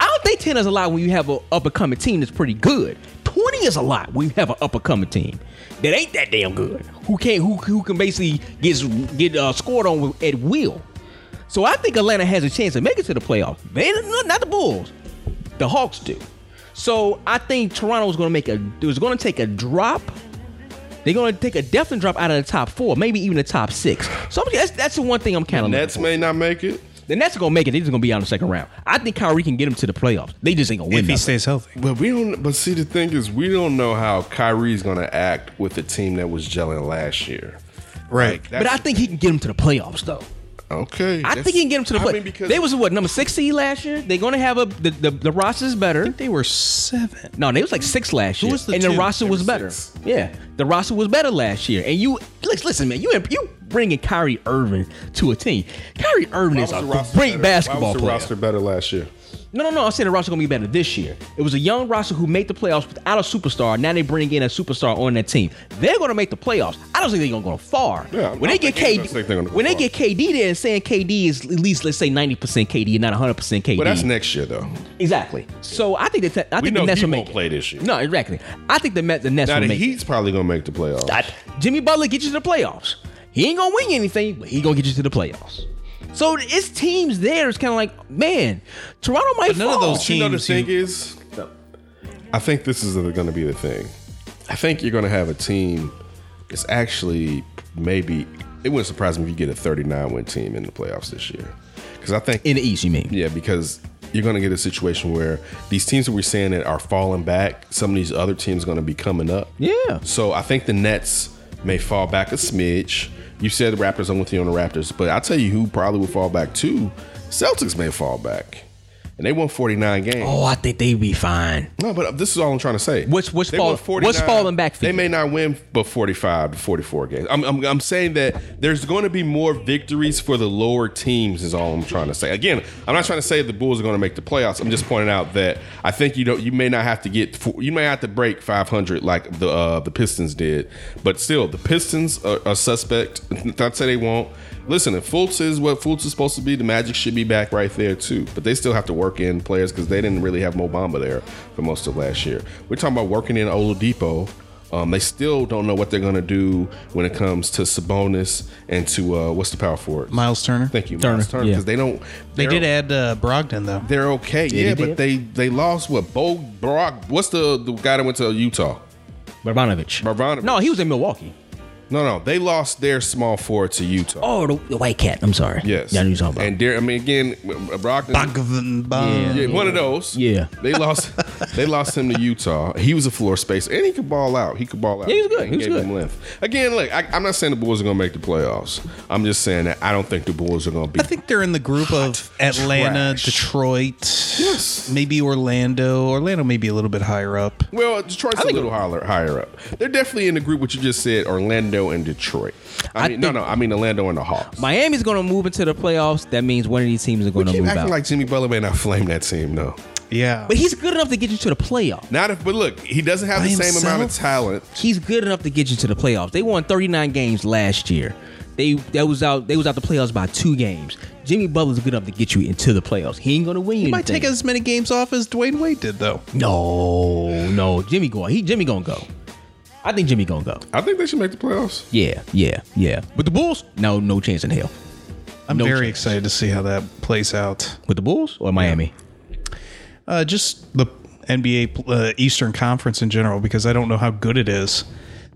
S3: I don't think 10 is a lot when you have an up and coming team that's pretty good. 20 is a lot when you have an up and coming team that ain't that damn good. Who can't who, who can basically gets get uh, scored on with- at will. So I think Atlanta has a chance to make it to the playoffs. They not not the Bulls. The Hawks do. So I think Toronto's going to make a was going to take a drop. They're going to take a definite drop out of the top 4, maybe even the top 6. So I'm- that's that's the one thing I'm kind of
S2: Nets may not make it.
S3: the Nets are gonna make it. They're just gonna be out in the second round. I think Kyrie can get them to the playoffs. They just ain't gonna win.
S4: If he
S3: nothing.
S4: stays healthy.
S2: But we don't. But see, the thing is, we don't know how Kyrie's going to act with the team that was gelling last year.
S4: Right.
S2: That's,
S3: but I think he can get them to the playoyoffs, though.
S2: okay.
S3: I think he can get them to the
S2: I
S3: playoffs.
S2: mean, because
S3: they was what number six seed last year. They're gonna have a the the, the roster's better.
S4: They were seven.
S3: No, they was like six last year,
S4: was the
S3: and the
S4: two?
S3: roster
S4: They
S3: was
S4: were
S3: better.
S4: six.
S3: Yeah, the roster was better last year. And you let's listen, man. You you bringing Kyrie Irving to a team. Kyrie Irving
S2: Why
S3: is
S2: was
S3: a
S2: the roster
S3: great
S2: better? Why
S3: basketball
S2: was the
S3: player.
S2: roster better last year?
S3: No, no, no. I'm saying the roster gonna be better this year. It was a young roster who made the playoffs without a superstar. Now they bring in a superstar on that team. They're gonna make the playoffs. I don't think they're gonna go far.
S2: Yeah, I'm-
S3: when they
S2: I'm
S3: get
S2: thinking- I
S3: KD,
S2: don't think they're gonna go
S3: when they
S2: far.
S3: get KD there and saying KD is at least let's say 90 percent KD and not 100 percent KD.
S2: But that's next year, though.
S3: exactly. So I think that I
S2: We
S3: think
S2: know
S3: the Nets
S2: he
S3: will make
S2: won't play this year.
S3: No, exactly. I think the Met the Nets
S2: Now
S3: will
S2: the
S3: make. it.
S2: Heat's probably going to make the playoffs.
S3: I- Jimmy Butler get you to the playoffs. He ain't gonna win you anything, but he gonna get you to the playoffs. So it's teams there. It's kind of like man, Toronto might
S4: none of
S3: fall.
S4: those
S2: But you know the
S4: teams who-
S2: thing is, I think this is going to be the thing. I think you're going to have a team. It's actually maybe it wouldn't surprise me if you get a 39 win team in the playoffs this year, because I think
S3: in the East. You mean?
S2: yeah, because you're going to get a situation where these teams that we're saying that are falling back, some of these other teams going to be coming up.
S3: Yeah.
S2: So I think the Nets may fall back a smidge. You said the Raptors. I'm with you on the Raptors, but I tell you who probably will fall back too. Celtics may fall back, and they won 49 games.
S3: Oh, I think they be fine.
S2: No, but this is all I'm trying to say.
S3: What's- what's
S2: They
S3: fall-
S2: won 49.
S3: what's falling back for
S2: They
S3: you?
S2: may not win, but 45 to 44 games. I'm, I'm, I'm saying that there's going to be more victories for the lower teams. Is all I'm trying to say. Again, I'm not trying to say the Bulls are going to make the playoffs. I'm just pointing out that I think you don't. You may not have to get. fo- You may have to break 500 like the uh, the Pistons did, but still, the Pistons are, are suspect. Not say they won't. Listen, if Fultz is what Fultz is supposed to be, the Magic should be back right there too. But they still have to work in players because they didn't really have Mobamba there for most of last year. We're talking about working in Oladipo. Um, they still don't know what they're going to do when it comes to Sabonis and to uh, what's the power forward?
S4: Miles Turner.
S2: Thank you,
S3: Turner,
S2: Miles Turner,
S3: yeah.
S2: because they don't.
S4: They
S2: they're-
S4: did add uh, Brogdon, though.
S2: They're okay, yeah,
S3: they
S2: but they they lost what? Bo Brock. What's the the guy that went to Utah?
S3: Barbanovic.
S2: Bogdanovich.
S3: No, he was in Milwaukee.
S2: No, no, they lost their small forward to Utah.
S3: Oh, the, the white cat. I'm sorry.
S2: Yes,
S3: Yeah, I knew you were talking about.
S2: And there, I mean, again, Brock.
S4: Bogdan- Bog-
S2: Yeah, one of those.
S3: Yeah.
S2: they lost. they lost him to Utah. He was a floor spacer, and he could ball out. He could ball out.
S3: Yeah, he was good.
S2: And
S3: He was
S2: gave
S3: good.
S2: them length. Again, look, I, I'm not saying the Bulls are going to make the playoffs. I'm just saying that I don't think the Bulls are going to be.
S4: I think they're in the group of Atlanta,
S2: trash.
S4: Detroit,
S2: Yes.
S4: maybe Orlando. Orlando may be a little bit higher up.
S2: well, Detroit's a little higher, higher up. They're definitely in the group what you just said: Orlando and Detroit. I,
S3: I
S2: mean, no,
S3: think-
S2: no, I mean Orlando and the Hawks.
S3: Miami's going to move into the playoffs. That means one of these teams are going to
S2: Keep
S3: move
S2: acting
S3: out.
S2: like Jimmy Butler may not flame that team though.
S4: Yeah.
S3: but he's good enough to get you to the playoffs.
S2: Not if, but look, he doesn't have
S4: By
S2: the same amount of
S4: himself?
S2: talent.
S3: He's good enough to get you to the playoffs. They won 39 games last year. They that was out. They was out the playoffs by two games. Jimmy Butler's good enough to get you into the playoffs. He ain't going to win.
S4: he might take as many games off as Dwayne Wade did, though.
S3: No, no. Jimmy going. He Jimmy going to go. I think Jimmy going to go.
S2: I think they should make the playoffs.
S3: Yeah, yeah, yeah. But the Bulls? No, no chance in hell.
S4: I'm
S3: No
S4: very
S3: chance.
S4: excited to see how that plays out.
S3: With the Bulls or Miami?
S4: Uh, just the NBA uh, Eastern Conference in general, because I don't know how good it is.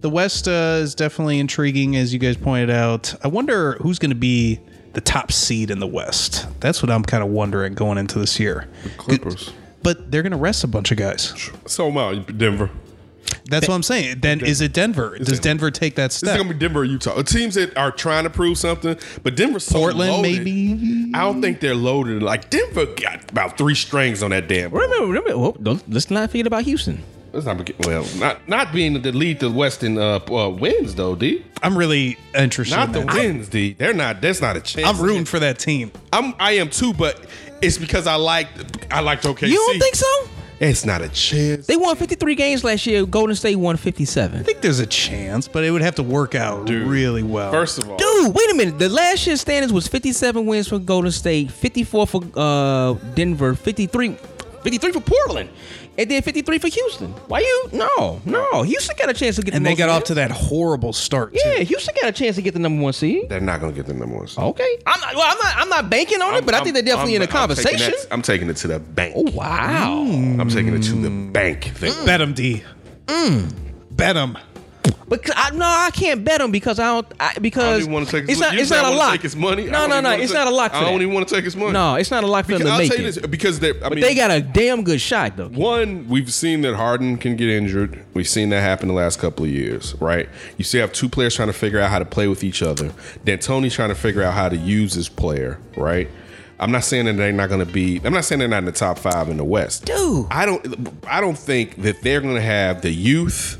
S4: The West uh, is definitely intriguing, as you guys pointed out. I wonder who's going to be the top seed in the West. That's what I'm kind of wondering going into this year.
S2: Clippers.
S4: But they're going to rest a bunch of guys.
S2: So am I, Denver.
S4: That's what I'm saying. Then is it Denver? Does Denver take that
S2: This
S4: step?
S2: is gonna be Denver, or Utah. Teams that are trying to prove something, but Denver's so
S4: Portland,
S2: loaded.
S4: maybe?
S2: I don't think they're loaded. Like Denver got about three strings on that damn. ball.
S3: Remember, remember. Well, don't, let's not forget about Houston.
S2: Let's not forget- well, not not being the lead the West in uh, uh, wins though, D.
S4: I'm really interested.
S2: Not
S4: in
S2: the
S4: that.
S2: wins, D. They're not. That's not a chance.
S4: I'm rooting for that team.
S2: I'm I am too, but it's because I like I liked OKC.
S3: You don't think so?
S2: It's not a chance.
S3: They won 53 games last year. Golden State won 57.
S4: think there's a chance, but it would have to work out really well.
S2: First of all,
S3: Dude, wait a minute. The last year's standings was 57 wins for Golden State, 54 for uh, Denver, 53, 53 for Portland, and then 53 for Houston. Why you? No, no. Houston got a chance to get.
S4: and
S3: the
S4: they
S3: most
S4: got off to
S3: wins.
S4: that horrible start.
S3: Yeah,
S4: too.
S3: Houston got a chance to get the number one seed.
S2: they're not going to get the number one. seed.
S3: Okay, I'm not. Well, I'm not. I'm not banking on it, but i think they're definitely in a
S2: I'm- I'm taking that- Mm.
S3: conversation. Oh,
S2: I'm taking it to the bank.
S3: wow. Mm.
S2: I'm taking it to the bank. Thing.
S4: bet them D. Bet them.
S3: But c- I, no, I can't bet him because I don't. I, because
S2: I don't even want to take. His,
S3: it's not.
S2: you
S3: It's
S2: said I
S3: not a
S2: wanna
S3: lock.
S2: Take his money. I don't
S3: No, no,
S2: even
S3: no.
S2: wanna
S3: It's
S2: take-
S3: not a lock. For
S2: I don't
S3: that.
S2: even want to take his money.
S3: No, it's not a lock for them
S2: Because
S3: to
S2: I'll
S3: make
S2: tell you
S3: it.
S2: this because they. I mean,
S3: They got a damn good shot though.
S2: One, we've seen that Harden can get injured. We've seen that happen the last couple of years, right? You still have two players trying to figure out how to play with each other. D'Antoni's trying to figure out how to use his player, right? I'm not saying that they're not going to be. I'm not saying they're not in the top five in the West.
S3: Dude.
S2: I don't. I don't think that they're going to have the youth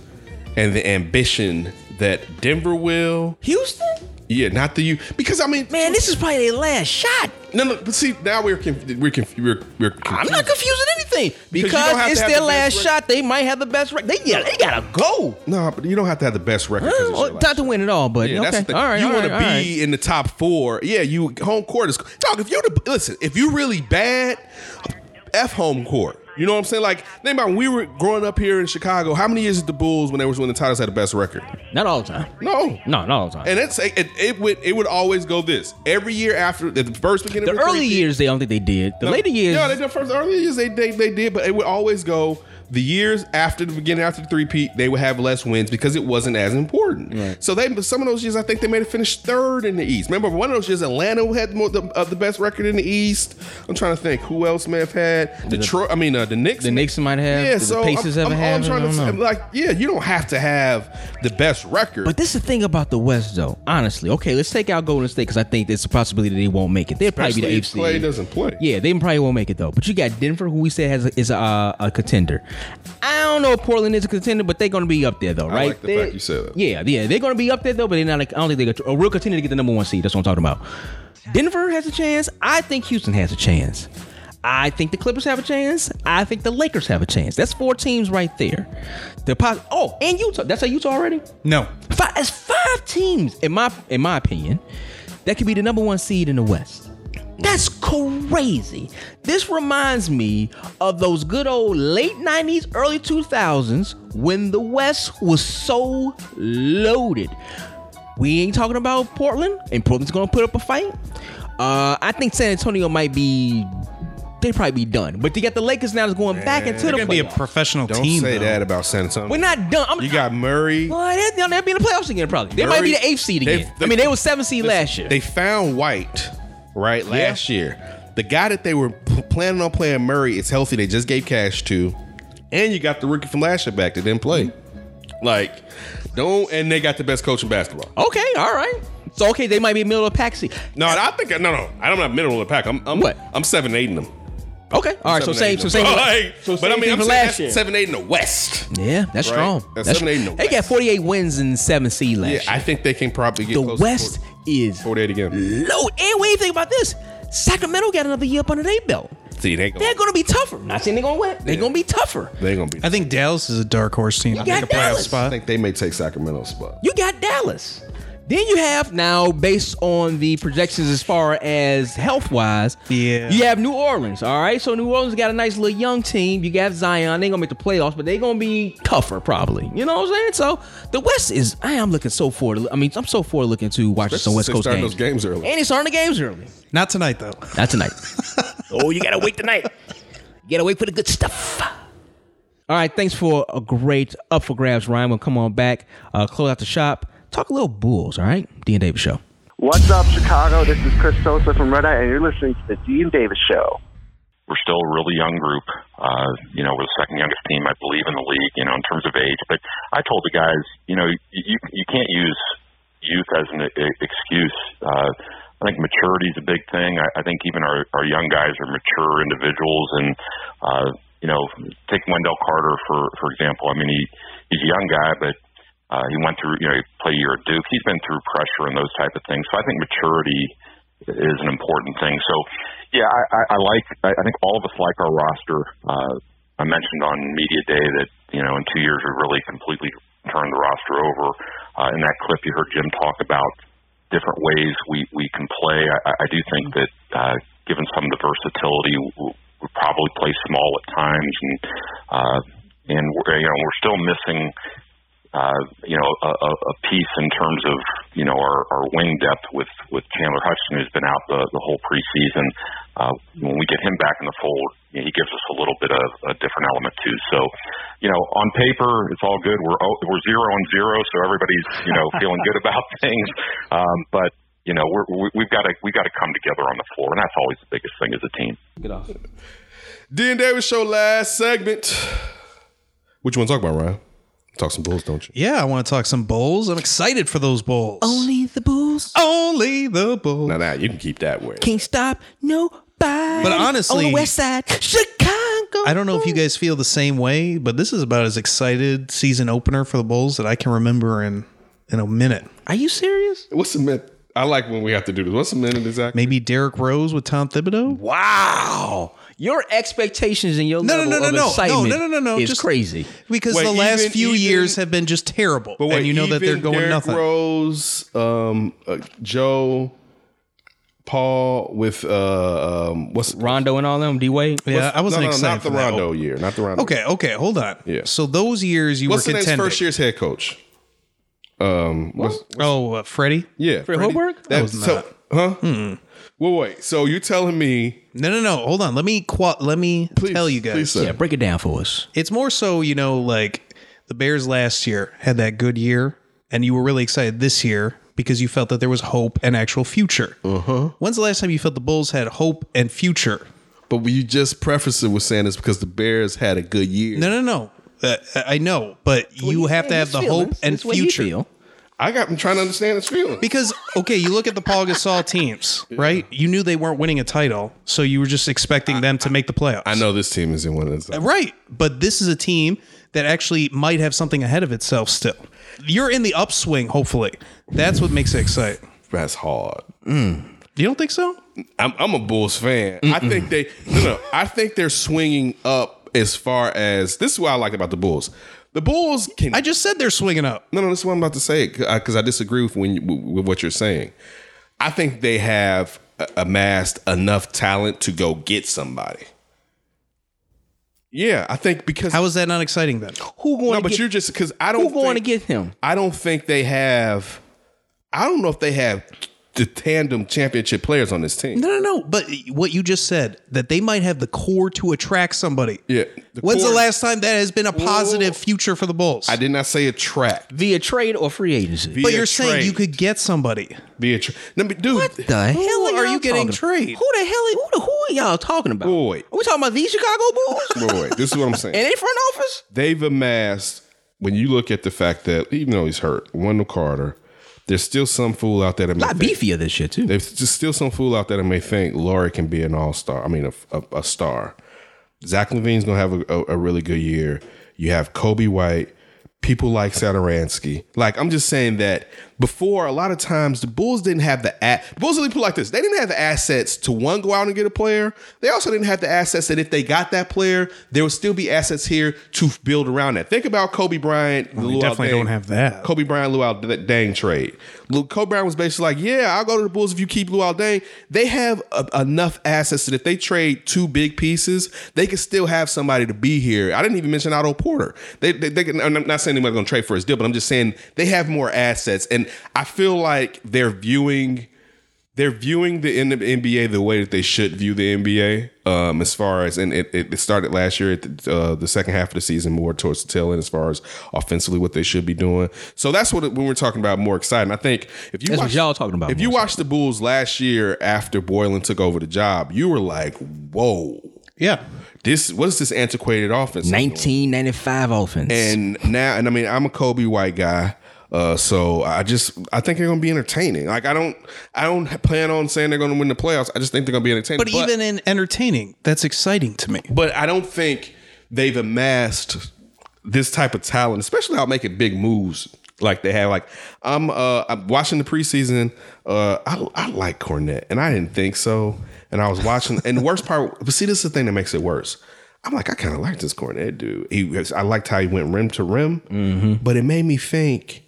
S2: and the ambition that Denver will.
S3: Houston,
S2: Yeah, not the youth. Because I mean,
S3: man, this is probably their last shot.
S2: no, no. But see, now we're conf- we're conf- we're, we're confused.
S3: I'm not confusing anything
S2: Because you
S3: because,
S2: don't have to
S3: it's
S2: have
S3: their
S2: the
S3: last
S2: best rec-
S3: shot. They might have the best record. They yeah, they gotta go.
S2: No, but you don't have to have the best record. 'cause it's
S3: Huh?
S2: your
S3: Oh,
S2: last
S3: not to
S2: shot.
S3: win it all, but
S2: Yeah,
S3: okay.
S2: that's the thing.
S3: All right,
S2: you
S3: all
S2: want
S3: right,
S2: to be
S3: all right.
S2: in the top four. Yeah, you home court is dog. If you're the listen, if you're really bad, f home court. You know what I'm saying? Like think about when we were growing up here in Chicago. How many years did the Bulls when they was winning titles had the best record?
S3: Not all the time.
S2: No.
S3: No, not all the time.
S2: And it's it, it, it would it would always go this every year after the first beginning.
S3: the
S2: of the
S3: early
S2: three-
S3: years, they don't think they did. The
S2: no,
S3: later years,
S2: Yeah, they, the first early years they, they they did, but it would always go the years after the beginning after the three peat they would have less wins because it wasn't as important. So they some of those years I think they may have finished third in the East. Remember one of those years Atlanta had more, the, uh, the best record in the East. I'm trying to think who else may have had Detroit. I mean uh, the Knicks.
S3: The Knicks might have,
S2: Yeah,
S3: the
S2: so
S3: Pacers
S2: I'm,
S3: ever
S2: I'm, all
S3: have,
S2: I'm trying
S3: I
S2: to
S3: don't
S2: say,
S3: know.
S2: like yeah, you don't have to have the best record.
S3: But this is the thing about the West, though. Honestly, okay, let's take out Golden State because I think there's a possibility they won't make it. They'll probably be the
S2: Especially
S3: eighth
S2: if Clay
S3: seed.
S2: doesn't play.
S3: Yeah, they probably won't make it though. But you got Denver, who we said has is a, a contender. I don't know if Portland is a contender, but they're going to be up there though, right?
S2: like the
S3: They-
S2: fact you said that.
S3: Yeah, yeah, they're going to be up there though, but they're not. Like, I don't think they're a real contender to get the number one seed. That's what I'm talking about. Denver has a chance. I think Houston has a chance. I think the Clippers have a chance. I think the Lakers have a chance. That's four teams right there. The pos- oh, and Utah. That's a Utah already.
S4: No.
S3: Five, it's five teams in my in my opinion that could be the number one seed in the West. That's crazy. This reminds me of those good old late 90s, early 2000s when the West was so loaded. We ain't talking about Portland, and Portland's gonna put up a fight. Uh, I think San Antonio might be. They probably be done, but they got the Lakers now that's going back into
S4: They're
S3: the
S4: going to be a
S3: playoffs.
S4: professional
S2: Don't
S4: team.
S2: say
S4: though.
S2: that about San Antonio.
S3: We're not done. I'm,
S2: You got Murray.
S3: well, they, they'll, they'll be in the playoffs again, probably. They might be the eighth seed
S2: They-
S3: again.
S2: they-
S3: I mean, they were seventh seed
S2: Listen,
S3: last year.
S2: They found White, right, last year. The guy that they were p- planning on playing Murray is healthy. They just gave cash to. And you got the rookie from last year back that didn't play. Like, don't and they got the best coach in basketball.
S3: okay, all right. So okay, they might be middle of the pack seed.
S2: No, I think no, no. I'm not middle of the pack. I'm, I'm
S3: What?
S2: I'm seven eight in them.
S3: Okay, all right. So
S2: Seven, eight
S3: same,
S2: in
S3: so
S2: them.
S3: same.
S2: Like,
S3: so
S2: but I
S3: same
S2: mean,
S3: team
S2: I'm
S3: from
S2: saying
S3: last
S2: that's
S3: year.
S2: seven eight in the West.
S3: Yeah, that's
S2: Right.
S3: strong.
S2: That's
S3: That's-
S2: seven, eight in the
S3: They got
S2: West.
S3: 48 wins and seventh seed last
S2: Yeah,
S3: year.
S2: I think they can probably get
S3: the
S2: close to
S3: West
S2: 40
S3: is
S2: 48 again.
S3: low. And what do you think about this? Sacramento got another year up under their belt.
S2: See, they
S3: They're
S2: gonna,
S3: gonna be tougher. Not saying they're gonna win. They're gonna be tougher.
S2: they gonna be.
S4: I think Dallas is a dark horse team. to
S3: got
S4: make a playoff
S3: Dallas.
S2: I
S4: spot.
S2: think they may take Sacramento's spot.
S3: You got Dallas. Then you have now, based on the projections as far as health wise,
S4: Yeah.
S3: you have New Orleans. All right, so New Orleans got a nice little young team. You got Zion. They gonna make the playoffs, but they gonna be tougher probably. You know what I'm saying? So the West is. I am looking so forward. I mean, I'm so forward looking to watching some West
S2: They
S3: Coast
S2: starting
S3: games.
S2: those games early.
S3: And it's starting the games early.
S4: Not tonight, though.
S3: Not tonight. oh, you gotta wait tonight. You gotta wait for the good stuff. All right, thanks for a great up for grabs, Ryan. We'll come on back, uh, close out the shop, talk a little bulls. All right, D and Davis show.
S9: What's up, Chicago? This is Chris Sosa from Red Eye, and you're listening to the Dean Davis Show.
S10: we're still a really young group. Uh, you know, we're the second youngest team, I believe, in the league. You know, in terms of age. But I told the guys, you know, you you can't use youth as an e- excuse. Uh, I think maturity is a big thing. I, I think even our our young guys are mature individuals, and uh, you know, take Wendell Carter for for example. I mean, he he's a young guy, but uh, he went through, you know, he played a year at Duke. He's been through pressure and those type of things. So I think maturity is an important thing. So, yeah, I, I, I like. I, I think all of us like our roster. Uh, I I mentioned on media day that you know in two years we really completely turned the roster over. Uh, in that clip, you heard Jim talk about different ways we we can play. I, I do think that uh, given some of the versatility, we'll, we'll probably play small at times, and uh, and we're, you know we're still missing. Uh, you know, a, a a piece in terms of you know our, our wing depth with with Chandler Hutchinson, who's been out the, the whole preseason. Uh, when we get him back in the fold, you know, he gives us a little bit of a different element too. So, you know, on paper it's all good. We're oh, we're zero and zero, so everybody's you know feeling good about things. Um, but you know, we're, we, we've got to we've got to come together on the floor, and that's always the biggest thing as a team.
S3: Get off.
S2: D and Davis show last segment. What you want to talk about, Ryan? Talk some bulls, don't you?
S4: Yeah, I want to talk some bowls. I'm excited for those bowls. Only the bulls. Only the bulls.
S2: Now that you can keep that way.
S4: Can't stop nobody. But honestly,
S11: on the west
S4: side, Chicago. I don't know if you guys feel the same way, but this is about as excited season opener for the Bulls that I can remember in in a minute.
S3: Are you serious?
S2: What's the minute? I like when we have to do this. What's the minute exactly?
S4: Maybe Derrick Rose with Tom Thibodeau.
S3: Wow. Your expectations and your
S4: No, no,
S3: level
S4: no, no,
S3: of
S4: no, no,
S3: excitement
S4: no, no, no, no.
S3: is crazy.
S4: because
S2: Wait,
S4: the last
S2: even-
S4: few
S2: even-
S4: years have been just terrible,
S2: But wait,
S4: and you know that they're
S2: even
S4: going
S2: Derrick
S4: nothing.
S2: Rose, um, uh, Joe, Paul with uh, um, what's
S3: Rondo and all them, D Wade.
S4: yeah, I wasn't
S2: no, no,
S4: excited
S2: Not
S4: for
S2: the
S4: that. Oh.
S2: Rondo year, not the Rondo.
S4: Okay, okay, hold on.
S2: Yeah.
S4: So those years you
S2: what's
S4: were
S2: the name's
S4: contending.
S2: first year's head coach? Um, what's,
S4: Oh, uh, Freddie?
S2: yeah,
S3: Fred Hoiberg?
S2: That's so, huh?
S4: Hmm.
S2: Well, wait. So you telling me?
S4: No, no, no. Hold on. Let me qua- let me
S2: Please
S4: tell you guys.
S2: please say.
S3: Yeah, break it down for us.
S4: It's more so, you know, like the Bears last year had that good year, and you were really excited this year because you felt that there was hope and actual future. Uh-huh. When's the last time you felt the Bulls had hope and future?
S2: But you just preface it with saying it's because the Bears had a good year.
S4: No, no, no. Uh, I know, but you have to have the hope and future.
S2: I got. I'm trying to understand his feeling.
S4: Because okay, you look at the Paul Gasol teams, right? You knew they weren't winning a title, so you were just expecting them to make the playoffs.
S2: I know this team is in one of those.
S4: Right. But this is a team that actually might have something ahead of itself still. You're in the upswing, hopefully. That's what makes it exciting.
S2: That's hard.
S4: You don't think so?
S2: I'm, I'm a Bulls fan. I think they no no. I think they're swinging up as far as this is what I like about the Bulls. The Bulls can.
S4: I just said they're swinging up.
S2: no no. This is what I'm about to say because I disagree with when you, with what you're saying. I think they have a- amassed enough talent to go get somebody. Yeah, I think because
S4: How is that not exciting then?
S3: Who going
S2: no,
S3: to
S2: but
S3: get,
S2: you're just because I don't
S3: who going to
S2: think-
S3: get him?
S2: I don't think they have. I don't know if they have the tandem championship players on this team.
S4: No, no, no. But what you just said, that they might have the core to attract somebody.
S2: Yeah.
S4: When's
S2: core-
S4: the last time that has been a positive future for the Bulls?
S2: I did not say a track.
S3: Via trade or free agency?
S4: but
S2: Via
S4: you're saying
S2: trade.
S4: you could get somebody.
S2: Be a tra- no, but dude.
S3: What the hell
S4: Who are
S3: y'all
S4: you getting
S3: talking about?
S4: trade?
S3: Who the hell? Who, the, who are y'all talking about?
S2: Boy.
S3: are we talking about these Chicago Bulls
S2: Wait, wait, this is what I'm
S3: and
S2: saying.
S3: they front office?
S2: They've amassed. When you look at the fact that even though he's hurt, Wendell Carter, there's still some fool out there that
S3: A
S2: may
S3: lot
S2: think,
S3: beefier this shit too.
S2: there's just still some fool out there that may think Laurie can be an all star. I mean, a, a, a star. Zach Levine's gonna have a, a, a really good year. You have Kobe White. People like Saturansky. Like I'm just saying that before a lot of times the Bulls didn't have the at Bulls really put it like this. They didn't have the assets to one go out and get a player. They also didn't have the assets that if they got that player, there would still be assets here to build around that. Think about Kobe Bryant. the
S4: they
S2: Luau
S4: definitely
S2: Deng-
S4: don't have that.
S2: Kobe Bryant, Luau Dang trade. Lu- Kobe Bryant was basically like, "Yeah, I'll go to the Bulls if you keep Luau Dang." They have a- enough assets that if they trade two big pieces, they can still have somebody to be here. I didn't even mention Otto Porter. They, they, they can, and I'm not saying anybody's going to trade for his deal, but I'm just saying they have more assets, and I feel like they're viewing they're viewing the N- NBA the way that they should view the NBA. Um, as far as and it, it started last year at the, uh, the second half of the season, more towards the tail end, as far as offensively what they should be doing. So that's what it- when we're talking about more exciting. I think if you
S3: That's what
S2: watch,
S3: y'all talking about
S2: if you
S3: more
S2: watched the Bulls last year after Boylan took over the job, you were like, "Whoa,
S4: Yeah.
S2: this what is this antiquated offense?" doing?
S3: 1995 offense.
S2: And now, and I mean, I'm a Kobe White guy, uh, so I just I think they're gonna be entertaining. Like I don't I don't plan on saying they're gonna win the playoffs. I just think they're gonna be entertaining.
S4: But, even in entertaining, that's exciting to me.
S2: but I don't think they've amassed this type of talent, especially out making big moves like they have. Like I'm, uh, I'm watching the preseason. Uh, I, I like Cornette, and I didn't think so. And I was watching, and the worst part. But see, this is the thing that makes it worse. I'm like, I kind of like this Cornette dude. He, was- I liked how he went rim to rim,
S4: Mm-hmm.
S2: but it made me think,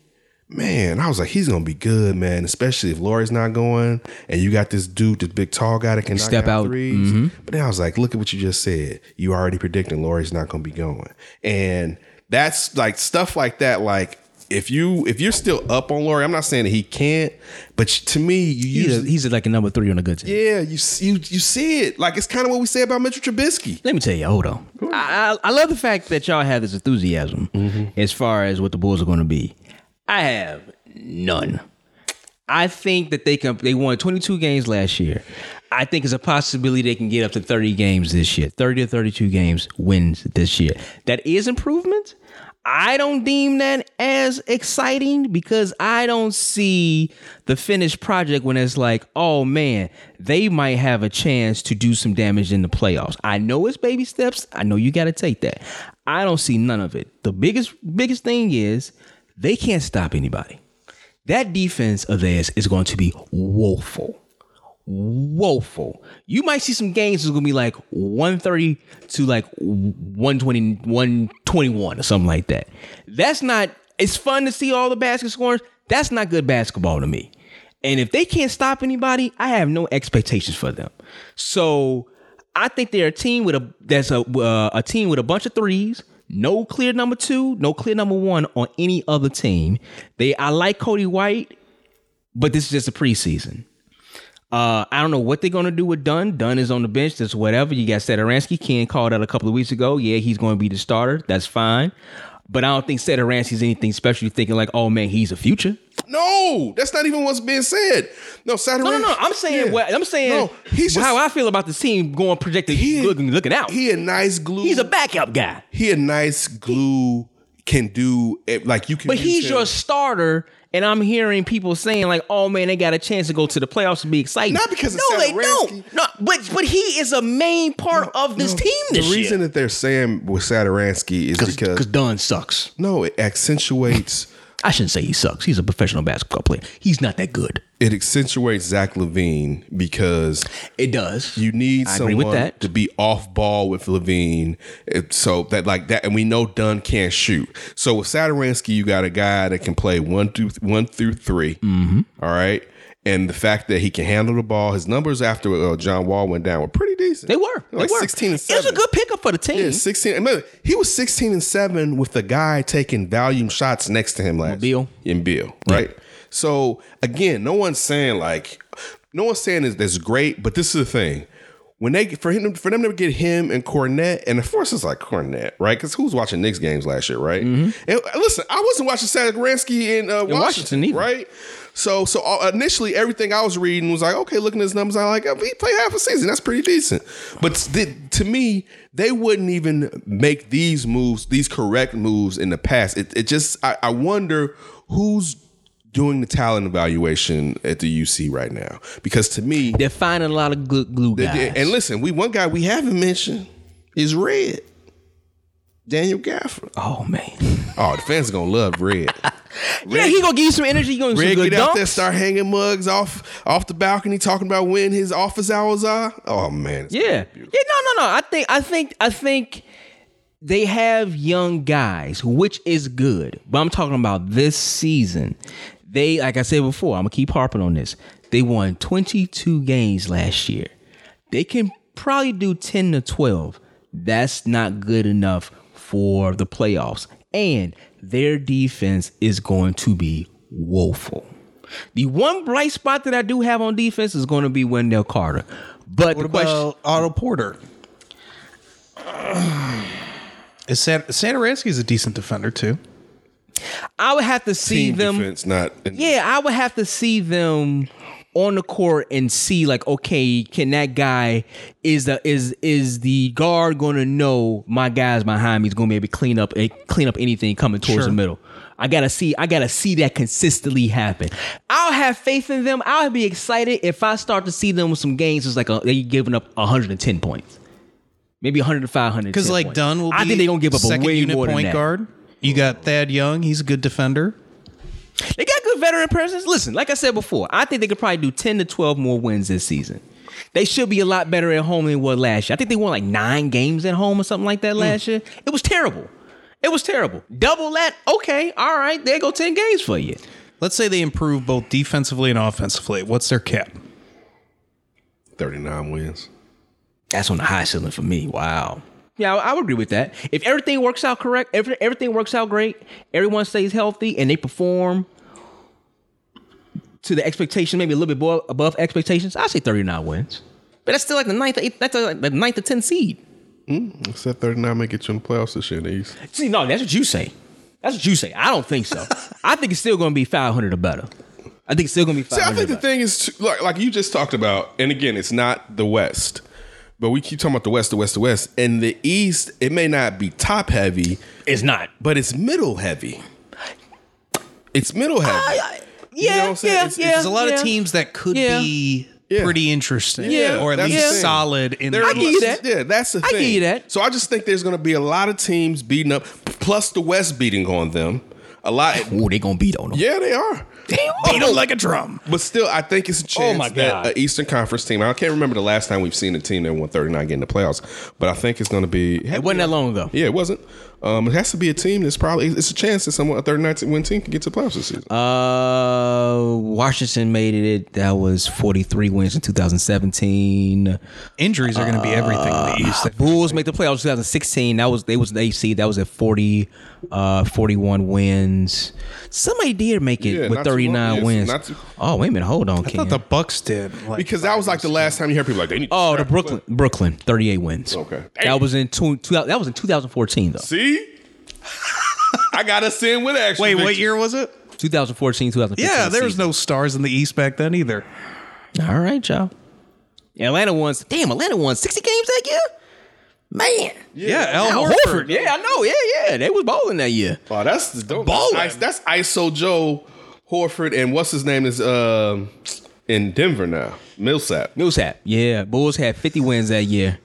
S2: man. I was like, he's gonna be good, man. Especially if Laurie's not going, and you got this dude, this big tall guy that can knock
S3: Step out. Mm-hmm.
S2: 3s But then I was like, look at what you just said. You already predicting Laurie's not gonna be going, and that's like stuff like that, like. If you if you're still up on Laurie, I'm not saying that he can't, but to me, you
S3: He's,
S2: usually,
S3: a, he's like a number three on a good team.
S2: yeah, you s- you you see it. Like it's kind of what we say about Mitchell Trubisky.
S3: Let me tell you, hold on. I, I I love the fact that y'all have this enthusiasm
S2: Mm-hmm.
S3: as far as what the Bulls are going to be. I have none. I think that they can. They won 22 games last year. I think it's a possibility they can get up to 30 games this year. 30 to 32 games wins this year. That is improvement. I don't deem that as exciting because I don't see the finished project when it's like, oh man, they might have a chance to do some damage in the playoffs. I know it's baby steps. I know you got to take that. I don't see none of it. The biggest biggest thing is they can't stop anybody. That defense of theirs is going to be woeful. Woeful. You might see some games that's going to be like 130 to like 120, 121 or something like that. That's not, it's fun to see all the basket scorers. That's not good basketball to me. And if they can't stop anybody, I have no expectations for them. So I think they're a team with a that's a uh, a team with a bunch of threes. No clear number two, no clear number one on any other team. They I like Cody White, but this is just a preseason. Uh, I don't know what they're gonna do with Dunn. Dunn is on the bench. That's whatever. You got Sadaransky. Ken called out a couple of weeks ago. Yeah, he's going to be the starter. That's fine. But I don't think Sadaransky's anything special. You're thinking like, oh man, he's a future.
S2: No, that's not even what's being said. No, Saturday.
S3: No, no, no. I'm saying
S2: Yeah.
S3: what I'm saying.
S2: No, he's just,
S3: how I feel about the team going projected looking looking out.
S2: He a nice glue.
S3: he's a backup guy,
S2: he a nice glue. Can do it like you can.
S3: but
S2: use
S3: he's
S2: him.
S3: your starter. And I'm hearing people saying like, "Oh man, they got a chance to go to the playoffs and be excited."
S2: Not because of
S3: no, they
S2: Satoransky.
S3: don't. No, but but he is a main part of this
S2: No,
S3: team this
S2: The reason
S3: year.
S2: that they're saying with Saturansky is because
S3: Dunn sucks.
S2: no, it accentuates
S3: I shouldn't say he sucks. He's a professional basketball player. He's not that good.
S2: it accentuates Zach Levine because
S3: It does.
S2: You need
S3: I agree
S2: someone
S3: with that.
S2: to be off ball with Levine, It- so that like that, and we know Dunn can't shoot. So with Saturansky, you got a guy that can play one through one through 3
S3: Mm-hmm.
S2: all right, and the fact that he can handle the ball, his numbers after uh, John Wall went down were pretty decent.
S3: They were.
S2: like
S3: they were.
S2: sixteen and
S3: It
S2: seven.
S3: was a good pickup for the team.
S2: Yeah, sixteen. and remember, he was sixteen and seven with the guy taking volume shots next to him last
S3: Beal.
S2: in Bill, right? So again, no one's saying like, no one's saying is that's great, but this is the thing. When they for him for them to get him and Cornette and of course it's like Cornette right because who's watching Knicks games last year right and uh, listen I wasn't watching Sadaransky in, uh, Washington,
S3: Washington either.
S2: right so so uh, initially everything I was reading was like okay looking at his numbers I like oh, he played half a season that's pretty decent but th- to me they wouldn't even make these moves these correct moves in the past it, it just I, I wonder who's doing the talent evaluation at the UC right now because to me
S3: They're finding a lot of good glue
S2: they
S3: guys.
S2: did- and listen we one guy we haven't mentioned is Red Daniel Gafford
S3: oh man,
S2: oh the fans are gonna love Red
S3: yeah, he gonna give you some energy. He gonna give you
S2: Red
S3: some
S2: get
S3: good
S2: out there
S3: dunks.
S2: start hanging mugs off off the balcony talking about when his office hours are oh man
S3: Yeah. Yeah, no, no, no. I think I think I think they have young guys, which is good. But I'm talking about this season. They, like I said before, I'm gonna keep harping on this. They won 22 games last year. They can probably do 10 to 12. That's not good enough for the playoffs. And their defense is going to be woeful. The one bright spot that I do have on defense is going to be Wendell Carter. But
S4: What
S3: the question
S4: about Otto Porter? Is Sat- Saturansky is a decent defender too.
S3: I would have to see
S2: team
S3: them.
S2: defense not
S3: Yeah, I would have to see them on the court and see like, okay, can that guy is the is is the guard gonna know my guys behind me is gonna be able to clean up eh, clean up anything coming towards the middle. I gotta see I gotta see that consistently happen. I'll have faith in them. I'll be excited if I start to see them with some games it's like a, they giving up 110 points. Maybe 105, 110
S4: Because like
S3: points.
S4: Dunn will. Be
S3: I think they're gonna give up a
S4: second
S3: way
S4: unit
S3: more than
S4: point
S3: that.
S4: guard. You got Thad Young. He's a good defender.
S3: They got good veteran presence. Listen, like I said before, I think they could probably do 10 to 12 more wins this season. They should be a lot better at home than they were last year. I think they won like nine games at home or something like that last year. It was terrible. It was terrible. Double that. Okay. All right. There go 10 games for you.
S4: Let's say they improve both defensively and offensively. What's their cap?
S2: 39 wins.
S3: That's on the high ceiling for me. Wow. Yeah, I I would agree with that. If everything works out correct, if everything works out great, everyone stays healthy and they perform to the expectation, maybe a little bit more above expectations, I say 39 wins. But that's still like the ninth, or eighth, that's like the ninth or 10th seed.
S2: Except 39 may get you in the playoffs this year in the East.
S3: See, no, that's what you say. That's what you say. I don't think so. I think it's still going to be 500 or better. I think it's still going to be
S2: See,
S3: 500.
S2: I think
S3: or
S2: the
S3: better.
S2: thing is, too, like, like you just talked about, and again, it's not the West, but we keep talking about the West, the West, the West, and the East. It may not be top heavy,
S3: it's not.
S2: but it's middle heavy. It's middle heavy.
S3: Yeah,
S2: know what I'm saying?
S3: yeah,
S2: It's-
S3: yeah.
S2: it's
S4: There's a lot
S3: yeah.
S4: of teams that could
S3: Yeah.
S4: be
S2: Yeah.
S4: pretty interesting,
S2: Yeah,
S4: or at
S2: that's
S4: least
S2: the thing.
S4: solid in
S2: There
S4: the
S2: are
S3: give you
S2: lots-
S3: that.
S2: Yeah, that's the
S3: I
S2: thing.
S3: give you that.
S2: So I just think there's going to be a lot of teams beating up, plus the West beating on them. A lot.
S3: Ooh, they going to beat on them.
S2: Yeah, they are.
S4: Beat 'em like a drum. Oh
S2: But still, I think it's a chance
S3: my
S2: that
S3: God.
S2: an Eastern Conference team. I can't remember the last time we've seen a team that won 39 get in the playoffs, but I think it's going to be.
S3: It wasn't that long ago.
S2: Yeah, it wasn't. Um, it has to be a team that's probably. It's a chance that someone a 39 win team can get to the playoffs this season.
S3: Uh, Washington made it. That was 43 wins in 2017.
S4: Injuries are going to be everything in the East.
S3: Bulls make the playoffs 2016. That was they was the AC. That was at 40, uh, 41 wins. Somebody did make it
S2: Yeah,
S3: with
S2: not too
S3: 39
S2: long. Yes,
S3: wins.
S2: not too-
S3: oh wait a minute, hold on,
S4: I
S3: Cam.
S4: thought the Bucks did like,
S2: because that was like the last time you heard people like they need. to
S3: oh the
S2: scrap
S3: Brooklyn Brooklyn 38 wins.
S2: Okay.
S3: that was in two, two that was in 2014 though.
S2: See, I got us in with action.
S4: Wait, what
S2: Victor.
S4: year was it?
S3: 2014 2015.
S4: Yeah, there was
S3: season.
S4: no stars in the East back then either.
S3: All right, y'all. Atlanta won. Damn, Atlanta won 60 games that year. Man,
S4: Yeah, Al
S3: Al
S4: Horford.
S3: Horford. Yeah, I know. Yeah, yeah, they was bowling that year.
S2: Oh, that's the dope.
S3: Ballin'.
S2: That's, that's ISO Joe Horford and what's his name is um in Denver now. Millsap.
S3: Millsap. Yeah, Bulls had 50 wins that year.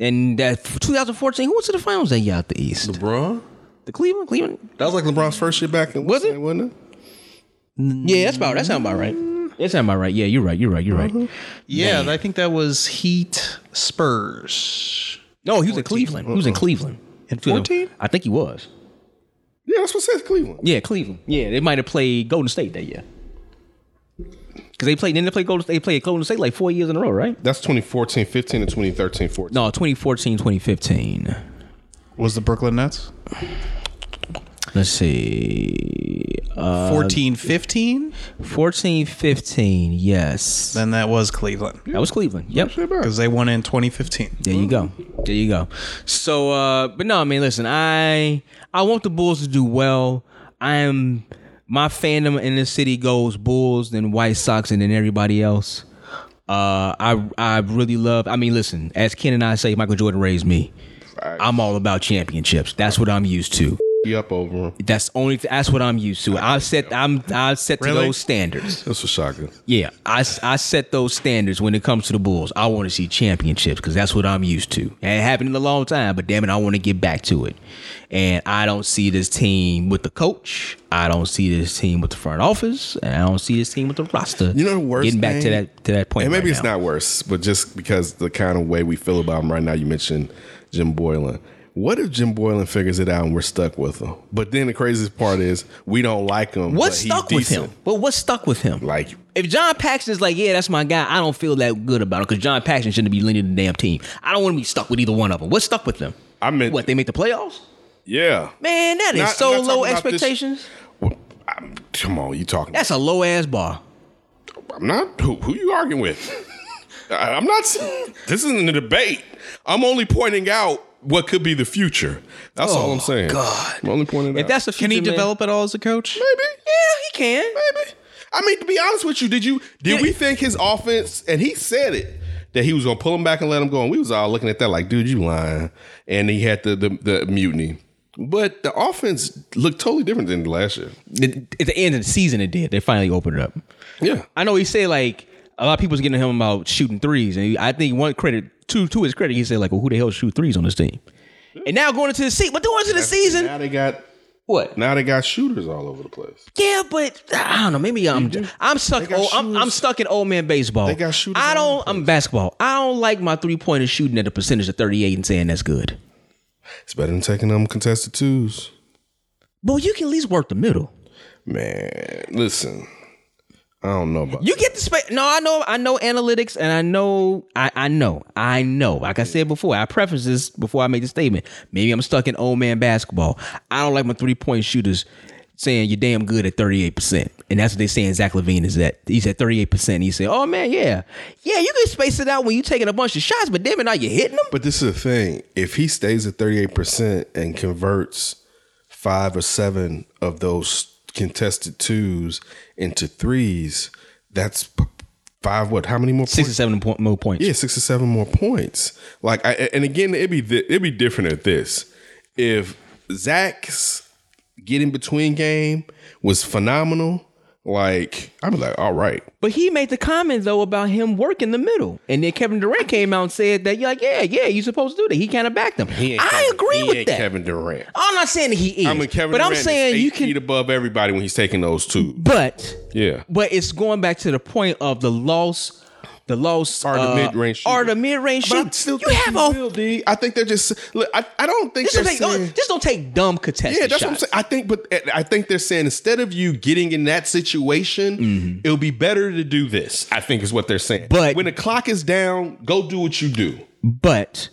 S3: And that 2014, who went to the finals that year out the East?
S2: LeBron.
S3: The Cleveland, Cleveland.
S2: That was like LeBron's first year back in
S3: Was it?
S2: Wasn't it?
S3: Yeah, that's about. That sound about right. That sound about right. Yeah, you're right. You're right. You're right.
S4: Yeah, I think that was Heat Spurs.
S3: No, he was in Cleveland. He was in Cleveland. In
S4: 14?
S3: I think he was.
S2: Yeah, that's what says Cleveland.
S3: Yeah, Cleveland. Yeah, they might have played Golden State that year. Because they played, didn't they play Golden State? They played Golden State like four years in a row, right?
S2: That's 2014, 15, and 2013, 14.
S3: No, 2014, 2015.
S4: Was the Brooklyn Nets?
S3: Let's see.
S4: 14 15?
S3: 14, 15. Yes.
S4: Then that was Cleveland
S3: That was Cleveland. Yep.
S4: because they won in 2015.
S3: There you go. There you go. So, uh, but no, I mean, listen, I I want the Bulls to do well. I am my fandom in this city goes Bulls, then White Sox, and then everybody else. Uh, I I really love. I mean, listen, as Ken and I say, Michael Jordan raised me. I'm all about championships. That's what I'm used to.
S2: You up over him.
S3: That's only. That's what I'm used to. I set. I'm. I set to
S4: Really?
S3: those standards.
S2: This was shocking.
S3: Yeah, I, I set those standards when it comes to the Bulls. I want to see championships because that's what I'm used to. And it happened in a long time, but damn it, I want to get back to it. And I don't see this team with the coach. I don't see this team with the front office. And I don't see this team with the roster.
S2: You know the worst
S3: Getting back to
S2: thing-
S3: that to that point.
S2: And maybe
S3: right
S2: it's
S3: now.
S2: not worse, but just because the kind of way we feel about him right now, you mentioned Jim Boylan. What if Jim Boylan figures it out and we're stuck with him? But then the craziest part is we don't like him.
S3: What's
S2: but he's
S3: stuck with him?
S2: decent.
S3: But what's stuck with him?
S2: Like
S3: if John Paxton is like, yeah, that's my guy, I don't feel that good about him because John Paxton shouldn't be leading the damn team. I don't want to be stuck with either one of them. What's stuck with them?
S2: I meant-
S3: what they make the playoffs?
S2: Yeah.
S3: Man, that is
S2: Not-
S3: so
S2: not talking about
S3: low
S2: this-
S3: expectations.
S2: Well, I'm- come on, you talking?
S3: That's a low ass bar.
S2: I'm not. Who, who you arguing with? I- I'm not. s- This isn't a debate. I'm only pointing out what could be the future. That's all I'm saying. God, I'm only pointing.
S3: Oh If
S2: out.
S3: that's the future,
S4: Can he
S3: man-
S4: develop at all as a coach?
S2: maybe,
S3: Yeah, he can.
S2: maybe. I mean, to be honest with you, did you did
S3: Yeah.
S2: we think his offense? And he said it that he was gonna pull him back and let him go, and we was all looking at that like, dude, you lying. And he had the the, the mutiny. But the offense looked totally different than last year.
S3: The- At the end of the season, it did. They finally opened it up.
S2: Yeah,
S3: I know he said like a lot of people was getting him about shooting threes, and he- I think one credit to to his credit, he said like, "Well, who the hell shoot threes on this team?" And now going into the season, but going into the season,
S2: Now they got
S3: What?
S2: Now they got shooters all over the place.
S3: Yeah, but I don't know. Maybe I'm I'm stuck.
S2: got
S3: Oh, I'm, I'm
S2: shooters.
S3: stuck in old man baseball.
S2: They got shooters
S3: I
S2: all over
S3: don't. I'm basketball. I don't like my three pointers shooting at a percentage of 38 and saying that's good.
S2: It's better than taking them contested twos.
S3: But you can at least work the middle.
S2: Man, listen. I don't know about
S3: You get the space. No, I know. I know analytics, and I know. I, I know. I know. Like I said before, I preface this before I make the statement. Maybe I'm stuck in old man basketball. I don't like my three point shooters saying you're damn good at 38 percent, and that's what they saying. Zach Levine is that he's at 38 percent. He said, "Oh man, yeah, yeah, you can space it out when you taking a bunch of shots, but damn it, are you hitting them?"
S2: But this is the thing. If he stays at 38% and converts five or seven of those contested twos into threes, that's p- five, what? How many more
S3: Six or
S2: points?
S3: seven point, more points.
S2: Yeah, six or seven more points. Like, I, and again, it'd be th- it'd be different at this. If Zach's get in between game was phenomenal, like I'd be like, all right,
S3: But he made the comment though about him working the middle, and then Kevin Durant came out and said that you're like, yeah, yeah, you're supposed to do that. He kind of backed him.
S2: He ain't
S3: I
S2: Kevin-
S3: agree
S2: he
S3: with
S2: ain't
S3: that.
S2: Kevin Durant.
S3: I'm not saying that he is,
S2: I mean, Kevin
S3: but
S2: Durant
S3: I'm
S2: is
S3: saying
S2: eight
S3: you can.
S2: feet above everybody when he's taking those two.
S3: But
S2: Yeah.
S3: but it's going back to the point of the loss, the loss
S2: Art of
S3: uh,
S2: mid-range shooting.
S3: art of mid-range
S2: But I
S3: shooting.
S2: still
S3: you
S2: think
S3: have
S2: he
S3: a
S2: will, D. I think they're just. Look, I, I don't think
S3: just don't,
S2: they're
S3: take,
S2: saying.
S3: don't, just don't oh, take dumb contested
S2: yeah, that's
S3: shots.
S2: what I'm saying. I think, but eh, I think they're saying instead of you getting in that situation, it'll be better to do this. I think is what they're saying.
S3: Mm-hmm. But-
S2: when the clock is down, go do what you do.
S3: But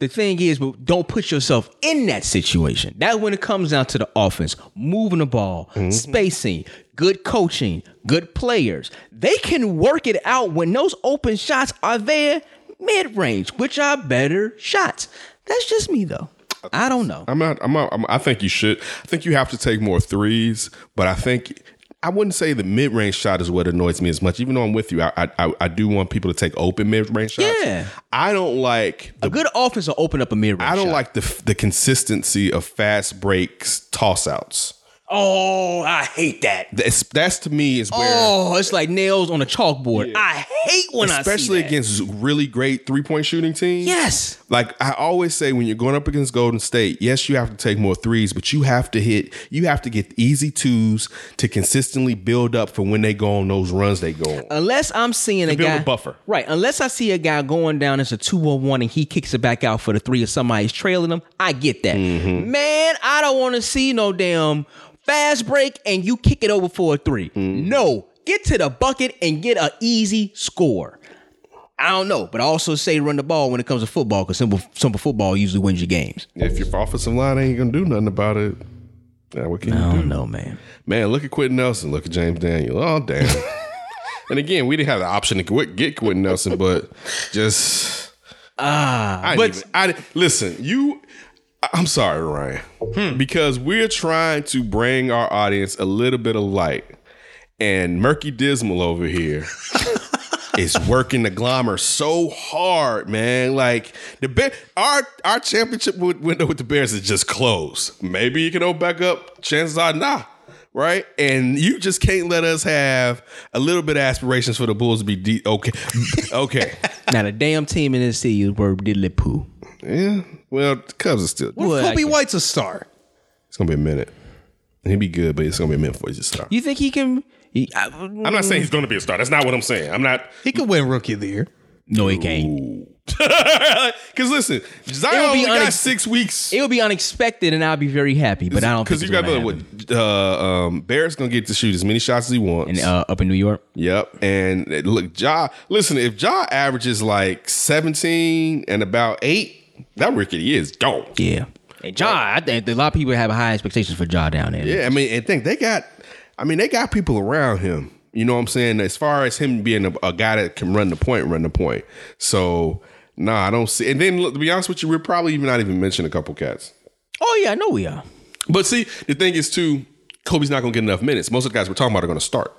S3: the thing is, but don't put yourself in that situation. That when it comes down to the offense, moving the ball,
S2: Mm-hmm.
S3: spacing, good coaching, good players, they can work it out when those open shots are there mid range, which are better shots. That's just me though. I don't know.
S2: I'm not. I'm not. I'm, I think you should. I think you have to take more threes, but I think. I wouldn't say the mid range shot is what annoys me as much. Even though I'm with you, I I- I, I do want people to take open mid range shots.
S3: Yeah.
S2: I don't like
S3: A good offense will open up a mid range.
S2: I don't like the the consistency of fast breaks, toss outs.
S3: Oh, I hate that.
S2: That's, that's to me is where,
S3: Oh, it's like nails on a chalkboard. I hate when I see
S2: especially
S3: that.
S2: against really great three point shooting teams.
S3: Yes.
S2: Like I always say, when you're going up against Golden State, yes, you have to take more threes, but you have to hit, you have to get easy twos to consistently build up for when they go on those runs they go on.
S3: unless I'm seeing a
S2: build
S3: guy
S2: a buffer.
S3: right? Unless I see a guy going down as a two on one and he kicks it back out for the three, or somebody's trailing him, I get that. Man, I don't want to see no damn fast break and you kick it over for a 3 No, get to the bucket and get an easy score. I don't know, but I also say run the ball when it comes to football because simple simple football usually wins your games.
S2: If your offensive line ain't gonna do nothing about it, now what can
S3: I
S2: you do?
S3: don't know, man.
S2: Man, look at Quentin Nelson. Look at James Daniel. Oh, damn. and again, we didn't have the option to quit, get Quentin Nelson, but just. Ah,
S3: but-
S2: but I didn't- listen, you. I- I'm sorry, Ryan, because we're trying to bring our audience a little bit of light, and Murky Dismal over here is working the glamour so hard, man. Like the bear, our our championship wi- window with the Bears is just closed. Maybe you can open back up. Chances are, nah. Right, and you just can't let us have a little bit of aspirations for the Bulls to be de- okay. okay,
S3: Now the damn team in this city is worth diddly poo.
S2: yeah. Well, the Cubs are still.
S4: What
S3: Well,
S4: if
S3: I
S4: Kobe
S3: can-
S4: White's a star?
S2: It's gonna be a minute. He'll be good, but it's gonna be a minute before he's a star.
S3: You think he can? He, I,
S2: I'm not saying he's gonna be a star. That's not what I'm saying. I'm not
S4: He could win Rookie of the Year.
S3: no, he can't.
S2: because listen, Zion
S3: be
S2: only got
S3: unex-
S2: six weeks.
S3: It would be unexpected, and I'd be very happy. But I don't
S2: because
S3: because
S2: you got to
S3: to
S2: what uh, um, Barrett's gonna get to shoot as many shots as he wants.
S3: and uh, up in New York.
S2: yep. And uh, look, Ja. Listen, if Ja averages like 17 and about eight, that rookie of the year is gone.
S3: Yeah, and Ja, I think a lot of people have high expectations for Ja down there.
S2: Yeah, I mean, and think they got, I mean, they got people around him. You know what I'm saying? As far as him being a, a guy that can run the point, run the point. So, nah, I don't see. And then, look, to be honest with you, we're probably even not even mentioning a couple cats.
S3: Oh yeah, I know we are.
S2: But see, the thing is, too, Kobe's not going to get enough minutes. Most of the guys we're talking about are going to start.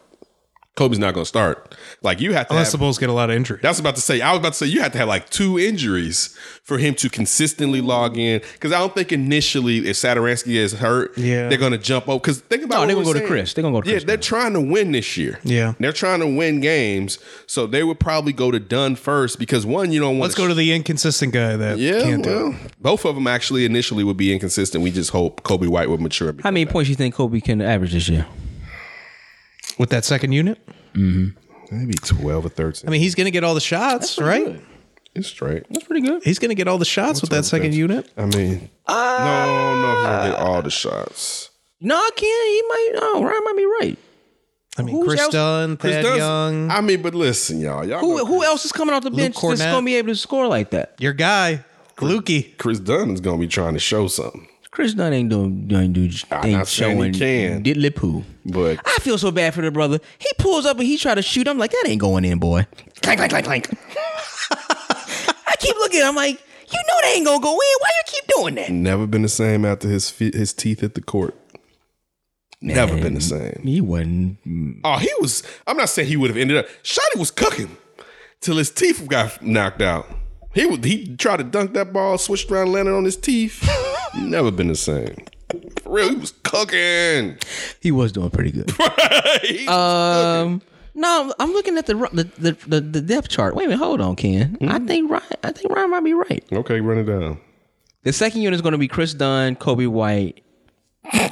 S2: Kobe's not going to start. Like you have to
S4: Unless
S2: have,
S4: the Bulls get a lot of injuries.
S2: That's about to say. I was about to say you had to have like two injuries for him to consistently log in. Because I don't think initially if Saturansky is hurt,
S4: Yeah.
S2: they're going to jump over. Because think about
S3: No,
S2: what
S3: they're
S2: we're
S3: gonna go to
S2: saying.
S3: Chris. They're gonna go to
S2: yeah,
S3: Chris
S2: they're trying to win this year.
S4: Yeah.
S2: they're trying to win games, so they would probably go to Dunn first because one, you don't want.
S4: Let's go to the inconsistent guy that
S2: Yeah,
S4: can't do
S2: well,
S4: it.
S2: both of them actually initially would be inconsistent. We just hope Kobe White would mature. and
S3: How
S2: become
S3: many
S2: better.
S3: points you think Kobe can average this year?
S4: with that second unit.
S2: Maybe twelve or thirteen.
S4: I mean, he's going to get all the shots, right?
S2: it's straight.
S3: That's pretty good.
S4: He's going to get all the shots with that second unit.
S2: I mean, no, no, he's
S3: Ah.
S2: gonna get all the shots.
S3: No, I can't. He might. Oh, Ryan might be right.
S4: I mean,
S3: Who's
S4: Chris
S3: else-
S4: Dunn,
S2: Chris
S4: Thad
S2: Dunn-
S4: Young,
S2: I mean, but listen, y'all, y'all.
S3: Who
S2: know
S3: who else is coming off the bench that's
S4: Cornette.
S3: gonna be able to score like that?
S4: your guy, Lukey.
S2: Chris Dunn is gonna be trying to show something,
S3: Chris Dunn ain't doing doing do
S2: I'm
S3: ain't
S2: not saying he
S3: showing
S2: can.
S3: diddly poo.
S2: but
S3: I feel so bad for the brother. He pulls up and he try to shoot. I'm like, that ain't going in, boy. Clank, clank, clank, clank. I keep looking. I'm like, you know that ain't gonna go in. Why you keep doing that?
S2: never been the same after his feet, his teeth hit the court. Never been the same.
S3: He wasn't.
S2: Oh, he was. I'm not saying he would have ended up. Shotty was cooking till his teeth got knocked out. He would. He tried to dunk that ball, switched around, landed on his teeth. never been the same. For real, he was cooking.
S3: He was doing pretty good.
S2: He-
S3: Um, no, I'm looking at the ru- the, the the the depth chart. Wait a minute, hold on, Ken. I think Ryan, I think Ryan might be right.
S2: okay, run it down.
S3: The second unit is going to be Chris Dunn, Kobe White,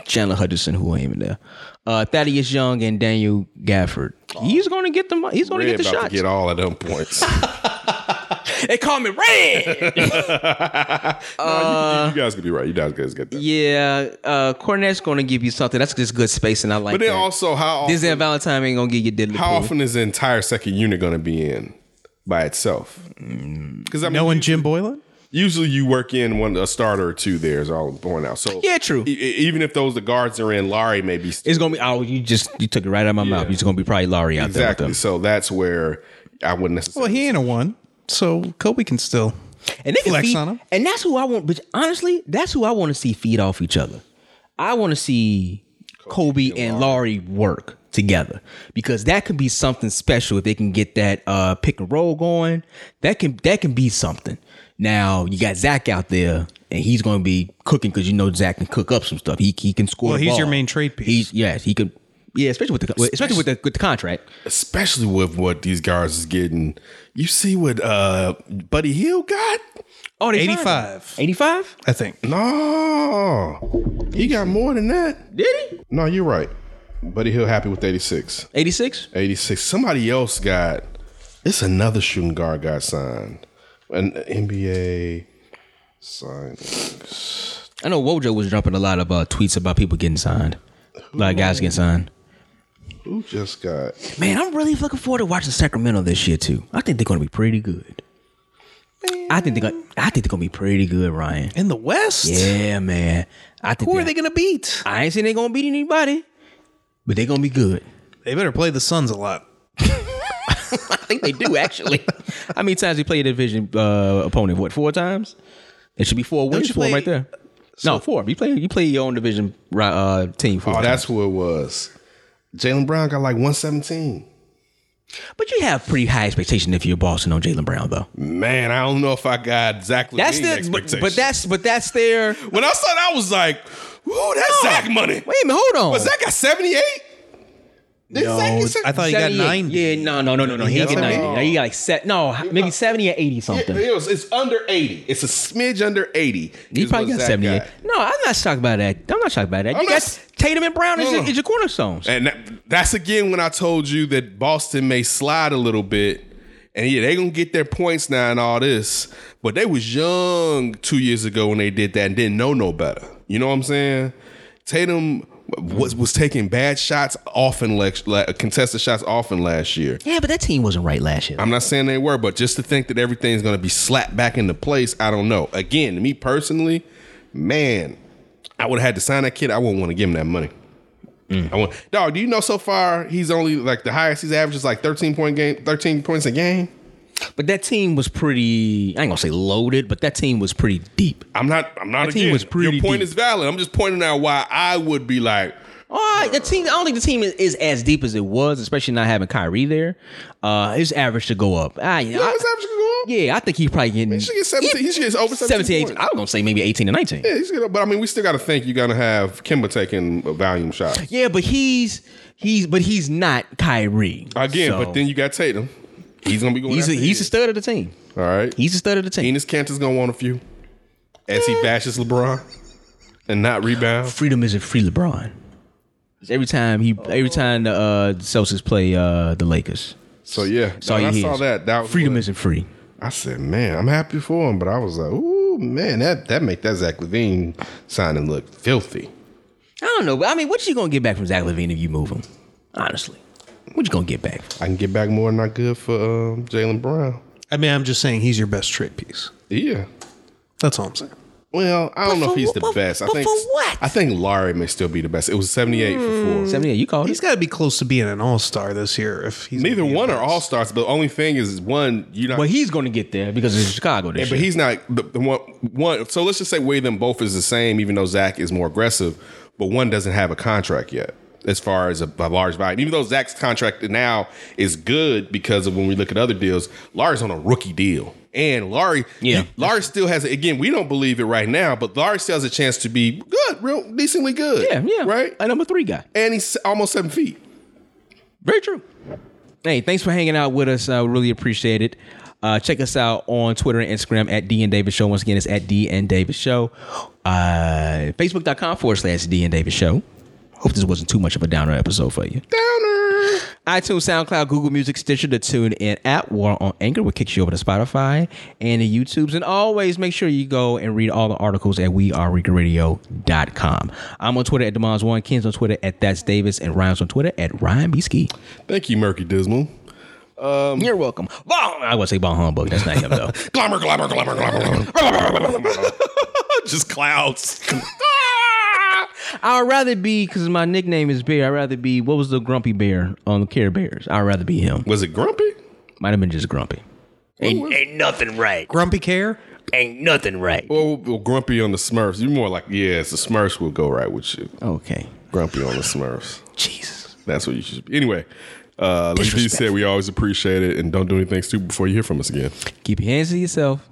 S3: Chandler Hutchinson, who ain't even there, uh, Thaddeus Young, and Daniel Gafford. He's going to get the he's going to
S2: Red
S3: get the
S2: about
S3: shots.
S2: to get all of them points.
S3: they call me Red.
S2: you guys could be right. You guys guys get that.
S3: yeah, uh, Cornette's going to give you something. That's just good space, and I like.
S2: But then
S3: that.
S2: also, how often,
S3: Disney Valentine ain't going to get you diddly.
S2: how
S3: poo.
S2: often is the entire second unit going to be in by itself? Because I mean,
S4: No one, Jim Boylan.
S2: usually you work in one a starter or two. There's all I'm pointing out. So
S3: Yeah, true.
S2: e- e- even if those the guards are in, Larry may be still
S3: It's gonna be oh you just you took it right out of my mouth. You're just gonna be probably Laurie out there
S2: exactly.
S3: with them.
S2: So that's where I wouldn't
S4: Well,
S2: necessarily.
S4: he ain't a one, so Kobe can still.
S3: and they can
S4: Flex
S3: feed,
S4: on 'em.
S3: And that's who I want. But honestly, that's who I want to see feed off each other. I want to see Kobe, and Laurie work together because that could be something special if they can get that uh, pick and roll going. That can that can be something. Now you got Zach out there. And he's going to be cooking because you know Zach can cook up some stuff. He, he can score.
S4: Well,
S3: the
S4: he's your
S3: ball.
S4: main trade piece.
S3: He's yes, he could. Yeah, especially with the especially with the, with the contract.
S2: especially with what these guards is getting. You see what uh Buddy Hill got?
S3: Oh, they signed him.
S4: 85.
S3: 85?
S4: I think.
S2: No, he got more than that.
S3: Did he?
S2: No, you're right. Buddy Hill happy with 86.
S3: 86?
S2: 86. Somebody else got it's another shooting guard got signed. An NBA signed.
S3: I know Wojo was dropping a lot of uh, tweets about people getting signed. A lot of guys getting signed.
S2: Who just got
S3: Man, I'm really looking forward to watching Sacramento this year too. I think they're gonna be pretty good. I think they're gonna I think they're gonna be pretty good, Ryan.
S4: In the West?
S3: Yeah, man. I think
S4: Who are they going to beat?
S3: I ain't saying they're gonna beat anybody, but they're gonna be good.
S4: They better play the Suns a lot.
S3: I think they do actually. How many times you play a division uh, opponent? What, four times? It should be four wins
S4: you
S3: for 'em
S4: play-
S3: right there. no, four. You play you play your own division uh, team four.
S2: Oh,
S3: times.
S2: that's who it was. Jalen Brown got like 117.
S3: But you have pretty high expectation if you're Boston on Jalen Brown, though.
S2: Man, I don't know if I got Zach
S3: That's
S2: Levine's
S3: their, but,
S2: expectation.
S3: but that's but that's their.
S2: when I saw that, I was like, "Ooh, that's Zach money."
S3: Wait a minute, hold on.
S2: But Zach got 78? Did Zach get
S4: I thought he got
S3: 78.
S4: 90.
S3: Yeah, no, no, no, no, no. He
S4: got
S3: ain't get
S4: 70?
S3: ninety. No, he got like set. No, maybe seventy or eighty something.
S2: It was, it's under 80. It's a smidge under 80.
S3: He
S2: is
S3: probably
S2: what
S3: got
S2: Zach
S3: seventy eight. No, I'm not shocked about that. I'm not shocked about that.
S2: I'm
S3: you
S2: not
S3: got
S2: s-
S3: Tatum and Brown is
S2: No,
S3: your,
S2: no.
S3: is your cornerstones.
S2: And that, that's again when I told you that Boston may slide a little bit. And yeah, they gonna get their points now and all this, but they was young two years ago when they did that and didn't know no better. You know what I'm saying? Tatum was was taking bad shots often, lex- la- contested shots often last year.
S3: Yeah, but that team wasn't right last year.
S2: I'm not saying they were, but just to think that everything's gonna be slapped back into place, I don't know. Again, me personally, man, I would have had to sign that kid. I wouldn't want to give him that money.
S3: Mm.
S2: I want dog. Do you know so far he's only like the highest he's averaged is like 13 point game, 13 points a game.
S3: But that team was pretty. I ain't gonna say loaded, but that team was pretty deep.
S2: I'm not. I'm not.
S3: That team
S2: again,
S3: was pretty
S2: Your point
S3: deep.
S2: is valid. I'm just pointing out why I would be like.
S3: All right, the team. I don't think the team is, is as deep as it was, especially not having Kyrie there. Uh, his average should go up. I,
S2: You know his average could go up?
S3: yeah, I think he's probably getting.
S2: He should get 17. He should get over 17.
S3: 17,
S2: points.
S3: I was gonna say maybe eighteen and nineteen.
S2: Yeah, he should get up. But I mean, we still got to think you're going to have Kimba taking a volume shot.
S3: Yeah, but he's he's but he's not Kyrie
S2: Again,
S3: So,
S2: but then you got Tatum. He's going to be going
S3: he's a,
S2: after
S3: he's
S2: you.
S3: the stud of the team.
S2: All right.
S3: He's the stud of the team.
S2: Enos Cantor's going to want a few as he bashes LeBron and not rebound.
S3: Freedom isn't free, LeBron. It's Every time he,
S2: Oh.
S3: every time the uh, Celtics play uh, the Lakers,
S2: So, yeah.
S3: So
S2: when
S3: you
S2: I
S3: hear
S2: saw
S3: is
S2: that. that was
S3: freedom
S2: what-
S3: isn't free.
S2: I said, man, I'm happy for him. But I was like, ooh, man, that, that make that Zach Levine signing look filthy.
S3: I don't know, but I mean, what you gonna get back from Zach Levine if you move him? Honestly, what you gonna get back?
S2: I can get back more than I could for um, Jalen Brown.
S4: I mean, I'm just saying he's your best trade piece.
S2: Yeah.
S4: That's all I'm saying.
S2: Well, I don't know if he's the best. I think I think Larry may still be the best. It was 78 for 4.
S3: Seventy eight. You called
S4: He's
S3: it.
S4: got to be close to being an all star this year. If he's
S2: Neither one are all-stars, but the only thing is is one you're not
S3: Well, he's gonna get there because it's Chicago
S2: Yeah,
S3: this
S2: but
S3: year.
S2: he's not the, the one one so let's just say weigh them both is the same even though Zach is more aggressive, but one doesn't have a contract yet. As far as a, a large buy, even though Zach's contract now is good because of when we look at other deals, Larry's on a rookie deal, and Larry,
S3: Yeah.
S2: you- Larry still has again. We don't believe it right now, but Larry still has a chance to be good, real decently good.
S3: yeah, yeah,
S2: right.
S3: A number three guy.
S2: and he's almost seven feet.
S3: Very true. Hey, thanks for hanging out with us. I really appreciate it. Uh, check us out on Twitter and Instagram at D and Davis Show. Once again, it's at D and Davis Show. Uh, Facebook.com forward slash D and Davis Show. Hope this wasn't too much of a downer episode for you.
S2: Downer.
S3: iTunes, SoundCloud, Google Music, Stitcher, the Tune In app, War on Anchor, will kick you over to Spotify and the YouTubes. And always make sure you go and read all the articles at wearereagradio.com. I'm on Twitter at Demons1, Ken's on Twitter at That's Davis, and Ryan's on Twitter at Ryan B. Ski.
S2: Thank you, Murky Dismal.
S3: You're welcome. Bon- I would say Bon Humbug. That's not him, though.
S2: Glamour, glamour, glamour, glamour. Just clouds.
S3: I'd rather be, because my nickname is Bear, I'd rather be, what was the grumpy bear on the Care Bears? I'd rather be him.
S2: Was it grumpy?
S3: Might have been just grumpy.
S5: Ain't, ain't nothing right.
S4: Grumpy Care.
S5: Ain't nothing right.
S2: Or well, grumpy on the Smurfs? You're more like, yeah, it's the Smurfs will go right with you.
S3: Okay.
S2: Grumpy on the Smurfs.
S3: Jesus.
S2: That's what you should be. Anyway, uh, like D said, we always appreciate it, and don't do anything stupid before you hear from us again.
S3: Keep your hands to yourself.